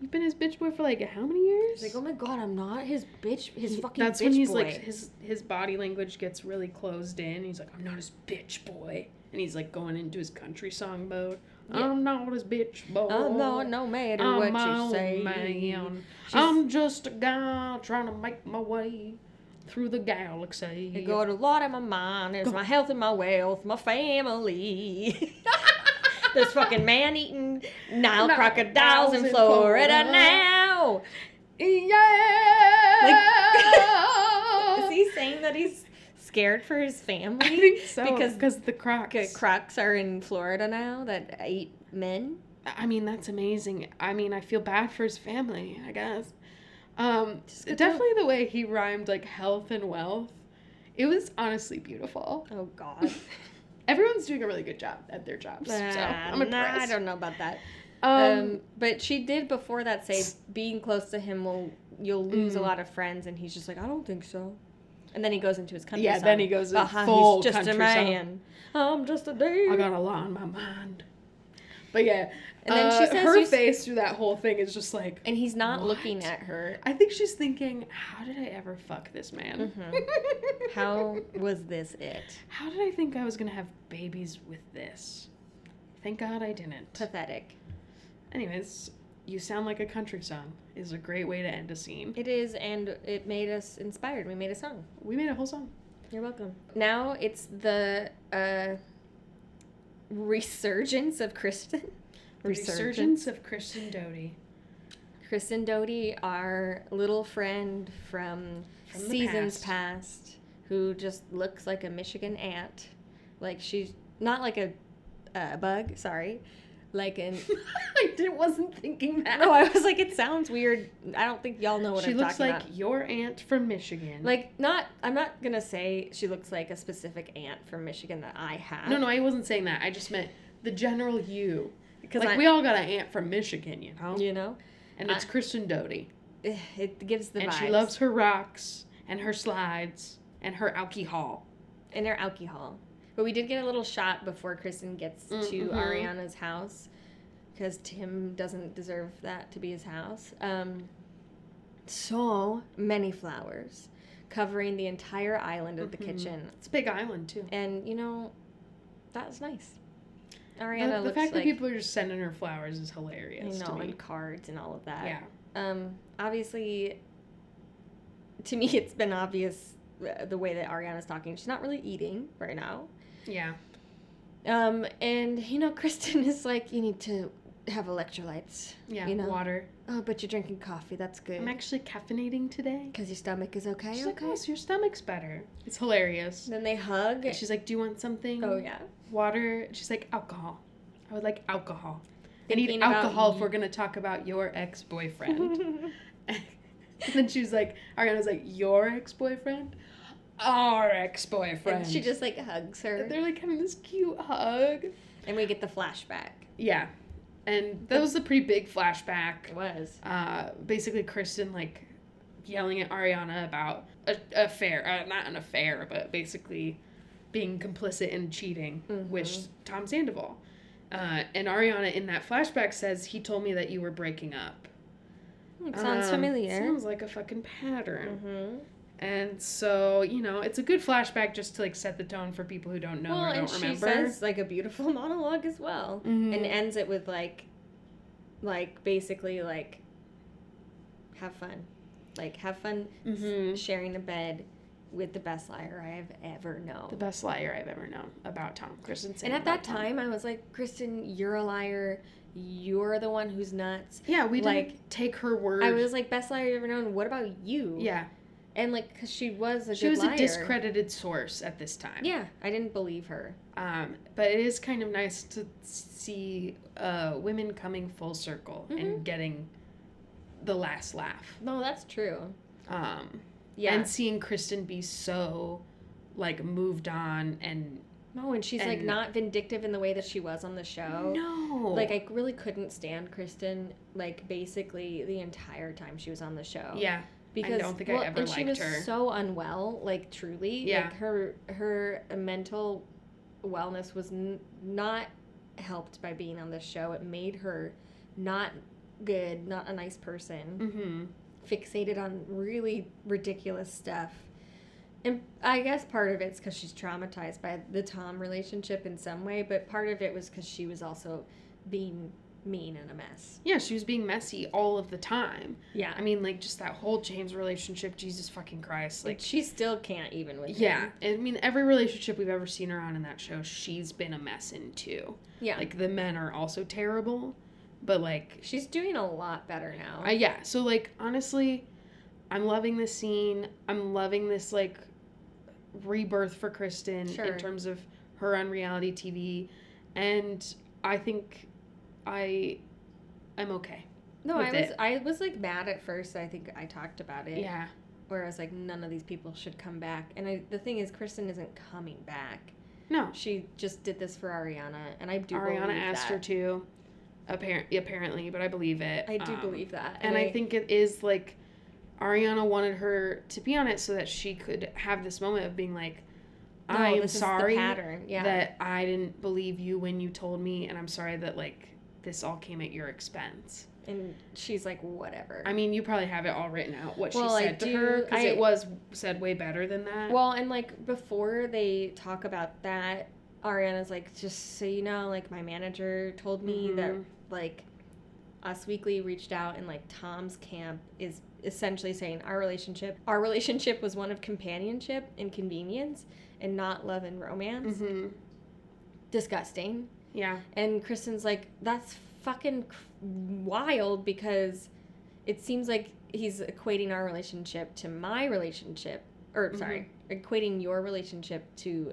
You've been his bitch boy for like how many years?
He's like, oh my god, I'm not his bitch, his
He-
fucking
That's
bitch
when he's
boy.
like his his body language gets really closed in. He's like, I'm not his bitch boy, and he's like going into his country song mode.
Yeah.
I'm not his bitch boy.
oh no, no matter
I'm
what
my
you
own
say.
man.
She's-
I'm just a guy trying to make my way through the galaxy.
I got a lot on my mind. There's my health and my wealth, my family. There's fucking man eating Nile
Nile
crocodiles in
crocodiles in
Florida
Florida.
now.
yeah.
Is he saying that he's scared for his family?
Oh. I think so
Because
because the crocs.
the crocs are in Florida now that eat men.
I mean, that's amazing. I mean, I feel bad for his family, I guess. Um,
Just good
definitely the way he rhymed like health and wealth. It was honestly beautiful.
Oh god.
Everyone's doing a really good job at their jobs, so
Ah,
I'm
nah,
impressed.
I don't know about that.
um,
Um, but she did before that say being close to him will you'll lose a
Mhm.
lot of friends, and he's just like I don't think so. And then he goes into his country.
Yeah,
song
then he goes in
about how
full
he's just a
country
man. I'm just a dude.
I got a lot on my mind. But yeah,
And then she
uh,
says you
her
s-
face through that whole thing is just like
and he's not
What?
looking at her.
I think she's thinking, how did I ever fuck this man?
Mm-hmm. How was this it?
How did I think I was gonna have babies with this? Thank God I didn't.
Pathetic.
Anyways, you sound like a country song is a great way to end a scene.
It is, and it made us inspired. We made a song.
We made a whole song.
You're welcome. Now it's the uh, resurgence of Kristen.
Resurgence of Kristen Doty.
Chris and Doty are little friend from,
From the
seasons
past.
past. who just looks like a Michigan ant. Like she's not like a uh, bug, sorry. Like an
I did, wasn't thinking that.
No, I was like it sounds weird. I don't think y'all know what
she
I'm
looks
talking
like
about.
your aunt from Michigan.
Like not I'm not going to say she looks like a specific ant from Michigan that I have.
no, no, I wasn't saying that. I just meant the general you.
because
Like
I,
we all got an aunt from Michigan, you know.
you know.
and it's Kristen Doty,
Ugh, It gives the
and
vibes.
she loves her rocks and her slides and her alcohol.
in their alcohol. But we did get a little shot before Kristen gets
Mm,
to
mhm.
Ariana's house because Tim doesn't deserve that to be his house. Um, so many flowers covering the entire island of
Mhm.
the kitchen.
It's a big island too.
And, you know, that was nice. Ariana
The, the
looks
fact that
like,
people are just sending her flowers is
you
hilarious
know,
to me.
and cards and all of that.
Yeah,
Um, obviously, to me, it's been obvious uh, the way that Ariana's talking. She's not really eating right now.
yeah.
Um, and you know, Kristen is like, you need to have electrolytes.
Yeah,
You know?
water.
Oh, but you're drinking coffee. That's
I'm
good.
actually caffeinating today.
Because your stomach is okay.
She's like,
okay.
oh, so your stomach's better. It's hilarious.
Then they hug.
And she's like, do you want something?
oh yeah.
Water. And She's like, alcohol. I would like alcohol. I
Thinking
need
about
alcohol if
you.
we're going to talk about your ex-boyfriend. and then she was like, Ariana's like, your ex-boyfriend? Our ex-boyfriend.
and she just like hugs her,
And They're like having this cute hug.
and we get the flashback.
Yeah. And that was a pretty big flashback.
It was.
uh, basically Kristen like yelling at Ariana about a a affair, uh, not an affair, but basically being complicit in cheating
Mm-hmm.
with Tom Sandoval. Uh, and Ariana in that flashback says, "He told me that you were breaking up."
It sounds
Um,
familiar.
Sounds like a fucking pattern.
Mm-hmm.
And so you know, it's a good flashback just to like set the tone for people who don't know
well,
or
and
don't
she
remember.
says like a beautiful monologue as well,
Mhm.
and ends it with like, like basically like, have fun, like have fun
Mhm.
sharing a bed with the best liar I have ever known.
the best liar I've ever known about Tom Kristen.
and
saying
at that
about Tom.
time, I was like, Kristen, you're a liar. You're the one who's nuts.
yeah, we didn't
like,
take her word.
I was like, best liar you've ever known. What about you?
yeah.
And like, because she was a
She
good
was
liar.
a discredited source at this time.
Yeah, I didn't believe her.
Um, but it is kind of nice to see uh, women coming full circle
Mm-hmm.
and getting the last laugh.
No, that's true.
Um,
Yeah.
And seeing Kristen be so, like, moved on and
no, and she's like
and-
not vindictive in the way that she was on the show.
no,
Oh. Like, I really couldn't stand Kristen, like, basically the entire time she was on the show.
yeah,
because
don't think I ever
and she
liked
was
her.
so unwell like truly
Yeah.
like her her mental wellness was n- not helped by being on this show it made her not good not a nice person
mm-hmm.
fixated on really ridiculous stuff and i guess part of it's because she's traumatized by the tom relationship in some way but part of it was because she was also being mean and a mess
yeah, she was being messy all of the time.
yeah
I mean, like, just that whole James relationship. Jesus fucking Christ! Like,
like she still can't even with him.
yeah, I mean, every relationship we've ever seen her on in that show, she's been a mess in too.
yeah
like the men are also terrible but like
She's doing a lot better now.
I, yeah so like honestly i'm loving this scene i'm loving this like rebirth for kristen
Sure.
in terms of her on reality tv and i think i i'm okay
no, I
with
was
it.
I was like mad at first. I think I talked about it.
yeah
Where I was like, none of these people should come back. And I, the thing is, Kristen isn't coming back.
no
She just did this for Ariana, and I do.
ariana
believe
asked
that.
her to apparent, apparently but i believe it
I do
Um,
believe that,
and I think it is like Ariana wanted her to be on it so that she could have this moment of being like,
No,
I am
this is the
sorry
pattern. Yeah.
that I didn't believe you when you told me, and I'm sorry that like this all came at your expense.
and she's like, whatever.
I mean, you probably have it all written out what
Well, I
she said to
do-
her because it
I-
was said way better than that.
Well, and like before they talk about that, Ariana's like, just so you know, like my manager told me that
Mhm.
like Us Weekly reached out and like Tom's camp is essentially saying our relationship, our relationship was one of companionship and convenience and not love and romance.
hmm
Disgusting.
yeah,
And Kristen's like, that's fucking cr- wild because it seems like he's equating our relationship to my relationship, or sorry, equating your relationship to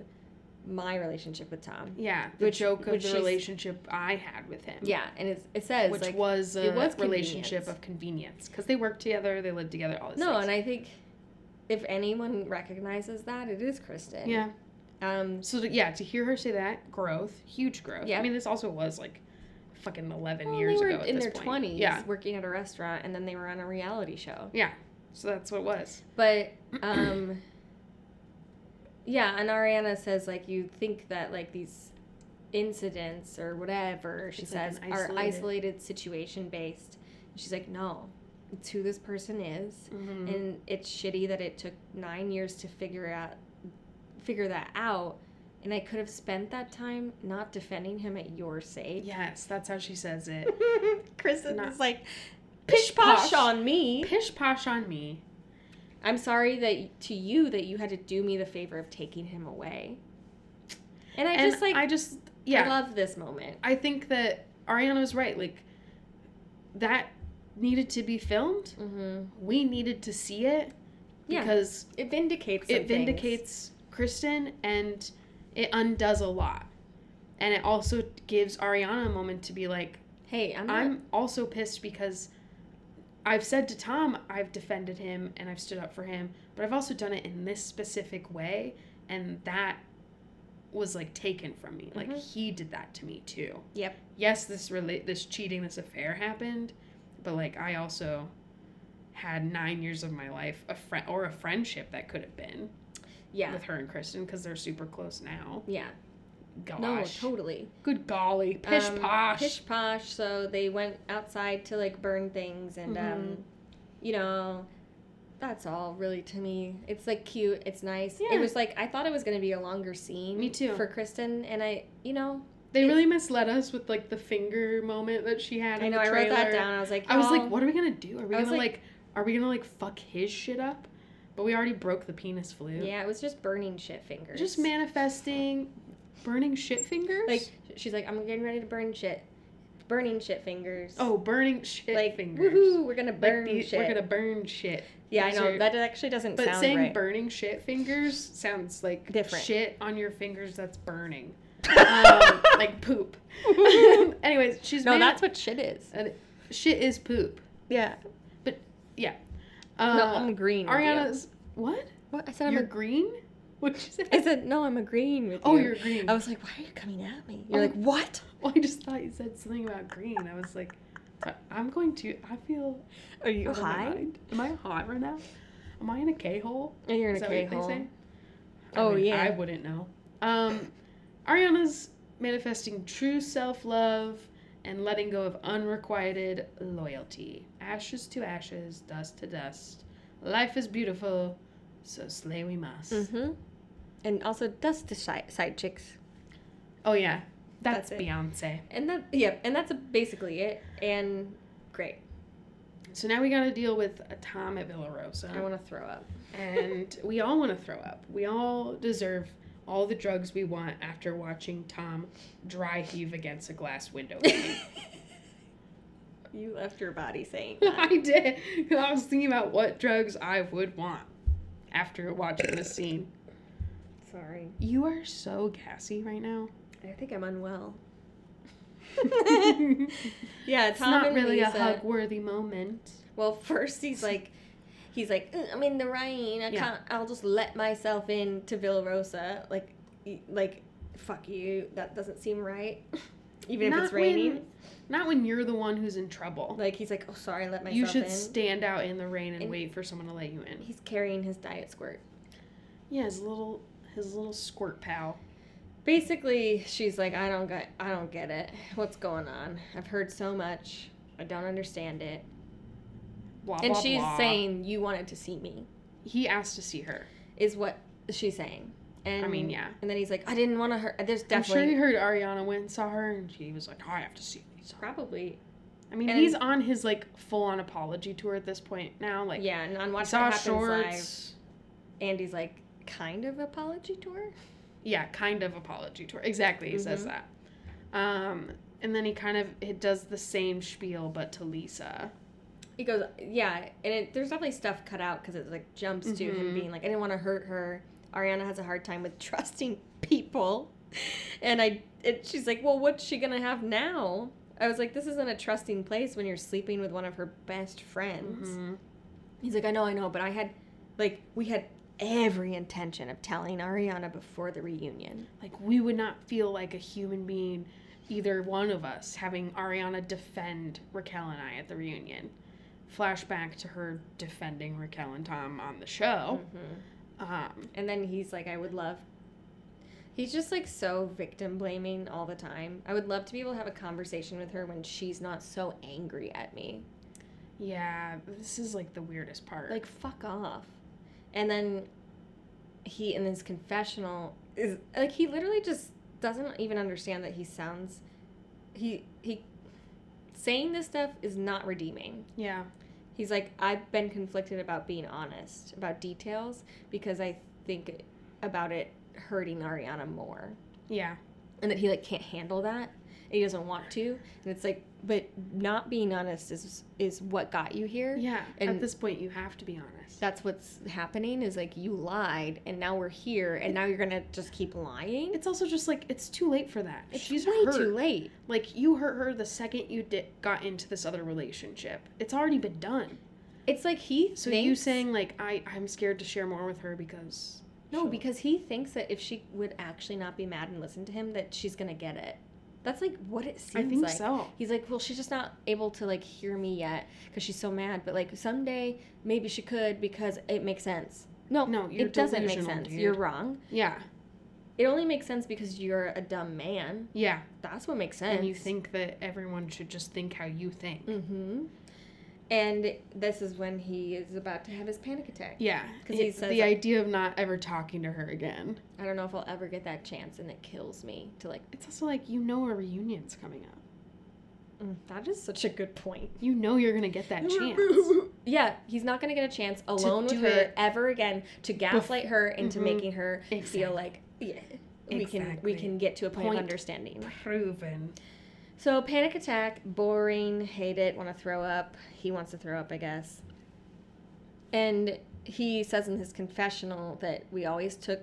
my relationship with Tom.
yeah. The
Which-
joke of
which
the
she's-
relationship I had with him.
Yeah, and it's, it says
Which
like
was a
it was
relationship
convenience.
of convenience because they worked together, they lived together, all this.
no, and I think if anyone recognizes that, it is Kristen.
yeah,
Um.
So to, yeah, to hear her say that growth, huge growth.
Yeah.
I mean, this also was like fucking 11
Well,
years
they were
ago. At
in
this
their
point.
20s
Yeah.
working at a restaurant and then they were on a reality show.
Yeah. So that's what it was.
But um yeah, and Ariana says like you think that like these incidents or whatever she
It's, like,
says
an
are
isolated-
isolated situation based. She's like, "No. It's who this person is."
Mm-hmm.
and it's shitty that it took nine years to figure out figure that out and i could have spent that time not defending him at your sake
yes, that's how she says it.
kristen
Not-
is like pish posh
posh.
on me
Pish posh on me.
i'm sorry that to you that you had to do me the favor of taking him away and i
And
just like
I
I,
just, yeah.
love this moment
I think that Ariana was right. Like, that needed to be filmed.
mm-hmm.
We needed to see it
Yeah.
because
it vindicates some
it
things.
vindicates Kristen and it undoes a lot. And it also gives Ariana a moment to be like,
hey i'm, not,
I'm also pissed because I've said to Tom, I've defended him and I've stood up for him, but I've also done it in this specific way, and that was like taken from me. Like
Mhm.
he did that to me too.
Yep.
Yes, this rela- this cheating, this affair happened, but like I also had nine years of my life, a friend or a friendship that could have been
yeah
with her and Kristen because they're super close now.
yeah
Gosh,
no totally
good golly, pish
Um,
posh.
Pish posh. So they went outside to like burn things, and um,
Mm-hmm.
you know, that's all really to me. It's like cute. It's nice.
Yeah.
It was like I thought it was gonna be a longer scene.
Me too.
For Kristen, and I, you know,
They really misled us with like the finger moment that she had.
I
in
know
the
I wrote that
trailer.
down. I was like,
I was
"Y'all,
like, what are we gonna do? Are we
I was
gonna like,
like-
are we gonna like fuck his shit up? But we already broke the penis flu.
Yeah, it was just burning shit fingers.
Just manifesting, burning shit fingers.
Like she's like, I'm getting ready to burn shit, burning shit fingers.
oh, burning shit
like
fingers.
woohoo, we're gonna
Like,
burn
the-
shit.
We're gonna burn shit.
yeah, I
these
know
are-
that actually doesn't
But
sound
saying
right.
burning shit fingers sounds like
Different.
shit on your fingers that's burning, um, like poop. Anyways, she's
no,
mani-
that's what shit is.
shit is poop.
Yeah.
Uh,
no, I'm agreeing. with you.
Ariana's what?
What I said? I'm
you're
a,
green? What'd you say?
I said no. I'm agreeing with
oh,
you.
you're green.
I was like, why are you coming at me? You're
Oh.
like, what?
well, I just thought you said something about green. I was like, I- I'm going to. I feel
Are you
out of my
high?
mind. Am I hot right now? Am I in a K hole?
And you're
Is
in a
that what
K
they
hole.
say? I
Oh,
mean,
yeah.
I wouldn't know. Um, Ariana's manifesting true self love and letting go of unrequited loyalty. Ashes to ashes, dust to dust. Life is beautiful, so slay we must.
Mm-hmm. And also dust to side, side chicks.
Oh yeah, that's,
That's it.
Beyonce.
And that, yeah, and that's basically it. And great.
So now we got to deal with a Tom at Villa
I
Rosa,
want to throw up.
and we all want to throw up. We all deserve all the drugs we want after watching Tom dry heave against a glass window.
you left your body saying
I did. 'cause I was thinking about what drugs I would want after watching this scene.
Sorry.
You are so gassy right now.
I think I'm unwell.
it's
Yeah, Tom
not
and
really
Lisa.
a hug worthy moment.
Well, first he's like, he's like, "Ugh, I'm in the rain. I
Yeah.
can't. I'll just let myself in to Villarosa. Like, y- like, fuck you. That doesn't seem right. Even if it's
Not when-
raining.
Not when you're the one who's in trouble.
Like he's like, oh sorry, I let myself
you should
in.
stand out in the rain and
And-
wait for someone to let you in.
he's carrying his diet squirt.
Yeah, his little his little squirt pal.
Basically, she's like, I don't get, I don't get it. What's going on? I've heard so much. I don't understand it.
Blah
and
blah,
she's
blah.
saying, you wanted to see me,
he asked to see her.
is what she's saying. And
I mean, yeah.
And then he's like, I didn't want to hurt. There's definitely
I'm sure he heard Ariana went and saw her, and he was like, "Oh, "I have to see Lisa."
probably
I mean,
And-
he's on his like full on apology tour at this point now. Like,
yeah, and on
I
Watch What
saw
Happens Live,
shorts.
Andy's like kind of apology tour.
Yeah, kind of apology tour. Exactly, he says
Mhm.
that. Um, and then he kind of it does the same spiel, but to Lisa.
He goes, yeah, and it, there's definitely stuff cut out because it like jumps to him
Mhm.
being like, I didn't want to hurt her. Ariana has a hard time with trusting people, and I, it, she's like, well, what's she gonna have now? I was like, this isn't a trusting place when you're sleeping with one of her best friends.
Mhm.
He's like, I know, I know, but I had, like, we had every intention of telling Ariana before the reunion.
Like, we would not feel like a human being either one of us having Ariana defend Raquel and I at the reunion. Flashback to her defending Raquel and Tom on the show.
Mm-hmm.
Um,
And then he's like, I would love. He's just like so victim blaming all the time. I would love to be able to have a conversation with her when she's not so angry at me.
yeah, this is like the weirdest part.
Like, fuck off. And then he, in his confessional, is like, he literally just doesn't even understand that he sounds. He, he, saying this stuff is not redeeming.
yeah,
He's like, I've been conflicted about being honest about details because I think about it hurting Ariana more.
yeah.
And that he like can't handle that. And he doesn't want to. And it's like, but not being honest is is what got you here.
Yeah. at
And-
this point, you have to be honest.
That's what's happening is like you lied and now we're here and now you're gonna just keep lying.
It's also just like it's too late for that.
It's
She's
way
hurt.
too late.
Like you hurt her the second you di- got into this other relationship. It's already been done.
It's like he
So you
thinks-
saying like I I'm scared to share more with her because
No,
she'll-
because he thinks that if she would actually not be mad and listen to him, that she's gonna get it. That's like what it seems
I think
like.
so.
He's like, well, she's just not able to like hear me yet because she's so mad. But like someday, maybe she could because it makes sense. No,
No, you're
it doesn't make
delusional,
sense.
dude.
You're wrong.
Yeah.
It only makes sense because you're a dumb man.
Yeah.
That's what makes sense.
And you think that everyone should just think how you think.
Mm-hmm. And this is when he is about to have his panic attack.
Yeah.
'Cause he
It-
says,
the
like-
idea of not ever talking to her again.
I don't know if I'll ever get that chance, and it kills me to like.
It's also like you know a reunion's coming up.
mm, that is such a good point.
You know you're gonna get that chance.
Yeah, he's not gonna get a chance alone with
do
her
it
ever again to gaslight her into
Mhm.
making her feel
Exactly.
like yeah, we can
Exactly.
we can get to a point,
Point.
of understanding.
Proven.
So panic attack, boring, hate it, want to throw up. He wants to throw up, I guess. And he says in his confessional that we always took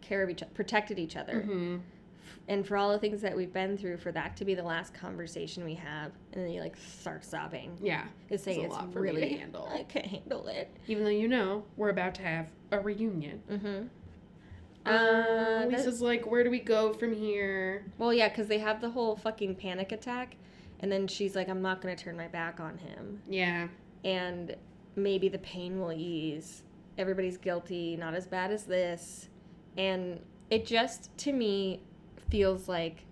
care of each protected each other
hmm
and for all the things that we've been through for that to be the last conversation we have and then he like starts sobbing
Yeah.
it's saying
a
it's,
lot for me to
really
handle.
i can't handle it
Even though you know we're about to have a reunion.
Mm-hmm.
Uh,
that-
Lisa's like, where do Um, we go from here?
well, yeah, because they have the whole fucking panic attack, and then she's like, "I'm not gonna turn my back on him,
Yeah.
and maybe the pain will ease. Everybody's guilty, not as bad as this." And it just to me feels like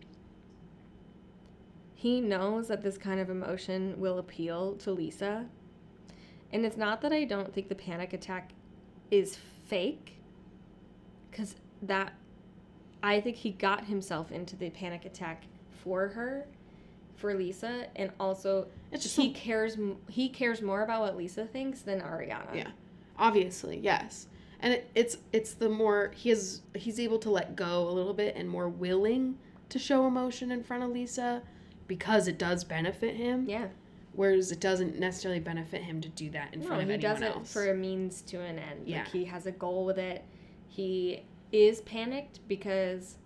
he knows that this kind of emotion will appeal to Lisa. And it's not that I don't think the panic attack is fake, because that I think he got himself into the panic attack for her, for Lisa, and also
It's just
he
so-
cares m- he cares more about what Lisa thinks than Ariana.
Yeah. Obviously, yes. And it, it's it's the more he is he's able to let go a little bit and more willing to show emotion in front of Lisa because it does benefit him.
yeah.
Whereas it doesn't necessarily benefit him to do that in
No,
front of
he
anyone
does it
else.
for a means to an end.
Yeah.
Like he has a goal with it. He is panicked because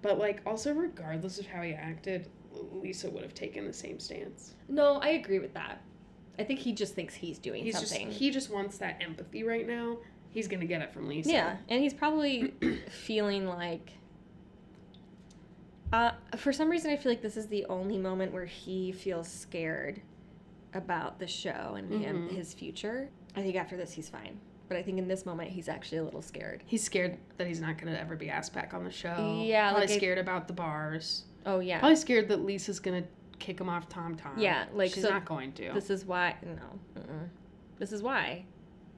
But like also regardless of how he acted, Lisa would have taken the same stance.
no, I agree with that. I think he just thinks he's doing
He's
something.
just he just wants that empathy right now. He's gonna get it from Lisa.
Yeah, and he's probably feeling like. Uh, for some reason, I feel like this is the only moment where he feels scared about the show and him,
Mhm.
his future. I think after this, he's fine. But I think in this moment, he's actually a little scared.
He's scared that he's not gonna ever be asked back on the show.
Yeah,
Probably
like I-
scared about the bars.
Oh, yeah.
Probably scared that Lisa's gonna kick him off Tom Tom.
Yeah, like,
she's
so
not going to.
This is why. No. Mm-mm. This is why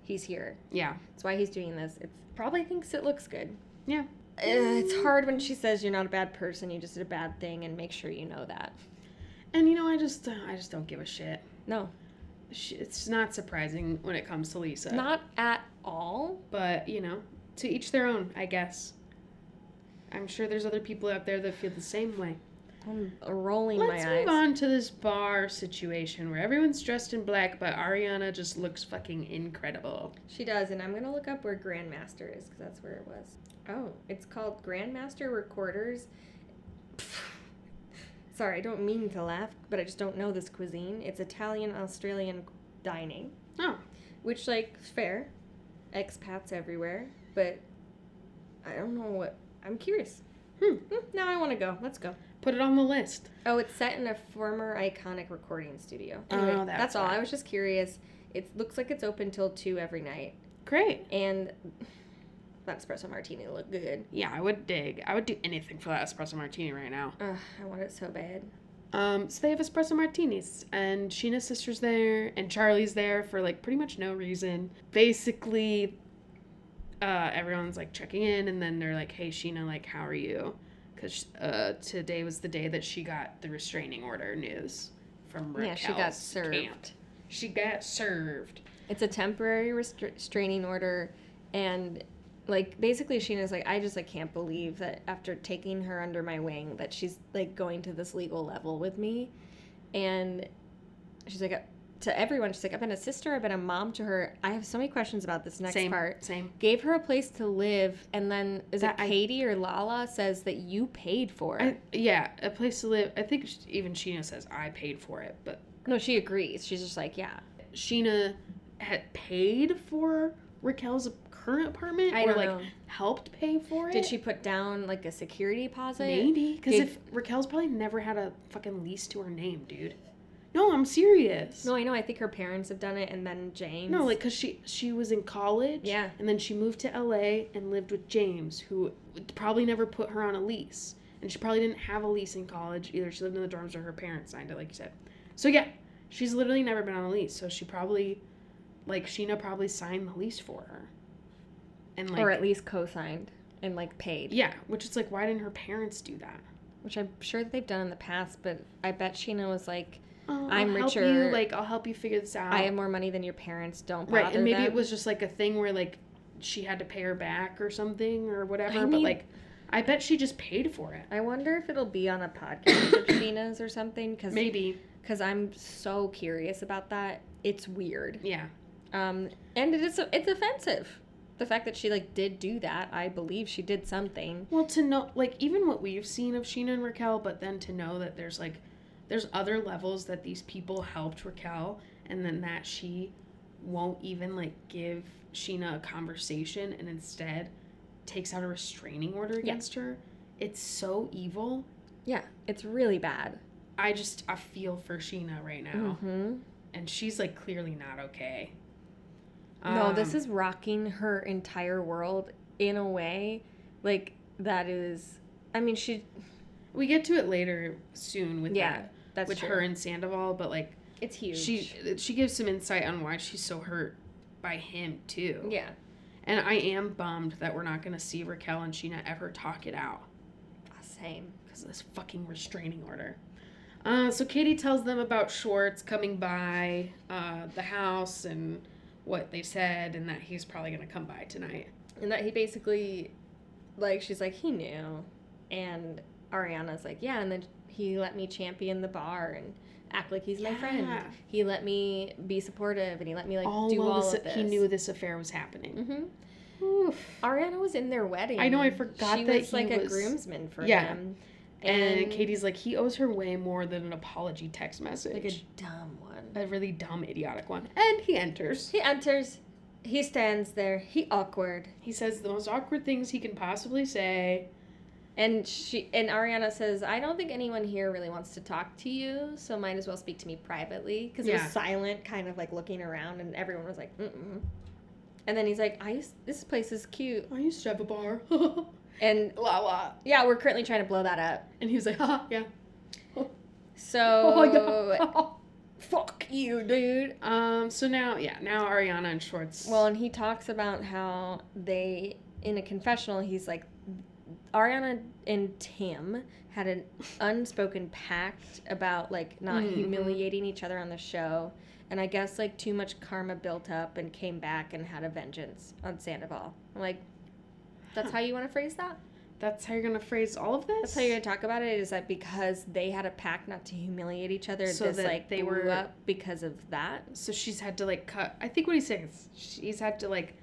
he's here.
yeah,
It's why he's doing this. It's probably thinks it looks good.
yeah.
Uh, it's hard when she says you're not a bad person, you just did a bad thing, and make sure you know that.
And you know, I just, uh, I just don't give a shit.
No,
She, it's not surprising when it comes to Lisa.
not at all.
but you know, to each their own, I guess. I'm sure there's other people out there that feel the same way.
I'm rolling
Let's
my
move
eyes.
on to this bar situation where everyone's dressed in black, but Ariana just looks fucking incredible.
She does, and I'm gonna look up where Grandmaster is because that's where it was. Oh, it's called Grandmaster Recorders. Sorry, I don't mean to laugh, but I just don't know this cuisine. It's Italian Australian dining,
Oh,
which like fair, expats everywhere, but I don't know what. I'm curious. Hmm. Now I want to go. Let's go.
Put it on the list.
Oh, it's set in a former iconic recording studio.
Oh,
Anyway,
that's
that's all.
why.
I was just curious. It looks like it's open till two every night,
Great.
and that espresso martini looked good.
Yeah, I would dig. I would do anything for that espresso martini right now.
Ugh, I want it so bad.
Um, so they have espresso martinis, and Sheena's sister's there, and Charlie's there for like pretty much no reason. Basically, uh, everyone's like checking in, and then they're like, "Hey, Sheena, like, how are you?" Because uh, today was the day that she got the restraining order news from Raquel's
Yeah, she got served.
camp. She got served.
It's a temporary restra- restraining order, and like basically Sheena's like, I just like can't believe that after taking her under my wing that she's like going to this legal level with me, and she's like to everyone she's like I've been a sister, I've been a mom to her. I have so many questions about this next
same
part.
Same.
Gave her a place to live, and then is
That
it
I-
Katie or Lala says that you paid for it?
I, yeah, a place to live. I think sh- even Sheena says I paid for it, but
no, she agrees. She's just like, yeah,
Sheena had paid for Raquel's current apartment,
I
or
don't
like
know.
helped pay for it.
Did she put down like a security deposit?
Maybe because
Did-
if Raquel's probably never had a fucking lease to her name, dude. No, I'm serious.
No, I know. I think her parents have done it, and then James.
No, like because she she was in college,
Yeah.
and then she moved to L.A. and lived with James, who probably never put her on a lease, and she probably didn't have a lease in college either. She lived in the dorms, or her parents signed it, like you said. So yeah, she's literally never been on a lease, so she probably, like Sheena, probably signed the lease for her, and like
or at least co-signed and like paid,
yeah, which is like why didn't her parents do that?
which I'm sure that they've done in the past. But I bet Sheena was like,
Oh,
I'm
help
richer.
You, like I'll help you figure this out.
"I have more money than your parents. Don't bother."
right, and maybe it
them."
was just like a thing where like she had to pay her back or something or whatever.
I
but
mean-
like, I bet she just paid for it.
I wonder if it'll be on a podcast of Sheena's or something, because
Maybe,
because I'm so curious about that. It's weird,
yeah.
um, and it is it's offensive. The fact that she like did do that, I believe she did something.
Well, to know like even what we've seen of Sheena and Raquel, but then to know that there's like there's other levels that these people helped Raquel, and then that she won't even like give Sheena a conversation, and instead takes out a restraining order against her. It's so evil.
Yeah, it's really bad.
I just I feel for Sheena right now,
hmm
and she's like clearly not okay.
No, this
Um,
is rocking her entire world in a way like that is I mean she
we get to it later soon with
yeah,
that,
that's
with
true.
her and Sandoval, but like
it's huge.
she she gives some insight on why she's so hurt by him too.
yeah.
and I am bummed that we're not gonna see Raquel and Sheena ever talk it out
Ah, Same.
because of this fucking restraining order. Uh, so Katie tells them about Schwartz coming by uh, the house and what they said, and that he's probably gonna come by tonight.
And that he basically like she's like he knew and Ariana's like yeah and then he let me champion the bar and act like he's my friend.
Yeah.
He let me be supportive and he let me like
all
do
while
all
this,
of this.
he knew this affair was happening.
Mhm.
Oof.
Ariana was in their wedding.
I know, I forgot
she
that
was
he
like a
was-
groomsman for
Yeah.
him.
And, Katie's like, he owes her way more than an apology text
like a
message.
dumb one.
a really dumb, idiotic one. And he enters.
He enters. He stands there. He awkward.
He says the most awkward things he can possibly say.
And she and Ariana says, "I don't think anyone here really wants to talk to you, so might as well speak to me privately." Because it
Yeah.
was silent, kind of like looking around, and everyone was like, "Mm." And then he's like, "I used, this place is cute,"
I used to have a bar. la
and
la.
yeah, we're currently trying to blow that up.
And he was like, ha, yeah.
So
Oh,
fuck you, dude.
yeah. um, so now, yeah, now Ariana and Schwartz.
Well, and he talks about how they, in a confessional, he's like, Ariana and Tim had an unspoken pact about like not
Mhm.
humiliating each other on the show, and I guess like too much karma built up and came back and had a vengeance on Sandoval. I'm like, that's how you want to phrase that.
that's how you're going to phrase all of this?
That's how you're gonna talk about it. Is that because they had a pact not to humiliate each other?
So
this
that
like
they
blew
were-
up because of that.
So she's had to like cut. I think what he's saying is she's had to like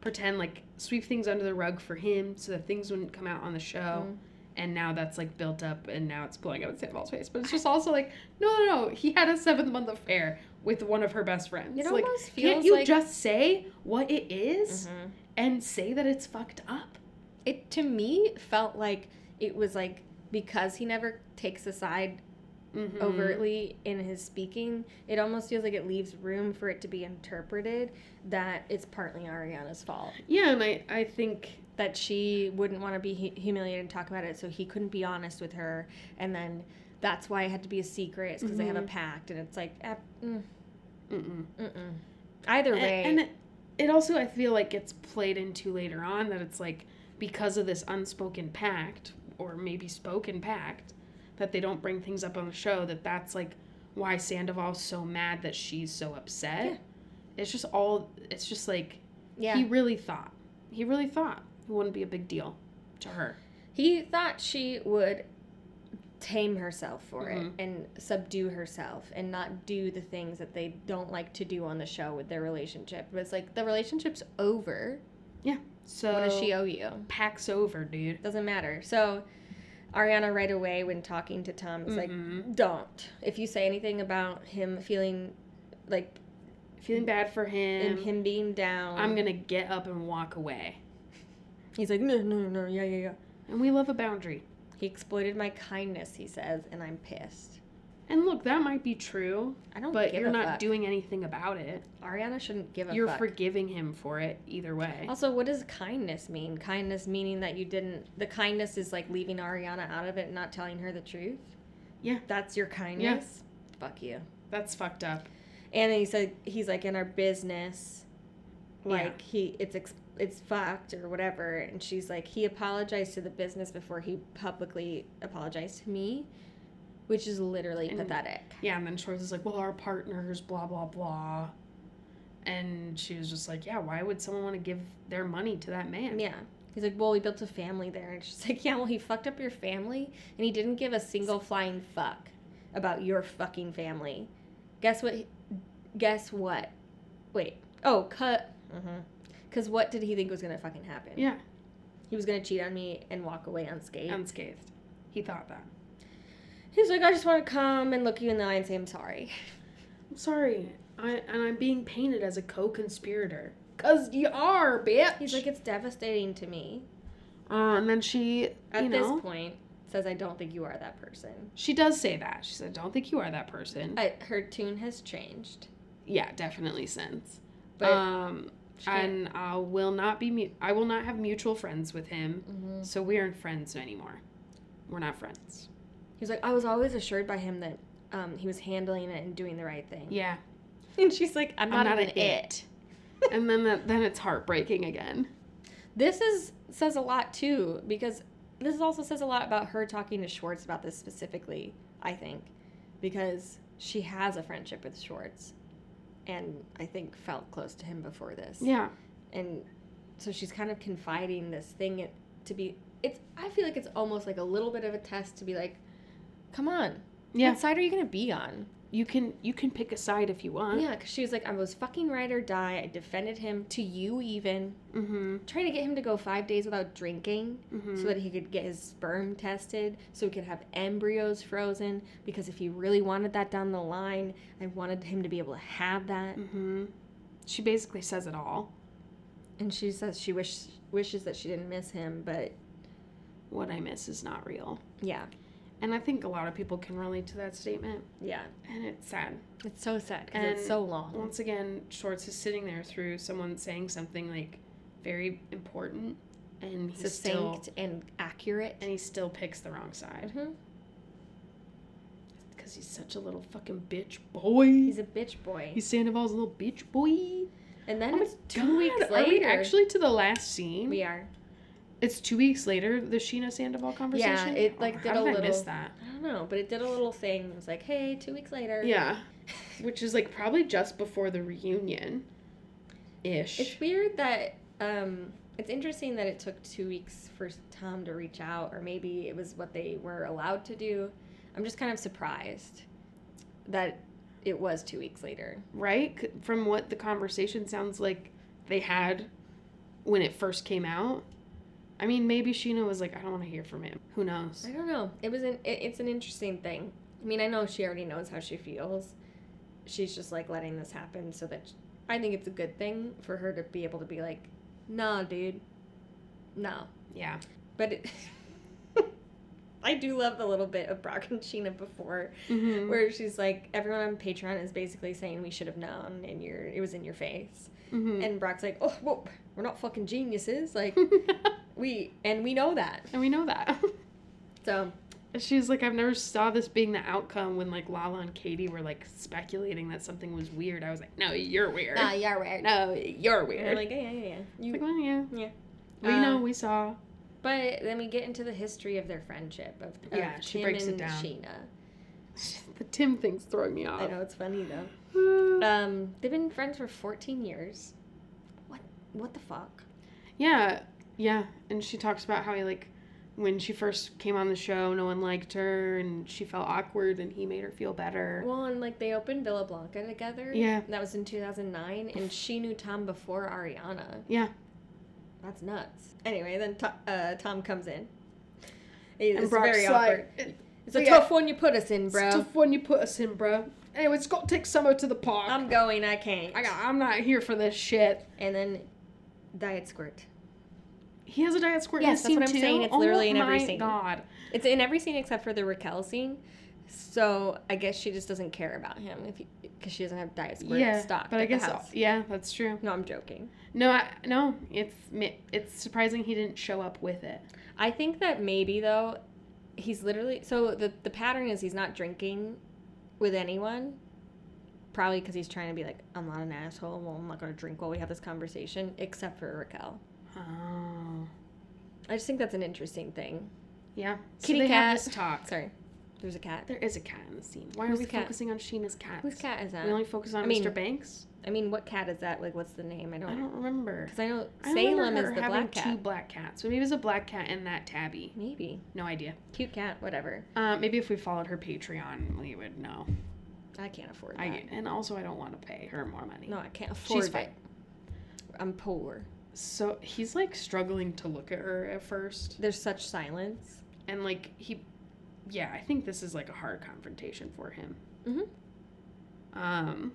pretend like sweep things under the rug for him so that things wouldn't come out on the show.
Mhm.
And now that's like built up and now it's blowing up in Sandoval's face. But it's just also like, no, no, no. He had a seventh month affair with one of her best friends.
It
like,
almost
can't
feels
you
like-
just say what it is
Mhm.
and say that it's fucked up?
It to me felt like it was like because he never takes a side
Mhm.
overtly in his speaking, it almost feels like it leaves room for it to be interpreted that it's partly Ariana's fault.
Yeah, and I, I think
That she wouldn't want to be hu- humiliated and talk about it, so he couldn't be honest with her. And then that's why it had to be a secret, it's because they have a
Mhm.
pact. And it's like, eh, mm,
mm-mm.
mm-mm. either way.
And, and it also, I feel like gets played into later on that it's like because of this unspoken pact or maybe spoken pact that they don't bring things up on the show. That that's like why Sandoval's so mad that she's so upset.
Yeah.
It's just all. It's just like
yeah.
he really thought. He really thought it wouldn't be a big deal to her.
He thought she would tame herself for
Mhm.
it and subdue herself and not do the things that they don't like to do on the show with their relationship. But it's like the relationship's over.
So
What does she owe you?
packs over, dude.
Doesn't matter. So Ariana right away when talking to Tom
Mhm.
is like, Don't. If you say anything about him feeling like
feeling bad for him.
and him being down
I'm gonna get up and walk away.
He's like, No, no, no, yeah, yeah, yeah.
And we love a boundary.
He exploited my kindness, he says, and I'm pissed.
And look, that might be true,
I don't
but
give
you're
a
not
fuck.
doing anything about it.
Ariana shouldn't give a
You're
fuck.
forgiving him for it either way.
Also, what does kindness mean? Kindness meaning that you didn't. The kindness is like leaving Ariana out of it and not telling her the truth.
Yeah.
That's your kindness? Fuck you.
That's fucked up.
And then he said, he's like, in our business,
Yeah.
like, he, it's, ex- it's fucked or whatever. And she's like, he apologized to the business before he publicly apologized to me, which is literally
And-
pathetic.
Yeah, and then Schwartz is like, well, our partners, blah, blah, blah. And she was just like, yeah, why would someone want to give their money to that man?
Yeah. He's like, well, we built a family there. And she's like, yeah, well, he fucked up your family and he didn't give a single flying fuck about your fucking family. Guess what? Guess what? Wait. Oh, cut. Because what did he think was going to fucking happen?
Mm-hmm. Yeah, Um,
He was going to cheat on me and walk away unscathed.
unscathed. He thought that.
He's like, I just want to come and look you in the eye and say I'm sorry.
I'm sorry. I, and I'm being painted as a co conspirator. Because you are, bitch.
He's like, it's devastating to me.
Uh, and then she,
At
you
this
know,
point, says, I don't think you are that person.
she does say that. She said, "I "Don't think you are that person."
I, her tune has changed.
yeah, definitely since.
But
um,
she can't-
and I will not be. Mu- I will not have mutual friends with him.
Mhm.
So we aren't friends anymore. We're not friends.
He was like, I was always assured by him that um, he was handling it and doing the right thing.
Yeah,
And she's like, I'm not,
I'm not
even
an
it.
and then that, then it's heartbreaking again.
This is says a lot too because this also says a lot about her talking to Schwartz about this specifically. I think because she has a friendship with Schwartz, and I think felt close to him before this.
Yeah,
and so she's kind of confiding this thing it- to be. It's I feel like it's almost like a little bit of a test to be like, come on,
yeah.
what side are you gonna be on?
you can you can pick a side if you want.
Yeah, because she was like, I was fucking right or die. I defended him to you, even
Mm-hmm.
trying to get him to go five days without drinking
mm-hmm.
so that he could get his sperm tested, so he could have embryos frozen. Because if he really wanted that down the line, I wanted him to be able to have that.
mm-hmm. She basically says it all.
And she says she wish, wishes that she didn't miss him, but
What I miss is not real.
yeah,
And I think a lot of people can relate to that statement.
yeah,
And it's sad.
it's so sad because it's
And
so long.
Once again, Schwartz is sitting there through someone saying something like very important, and he's still
Succinct and accurate.
and he still picks the wrong side
Mhm.
because he's such a little fucking bitch boy.
He's
He's,
a bitch boy.
Sandoval's little bitch boy.
and then
my
it's two
God,
weeks
Are we
later.
actually to the last scene?
we are.
It's two weeks later. The Sheena Sandoval conversation.
it, like, did
how
a
did I miss
little-
that?
I don't know, but it did a little thing. It was like, hey, two weeks later.
Yeah, which is like probably just before the reunion, ish.
It's weird that um, it's interesting that it took two weeks for Tom to reach out, or maybe it was what they were allowed to do. I'm just kind of surprised that it was two weeks later.
right? C- From what the conversation sounds like they had when it first came out. I mean, maybe Sheena was like, I don't want to hear from him. Who knows?
I don't know. It was an it, it's an interesting thing. I mean, I know she already knows how she feels. She's just like letting this happen so that I think it's a good thing for her to be able to be like, "No, dude, no."
Yeah.
But it, I do love the little bit of Brock and Sheena before,
Mhm.
where she's like, everyone on Patreon is basically saying we should have known, and you're it was in your face.
Mhm.
And Brock's like, oh, whoa, we're not fucking geniuses, like we and we know that.
and we know that.
So
And She's like, I've never saw this being the outcome when like Lala and Katie were like speculating that something was weird. I was like, no, you're weird.
ah, you're weird.
no, you're
And
weird.
we're like, yeah, yeah, yeah, yeah. You,
Like, well, yeah.
yeah.
We
Uh,
know, we saw.
But then we get into the history of their friendship of, of
Yeah, she
Tim
breaks it
and
down.
Sheena.
The Tim thing's throwing me off.
I know it's funny though.
Uh,
Um, they've been friends for 14 years. What? What the fuck?
yeah, yeah. And she talks about how he like when she first came on the show, no one liked her and she felt awkward and he made her feel better.
Well, and like they opened Villa Blanca together.
Yeah.
That was in 2009, and she knew Tom before Ariana.
Yeah.
That's nuts. Anyway, then to- uh, Tom comes in. It-
and
It's
Brock's
very
like,
awkward.
"It-
It's a
yeah,
tough one you put us in,
it's
bro.
tough when you put us in, bro. Anyway, it's got to take summer to the park.
I'm going. I can't.
I got. I'm not here for this shit.
And then, diet squirt.
He has a diet squirt.
Yes,
in
that's what
scene two?
I'm saying. It's
Oh
literally in every
my
scene.
God.
It's in every scene except for the Raquel scene. So I guess she just doesn't care about him if because she doesn't have diet squirt
yeah,
stocked
but I
at
guess
the house.
yeah, that's true.
No, I'm joking.
No, I, no, it's mi- it's surprising he didn't show up with it.
I think that maybe though, he's literally so the the pattern is he's not drinking with anyone. Probably because he's trying to be like, I'm not an asshole. Well, I'm not gonna drink while we have this conversation, except for Raquel.
Oh,
I just think that's an interesting thing.
yeah. So
Kitty
they have
cat.
this talk.
Sorry, there's a cat.
There is a cat in the scene. Why are
Who's
we
the cat?
focusing on Sheena's cat?
Whose cat is that?
We only focus on
I mean-
Mr. Banks.
I mean, what cat is that? Like, what's the name? I
I
don't.
don't remember.
Because I know
I remember
Salem
her
is the
having
black cat.
two black cats. So maybe it was a black cat and that tabby.
Maybe.
No idea.
Cute cat, whatever.
Uh, maybe if we followed her Patreon, we would know.
I can't afford that.
I, and also, I don't want to pay her more money.
no, I can't afford
fine.
it. I'm poor.
So he's like struggling to look at her at first.
There's such silence.
And like he yeah, I think this is like a hard confrontation for him.
Mhm.
Um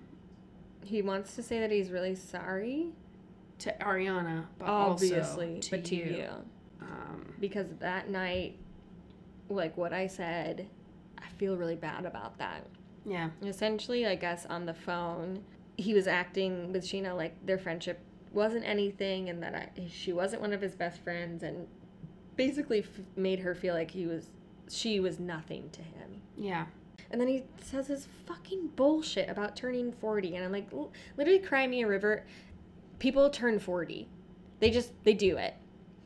He wants to say that he's really sorry,
to Ariana, but
obviously,
also to
but to
you.
you.
Um
because that night, like what I said, I feel really bad about that.
yeah.
Essentially, I guess on the phone, he was acting with Sheena like their friendship wasn't anything, and that I, she wasn't one of his best friends, and basically f- made her feel like he was, she was nothing to him.
Yeah.
And then he says his fucking bullshit about turning 40. And I'm like, l- literally cry me a river. People turn 40. They just, they do it.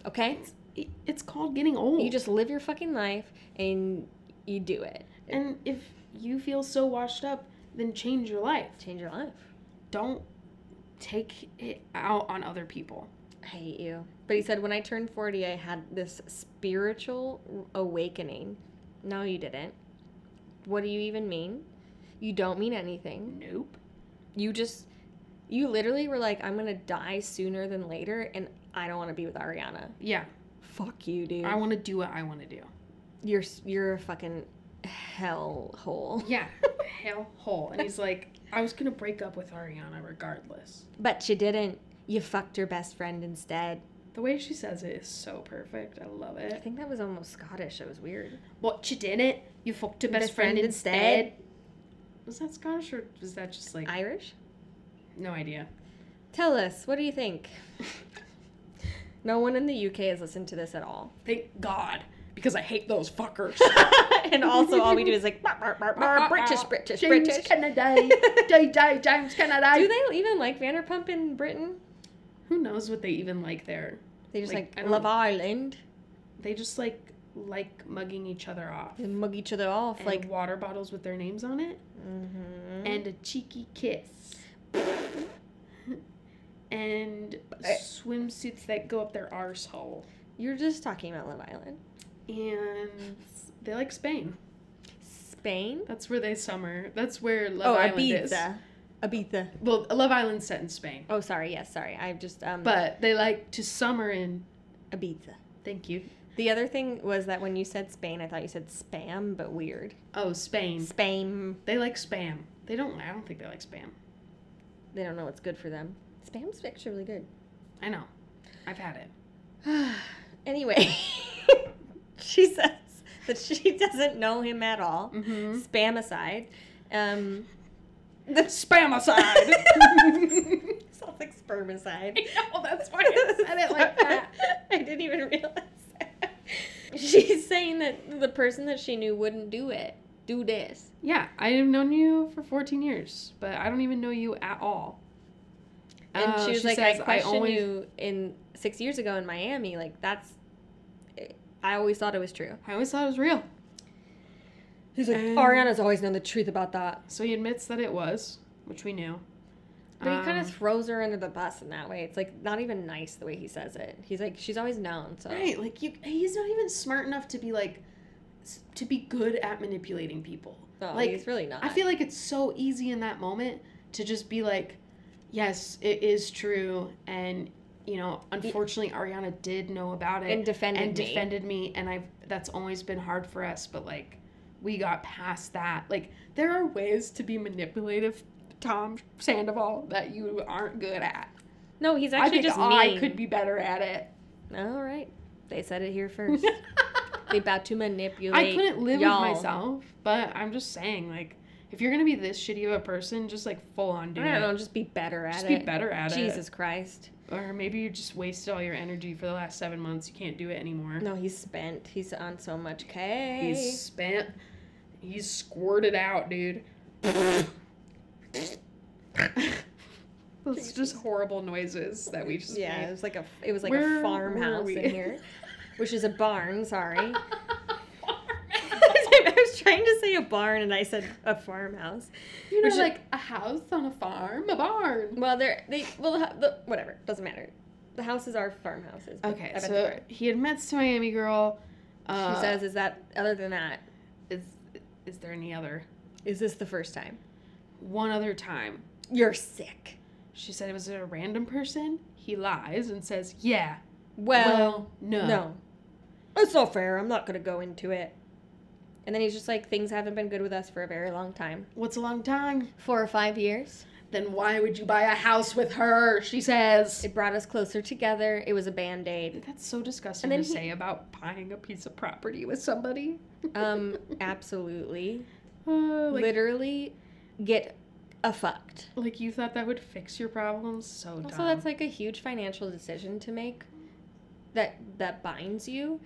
Okay?
It, it's called getting old.
You just live your fucking life and you do it.
and if you feel so washed up, then change your life.
Change your life.
Don't take it out on other people.
I hate you. But he said, when I turned 40, I had this spiritual awakening. No, you didn't. What do you even mean? You don't mean anything.
Nope.
you just you literally were like i'm gonna die sooner than later and i don't want to be with ariana
Yeah.
fuck you dude
I want to do what I want to do.
you're s- you're a fucking hell hole
Yeah. Hell hole. And he's like, I was going to break up with Ariana regardless.
but you didn't you fucked your best friend instead
The way she says it is so perfect. I love
i
it.
think that was almost scottish it was weird
What you did it? You fucked your best,
Best
friend,
friend
instead.
instead.
Was that Scottish or was that just like
irish
no idea?
tell us what do you think no one in the uk has listened to this at all
Thank God, because I hate those fuckers.
and also all we do is like "Bark, bark, bark, bark, british british
James
british
Kennedy, DJ James Kennedy.
do they even like vanderpump in britain
Who knows what they even like there?
they just
Like,
like,
I don't-
love island
They just like like mugging each other off.
They mug each other off
And
like
like water bottles with their names on it,
Mhm.
and a cheeky kiss, and swimsuits that go up their arsehole.
you're just talking about Love Island,
and they like Spain.
Spain.
That's where they summer. That's where
Oh,
Love Island is.
Ibiza.
Well, Love Island's set in Spain,
Oh, sorry. Yes, sorry. I just um.
but they like to summer in.
Ibiza.
Thank you.
The other thing was that when you said Spain, I thought you said spam, but weird.
Oh, Spain.
Spam.
They like spam. They don't. I don't think they like spam.
They don't know what's good for them. Spam's actually really good.
I know. I've had it.
anyway, she says that she doesn't know him at all.
Mm-hmm.
Spam aside. Um,
Spam aside.
sounds like spermicide.
oh, that's why I said it like that.
I didn't even realize that. She's saying that the person that she knew wouldn't do it. Do this.
Yeah, I have known you for 14 years, but I don't even know you at all.
And
Uh,
Oh, she was like,
says,
I questioned
always-
you in six years ago in Miami. Like, that's. eh, I always thought it was true.
I always thought it was real.
He's like,
Um,
Ariana's always known the truth about that.
So he admits that it was, which we knew.
But he kind
Um,
of throws her under the bus in that way. It's like not even nice the way he says it. He's like, she's always known. So
Right, like you, he's not even smart enough to be like, s- to be good at manipulating people.
No,
like
he's really not.
I feel like it's so easy in that moment to just be like, yes, it is true, and you know, unfortunately, Ariana did know about it
and defended
and
me.
defended me, and I've that's always been hard for us, but like, we got past that. Like, there are ways to be manipulative, Tom Sandoval, that you aren't good at.
no, he's
I
actually
think
just
I
mean.
could be better at it.
All right, they said it here first. they about to manipulate.
I couldn't live
y'all.
with myself, but I'm just saying, like, if you're gonna be this shitty of a person, just like full on do
I don't
it.
know. Just be better at
Just
it.
be better at it.
Jesus Christ.
Or maybe you just wasted all your energy for the last seven months. You can't do it anymore.
No, he's spent. He's on so much K.
He's spent. He's squirted out, dude. Those just horrible noises that we just
yeah, it was like a it was like
Where
a
were
farmhouse
we?
in here, which is a barn. Sorry.
made.
I was trying to say a barn and I said a farmhouse.
you know,
Which is-
like a house on a farm, a barn.
Well, they're they well the, the, whatever doesn't matter. The houses are farmhouses. but I
Okay,
bet
so
they're-
he admits to Miami Girl. Uh,
she says, "Is that other than that?
"Is is there any other
Is this the first time?
one other time?"
You're sick."
She said, "Was it a random person?" He lies and says, "Yeah."
Well,
no.
no, that's not fair. I'm not gonna go into it. And then he's just like, "Things haven't been good with us for a very long time,
What's a long time?
four or five years.
Then why would you buy a house with her? She says.
It brought us closer together. It was a band aid.
That's so disgusting
And then
to
he-
say about buying a piece of property with somebody.
Um, absolutely, Oh,
Uh, like,
literally, get a fucked."
like you thought that would fix your problems? So dumb.
Also, that's like a huge financial decision to make that that binds you,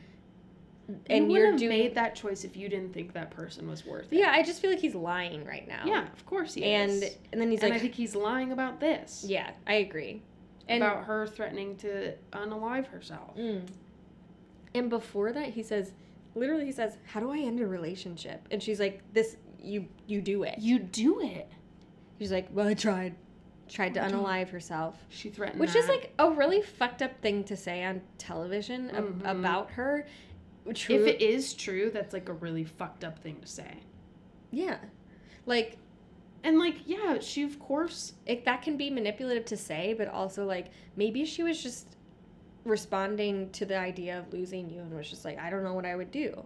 and
you would
you are
have
doing.
made that choice if you didn't think that person was worth it.
yeah, I just feel like he's lying right now.
Yeah, of course he
and
is.
and then he's
and
like,
I think he's lying about this.
yeah, I agree, and
about her threatening to unalive herself.
mm. and before that he says, literally he says, how do I end a relationship? And she's like, this you you do it.
You do it.
She's like, well, I tried, tried to
I don't-
unalive herself.
She threatened.
which
is
is like a really fucked up thing to say on television ab-
Mhm.
about her. True,
if it is true, that's like a really fucked up thing to say.
yeah, like
And like, yeah, she of course.
it, that can be manipulative to say, but also like maybe she was just responding to the idea of losing you and was just like, I don't know what I would do.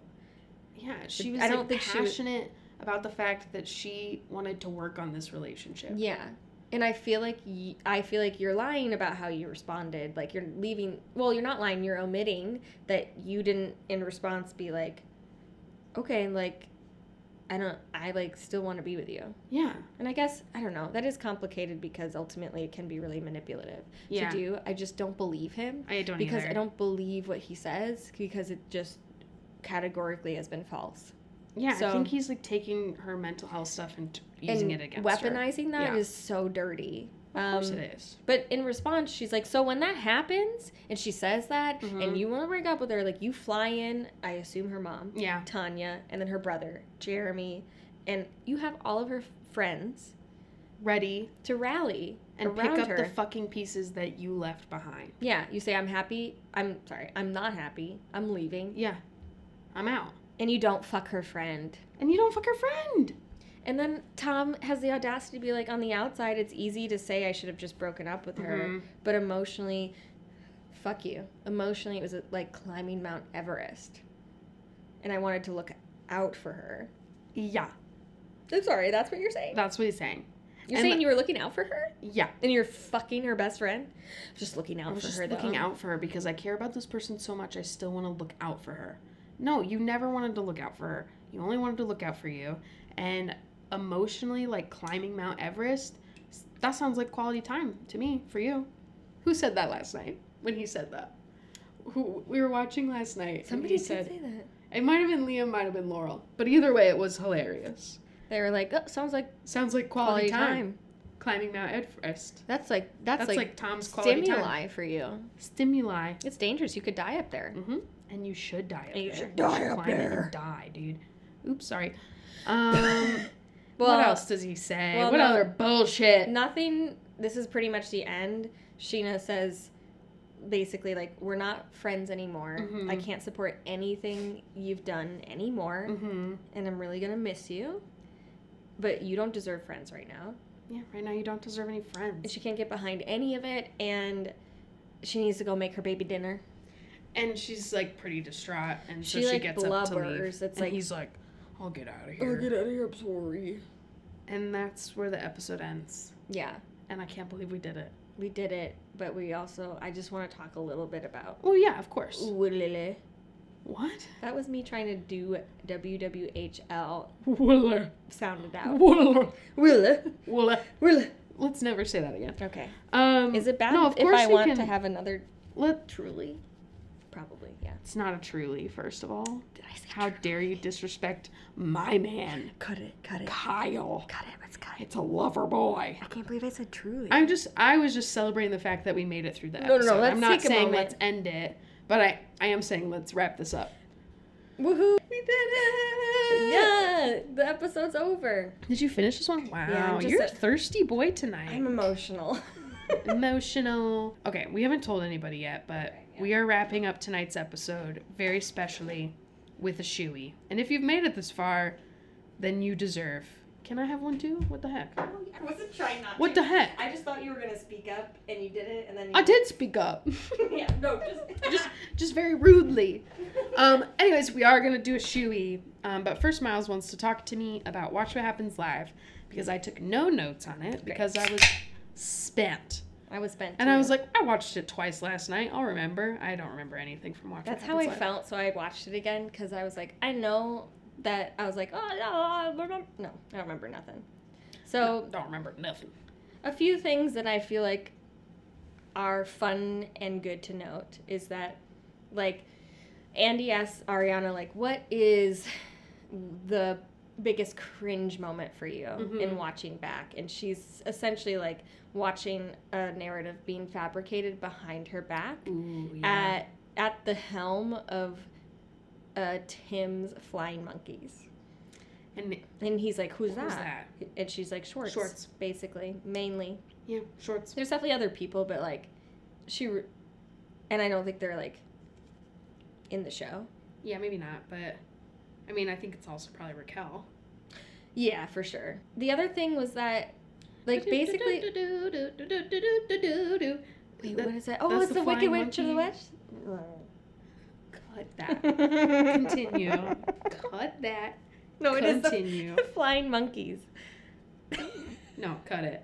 Yeah, she was.
I don't
like,
think she would-
passionate about the fact that she wanted to work on this relationship.
Yeah. And I feel like y- I feel like you're lying about how you responded. Like you're leaving. Well, you're not lying. You're omitting that you didn't in response be like, okay, like I don't. I like still want to be with you.
Yeah.
And I guess I don't know. That is complicated because ultimately it can be really manipulative
Yeah.
to do. I just don't believe him.
I don't
because
either.
I don't believe what he says because it just categorically has been false.
yeah, I
so-
think he's like taking her mental health stuff and t- using
and
it against her.
weaponizing that is
Yeah.
so dirty.
Of course
Um,
it is.
But in response, she's like, "So when that happens, and she says that,
Mhm.
and you want to break up with her, like you fly in. I assume her mom,
Yeah.
Tanya, and then her brother Jeremy, and you have all of her f- friends
Ready
to rally
and
around
pick up
her.
the fucking pieces that you left behind.
yeah, you say, "I'm happy. I'm sorry. I'm not happy. I'm leaving,"
Yeah. I'm out.
and you don't fuck her friend.
And you don't fuck her friend.
And then Tom has the audacity to be like, on the outside, it's easy to say I should have just broken up with her,
Mhm.
but emotionally, fuck you. Emotionally, it was like climbing Mount Everest. And I wanted to look out for her.
Yeah.
I'm sorry, that's what you're saying.
That's what he's saying.
You're
And-
saying you were looking out for her?
Yeah.
And you're fucking her best friend? Just looking
I
out
was
for
just
her,
looking
though.
out for her because I care about this person so much I still want to look out for her. No, you never wanted to look out for her. You only wanted to look out for you. And emotionally, like climbing Mount Everest, s- that sounds like quality time to me for you. Who said that last night when he said that? Who we were watching last night. and
Somebody
he
did
said
say that.
it might have been Liam, might have been Laurel, but either way, it was hilarious.
They were like, oh, sounds like
Sounds like
quality
quality, time. climbing Mount Everest.
That's like that's,
That's,
like,
like, Tom's quality time.
stimuli for you.
Stimuli.
It's dangerous. You could die up there.
Mm-hmm. And you should die. Up
And you
there.
should die up
climb it and
there.
die, dude. Oops, sorry. Um,
Well,
what else does he say?
well,
what
no.
other bullshit?
Nothing. This is pretty much the end. Sheena says, basically, like we're not friends anymore.
Mhm.
I can't support anything you've done anymore,
Mm-hmm.
and I'm really gonna miss you. But you don't deserve friends right now,
Yeah, right now you don't deserve any
and
friends.
she can't get behind any of it. And she needs to go make her baby dinner.
And she's like pretty distraught, and so
She,
she,
like,
gets up to leave.
blubbers. It's
and
like-
he's like, "I'll get out of here."
out of here! I'm sorry.
And that's where the episode ends.
Yeah,
And I can't believe we did it.
we did it, but we also I just want to talk a little bit about
Well, yeah, of course.
Woolele.
What?
That was me trying to do WWHL
Willa,
sounded out.
Willa,
Willa,
Willa.
Willa.
Let's never say that again.
Okay.
Um,
Is it bad
No, of
if
course
I
we
want
can,
to have another
Let,
truly? Probably, yeah.
it's not a truly, first of all.
Did I say
How dare you disrespect my man,
Cut it, cut it,
Kyle?
cut it, let's cut it.
It's a lover boy.
I can't believe I said truly.
I'm just, I was just celebrating the fact that we made it through the
No, no, no,
episode.
let's
I'm not
take a
saying
moment.
let's end it, but I, I am saying let's wrap this up.
Woohoo!
We did it!
Yeah, the episode's over.
Did you finish this one? Wow,
Yeah, I'm just
you're a
a-
thirsty boy tonight.
I'm emotional.
emotional. Okay, we haven't told anybody yet, but
yeah.
we are wrapping up tonight's episode very specially with a shoey. And if you've made it this far, then you deserve. Can I have one too? What the heck?
I wasn't trying not
What the heck?
I just thought you were gonna speak up and you didn't, and then you
I did speak up.
yeah, no, just
just just very rudely. Um anyways, we are going to do a shoey. Um but first Miles wants to talk to me about Watch What Happens Live because I took no notes on it because I was spent.
I was spent.
And I
too.
was like, I watched it twice last night. I'll remember. I don't remember anything from watching.
That's how I felt, so I watched it again because I was like, I know that I was like, oh no, I remember. no, I don't remember nothing. So
don't remember nothing.
a few things that I feel like are fun and good to note is that, like, Andy asks Ariana, like, what is the biggest cringe moment for you in
Mhm.
watching back? And she's essentially like watching a narrative being fabricated behind her back
Ooh,
at at the helm of uh, Tim's flying monkeys.
and
And he's like, "Who's that?"
who's that?
And she's like, "Shorts."
Shorts.
basically, mainly.
Yeah, shorts.
There's definitely other people, but like, she, re- and I don't think they're like in the show.
Yeah, maybe not, but I mean, I think it's also probably Raquel.
Yeah, for sure. The other thing was that, like, basically, wait,
That-
what is that? Oh,
that's
it's
the
the, Wicked
flying
Witch of the
monkey.
West.
Cut that. Continue. cut that.
No, it is
Continue.
the flying monkeys.
No, cut it.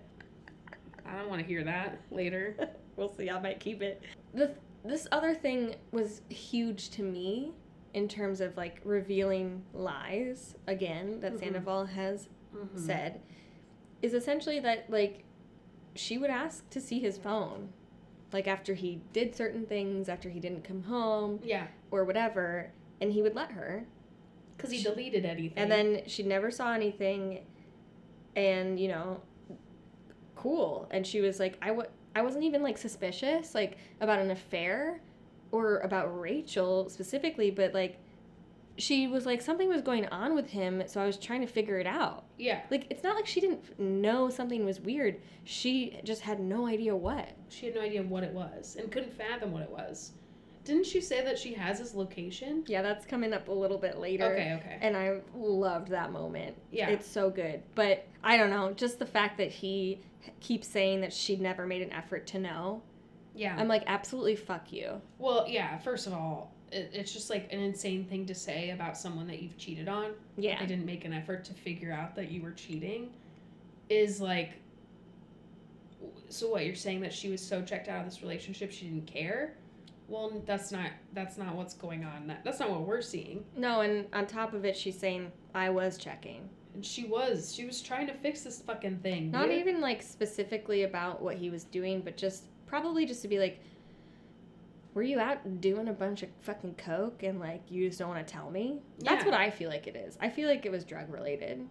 I don't want to hear that later.
we'll see. I might keep it. The this other thing was huge to me in terms of like revealing lies again that
Mhm.
Sandoval has
Mhm.
said is essentially that like she would ask to see his phone like after he did certain things after he didn't come home
Yeah,
or whatever and he would let her
because he deleted anything.
and then she never saw anything and you know cool and she was like I w- I wasn't even like suspicious like about an affair or about rachel specifically but like she was like something was going on with him so i was trying to figure it out
yeah,
like it's not like she didn't f- know something was weird she just had no idea what
she had no idea what it was and couldn't fathom what it was. Didn't she say that she has his location?
yeah that's coming up a little bit later
Okay, okay.
and i loved that moment
Yeah.
It's so good. But I don't know, just the fact that he keeps saying that she never made an effort to know.
yeah.
I'm like, absolutely fuck you.
Well, yeah, first of all, it, it's just like an insane thing to say about someone that you've cheated on. I
Yeah.
didn't make an effort to figure out that you were cheating. Is like, so what? You're saying that she was so checked out of this relationship she didn't care? Well, that's not that's not what's going on. That, that's not what we're seeing.
No, and on top of it, she's saying I was checking.
And she was she was trying to fix this fucking thing.
Not
dude.
even like specifically about what he was doing, but just probably just to be like, were you out doing a bunch of fucking coke and like you just don't want to tell me? That's
Yeah.
what I feel like it is. I feel like it was drug related.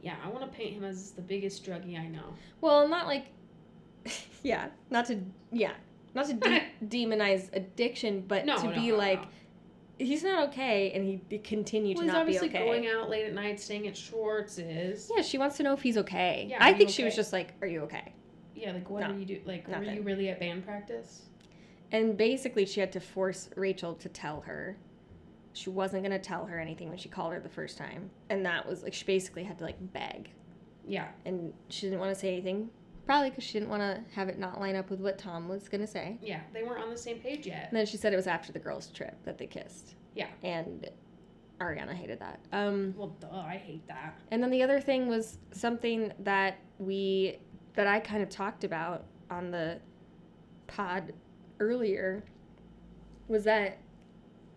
Yeah, I want to paint him as the biggest druggie I know.
Well, not like, yeah, not to yeah, not to de- demonize addiction, but
No,
to
no,
be
no,
like.
no.
He's not okay, and he d- continued
Well,
to
he's
not
obviously
be okay.
going out late at night, staying at Schwartz's.
Yeah, she wants to know if he's okay.
Yeah,
I
are you
think she was
okay?
just like, "Are you okay?"
Yeah, like what
No,
are you do? Like were you
nothing.
really at band practice?
And basically, she had to force Rachel to tell her. She wasn't gonna tell her anything when she called her the first time, and that was like she basically had to like beg,
Yeah,
and she didn't want to say anything, probably because she didn't want to have it not line up with what Tom was gonna say.
yeah, they weren't on the same page yet.
And then she said it was after the girls' trip that they kissed.
Yeah.
And Ariana hated that. Um,
Well, duh, I hate that.
And then the other thing was something that we that I kind of talked about on the pod earlier was that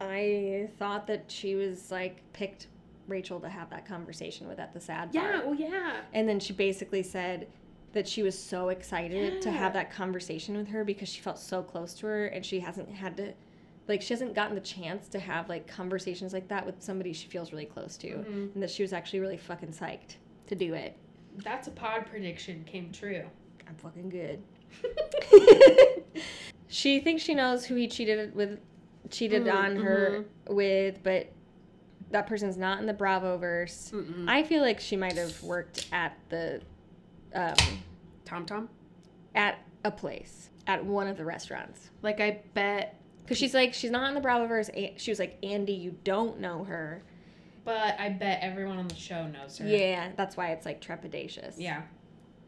I thought that she was like picked Rachel to have that conversation with at the sad
Yeah,
bar.
oh yeah.
And then she basically said that she was so excited to have
Yeah.
that conversation with her because she felt so close to her and she hasn't had to like she hasn't gotten the chance to have like conversations like that with somebody she feels really close to
Mhm.
and that she was actually really fucking psyched to do it.
That's a pod prediction came true.
I'm fucking good. she thinks she knows who he cheated with, cheated
Mm,
on her with, but that person's not in the Bravo verse.
Mm-hmm.
I feel like she might have worked at the, um,
Tom Tom.
at a place at one of the restaurants.
Like I bet,
Cause she's like she's not in the Bravo verse. She was like Andy, you don't know her.
but I bet everyone on the show knows her.
Yeah, that's why it's like trepidatious.
Yeah.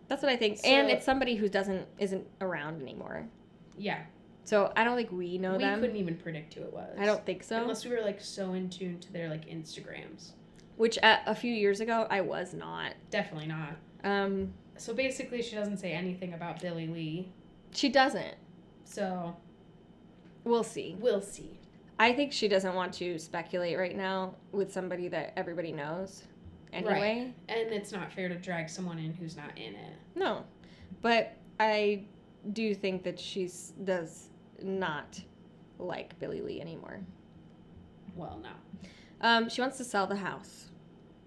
that's what I think. and
So-
it's somebody who doesn't isn't around anymore.
Yeah.
So I don't think we know
we
them.
couldn't even predict who it was.
I don't think so.
Unless we were like so in tune to their like Instagrams.
Which uh, a few years ago I was not.
Definitely not.
Um,
So basically, she doesn't say anything about Billy Lee.
she doesn't.
So
We'll see.
we'll see.
I think she doesn't want to speculate right now with somebody that everybody knows. Anyway,
And it's not fair to drag someone in who's not in it.
no. But I do think that she does not like Billy Lee anymore.
Well, no.
Um, she wants to sell the house.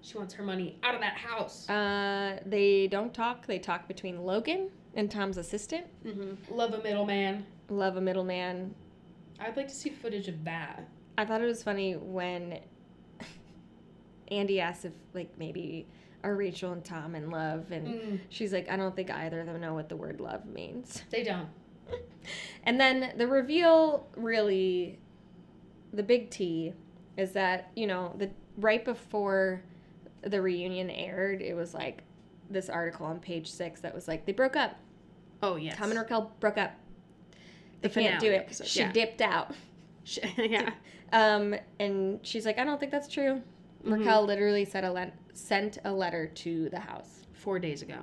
She wants her money out of that house.
Uh, they don't talk. They talk between Logan and Tom's assistant.
Mm-hmm. Love a middleman.
Love a middleman.
I'd like to see footage of that.
I thought it was funny when Andy asked if like maybe are Rachel and Tom in love and
Mm,
she's like I don't think either of them know what the word love means.
they don't.
And then the reveal really the big T is that, you know, the right before the reunion aired, it was like this article on page 6 that was like they broke up.
Oh yes.
Tom and Raquel broke up. They
The
couldn't do
finale
it.
episode,
She
yeah.
dipped out.
yeah.
Um, and she's like, I don't think that's true.
Mm-hmm.
Raquel literally said a le- sent a letter to the house
Four days ago.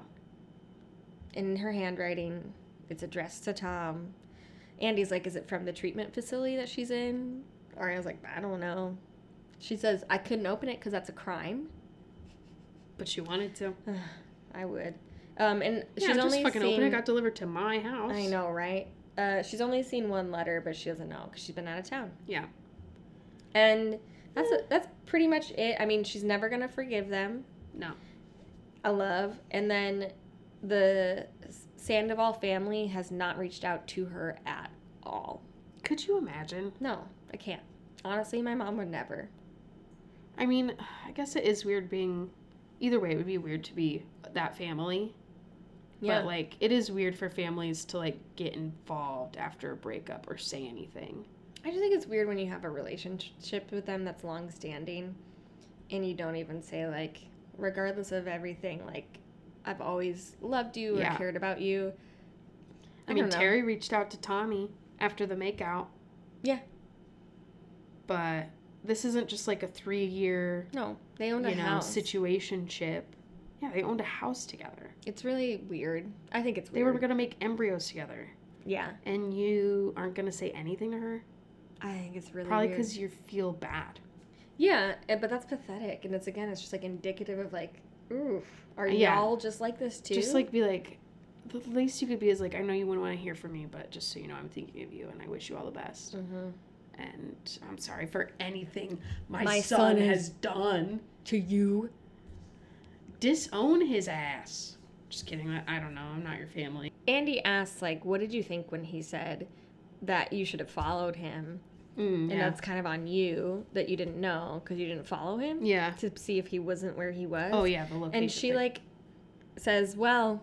in her handwriting. It's addressed to Tom. Andy's like, Is it from the treatment facility that she's in? Ariana's like, I don't know. She says, I couldn't open it because that's a crime.
But she wanted to.
I would. Um, and
Yeah,
she's
just
only
fucking
seen.
open it. Got delivered to my house.
I know, right? Uh, she's only seen one letter, but she doesn't know because she's been out of town.
Yeah.
And that's that's pretty much it. I mean, she's never gonna forgive them.
No.
I love. And then the Sandoval family has not reached out to her at all.
Could you imagine?
No, I can't. Honestly, my mom would never.
I mean, I guess it is weird being. Either way, it would be weird to be that family. But like, it is weird for families to like get involved after a breakup or say anything.
I just think it's weird when you have a relationship with them that's long standing and you don't even say, like, regardless of everything, like, I've always loved you or
Yeah.
cared about you.
I,
I
mean,
don't know.
Terry reached out to Tommy after the makeout.
Yeah.
But this isn't just like a three-year,
No, they owned a
you know,
house.
situation ship. Yeah, they owned a house together.
it's really weird. I think it's
They were
weird.
gonna make embryos together.
Yeah.
and you aren't gonna say anything to her,
I think it's really
probably
weird.
because you feel bad.
Yeah, eh, but that's pathetic, and it's again, it's just like indicative of like, oof, are
Yeah.
y'all just like this too?
Just like be like, the least you could be is like, I know you wouldn't want to hear from me, but just so you know, I'm thinking of you, and I wish you all the best.
Mhm.
And I'm sorry for anything my,
My
son,
son is-
has done.
to you.
Disown his ass. Just kidding. I- I don't know. I'm not your family.
Andy asks like, what did you think when he said that you should have followed him,
Mm,
and that's kind of on you that you didn't know because you didn't follow him
yeah.
to see if he wasn't where he was.
Oh yeah, the location.
and she
thing.
like says well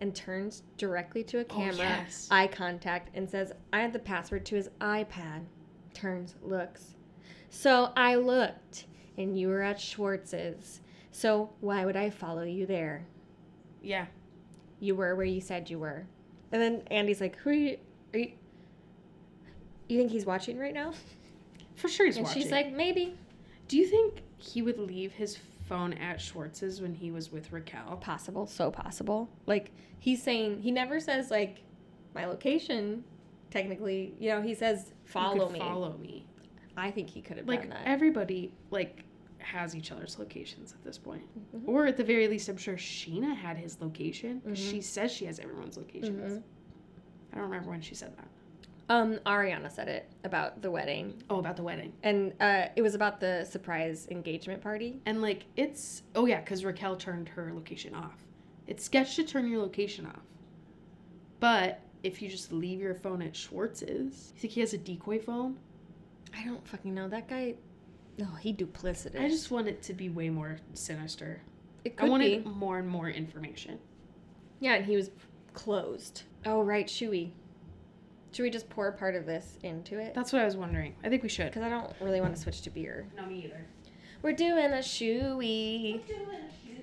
and turns directly to a camera
Oh, yes.
eye contact and says i had the password to his ipad turns looks so i looked and you were at schwartz's so why would i follow you there
yeah.
you were where you said you were and then andy's like who are you, are you you think he's watching right now?
For sure he's
and
watching.
she's like, maybe.
Do you think he would leave his phone at Schwartz's when he was with Raquel?
Possible, so possible. Like, he's saying, he never says, like, my location, technically. You know, he says,
You
follow
could
me.
Follow me.
I think he could have
Like eh.
done that.
everybody like has each other's locations at this point. Or at the very least, I'm sure Sheena had his location. 'cause She says she has everyone's locations. I don't remember when she said that.
Um, Ariana said it about the wedding,
Oh, about the wedding.
and uh, it was about the surprise engagement party.
And like it's oh yeah, because Raquel turned her location off. It's sketch to turn your location off. But if you just leave your phone at Schwartz's, you think he has a decoy phone?
I don't fucking know that guy. No, he duplicitous.
I just want it to be way more sinister.
it
I
could be.
wanted more and more information.
Yeah, and he was closed. Oh right, should we? Should we just pour part of this into it?
That's what I was wondering. I think we should.
Because I don't really want to switch to beer.
No, me either.
We're doing a shoey.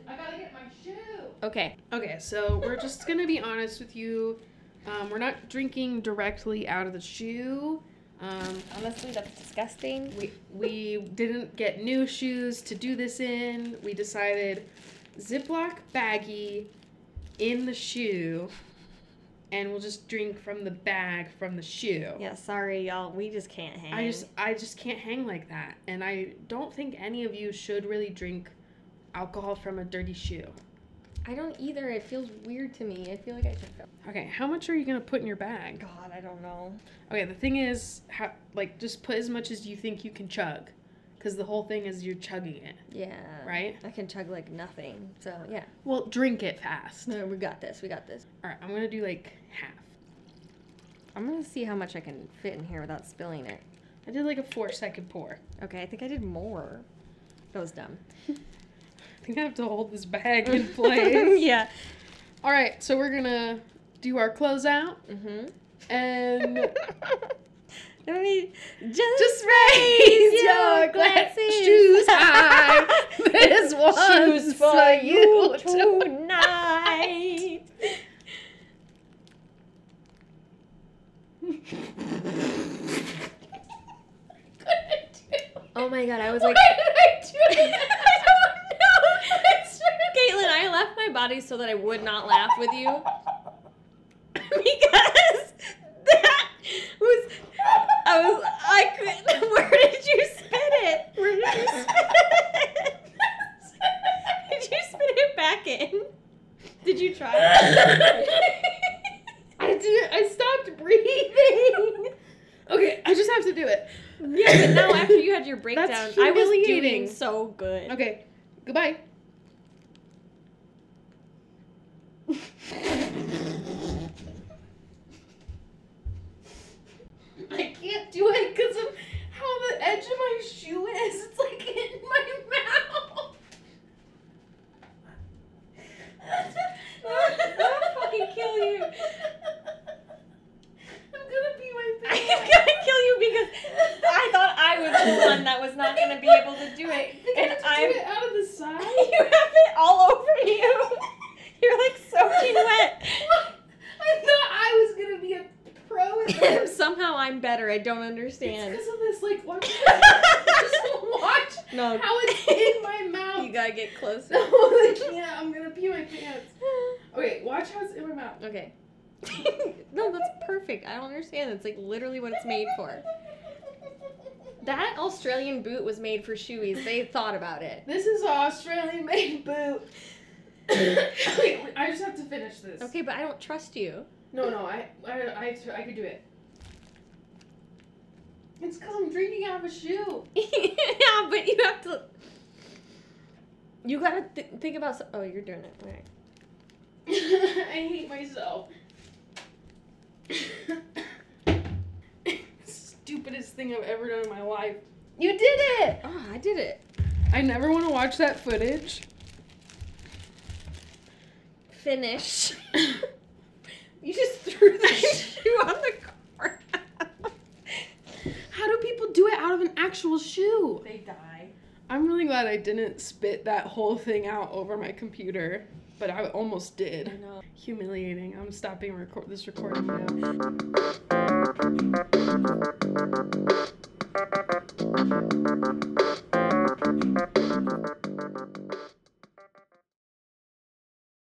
I gotta get my shoe.
Okay.
Okay, so we're just gonna be honest with you. Um, we're not drinking directly out of the shoe. Um,
Honestly, that's disgusting.
we we didn't get new shoes to do this in. We decided Ziploc baggie in the shoe, and we'll just drink from the bag from the shoe.
Yeah, sorry y'all. We just can't hang.
I just I just can't hang like that, and I don't think any of you should really drink alcohol from a dirty shoe.
I don't either. It feels weird to me. I feel like I should. Go.
Okay, how much are you gonna put in your bag?
God, I don't know.
Okay, the thing is, how, like just put as much as you think you can chug, because the whole thing is you're chugging it,
Yeah.
right?
I can chug like nothing. So yeah.
Well, drink it fast.
No, we got this. We got this.
All right, I'm gonna do like half.
I'm gonna see how much I can fit in here without spilling it.
I did like a four second pour.
Okay, I think I did more. That was dumb.
I think I have to hold this bag in place.
yeah.
All right, so we're gonna do our closeout
Mm-hmm.
and.
Let me just,
Just raise your glasses shoes high. This one's
Shoes
for you
tonight. Oh my god, I was like,
did I do
Caitlin, I left my body so that I would not laugh with you because that was. I was. I couldn't. Where did you spit it? Where did you spit it? Did you spit it back in? Did you try?
I did. I stopped breathing. Okay, I just have to do it.
yeah, but now after you had your breakdown, I was
humiliating.
doing so good.
Okay, goodbye. I can't do it because of how the edge of my shoe is. It's like in my mouth.
I'll fucking kill you.
I'm gonna be my
I'm
best.
gonna kill you because I thought I was the one that was not gonna be able to do it,
I think I
and
have to
I'm
do it out of the side.
you have it all over you. You're like soaking wet.
I thought I was gonna be a pro at this.
Somehow I'm better. I don't understand.
Because of this, like, watch, just watch
No.
how it's in my mouth.
You gotta get closer.
no, like, yeah, I'm gonna pee my pants. Okay, watch how it's in my mouth.
okay. no, that's perfect. I don't understand. That's like literally what it's made for. That Australian boot was made for shoeies. They thought about it.
This is an Australian made boot. wait, wait, I just have to finish this.
Okay, but I don't trust you.
No, no, I, I, I, I could do it. It's because I'm drinking out of a shoe.
yeah, but you have to. You gotta th- think about. s oh, you're doing it. All right.
I hate myself. Stupidest thing I've ever done in my life.
You did it. Oh, I did it.
I never want to watch that footage.
Finish. you just threw the shoe on the car.
How do people do it out of an actual shoe?
They die.
I'm really glad I didn't spit that whole thing out over my computer, but I almost did.
I know.
Humiliating. I'm stopping record this recording now.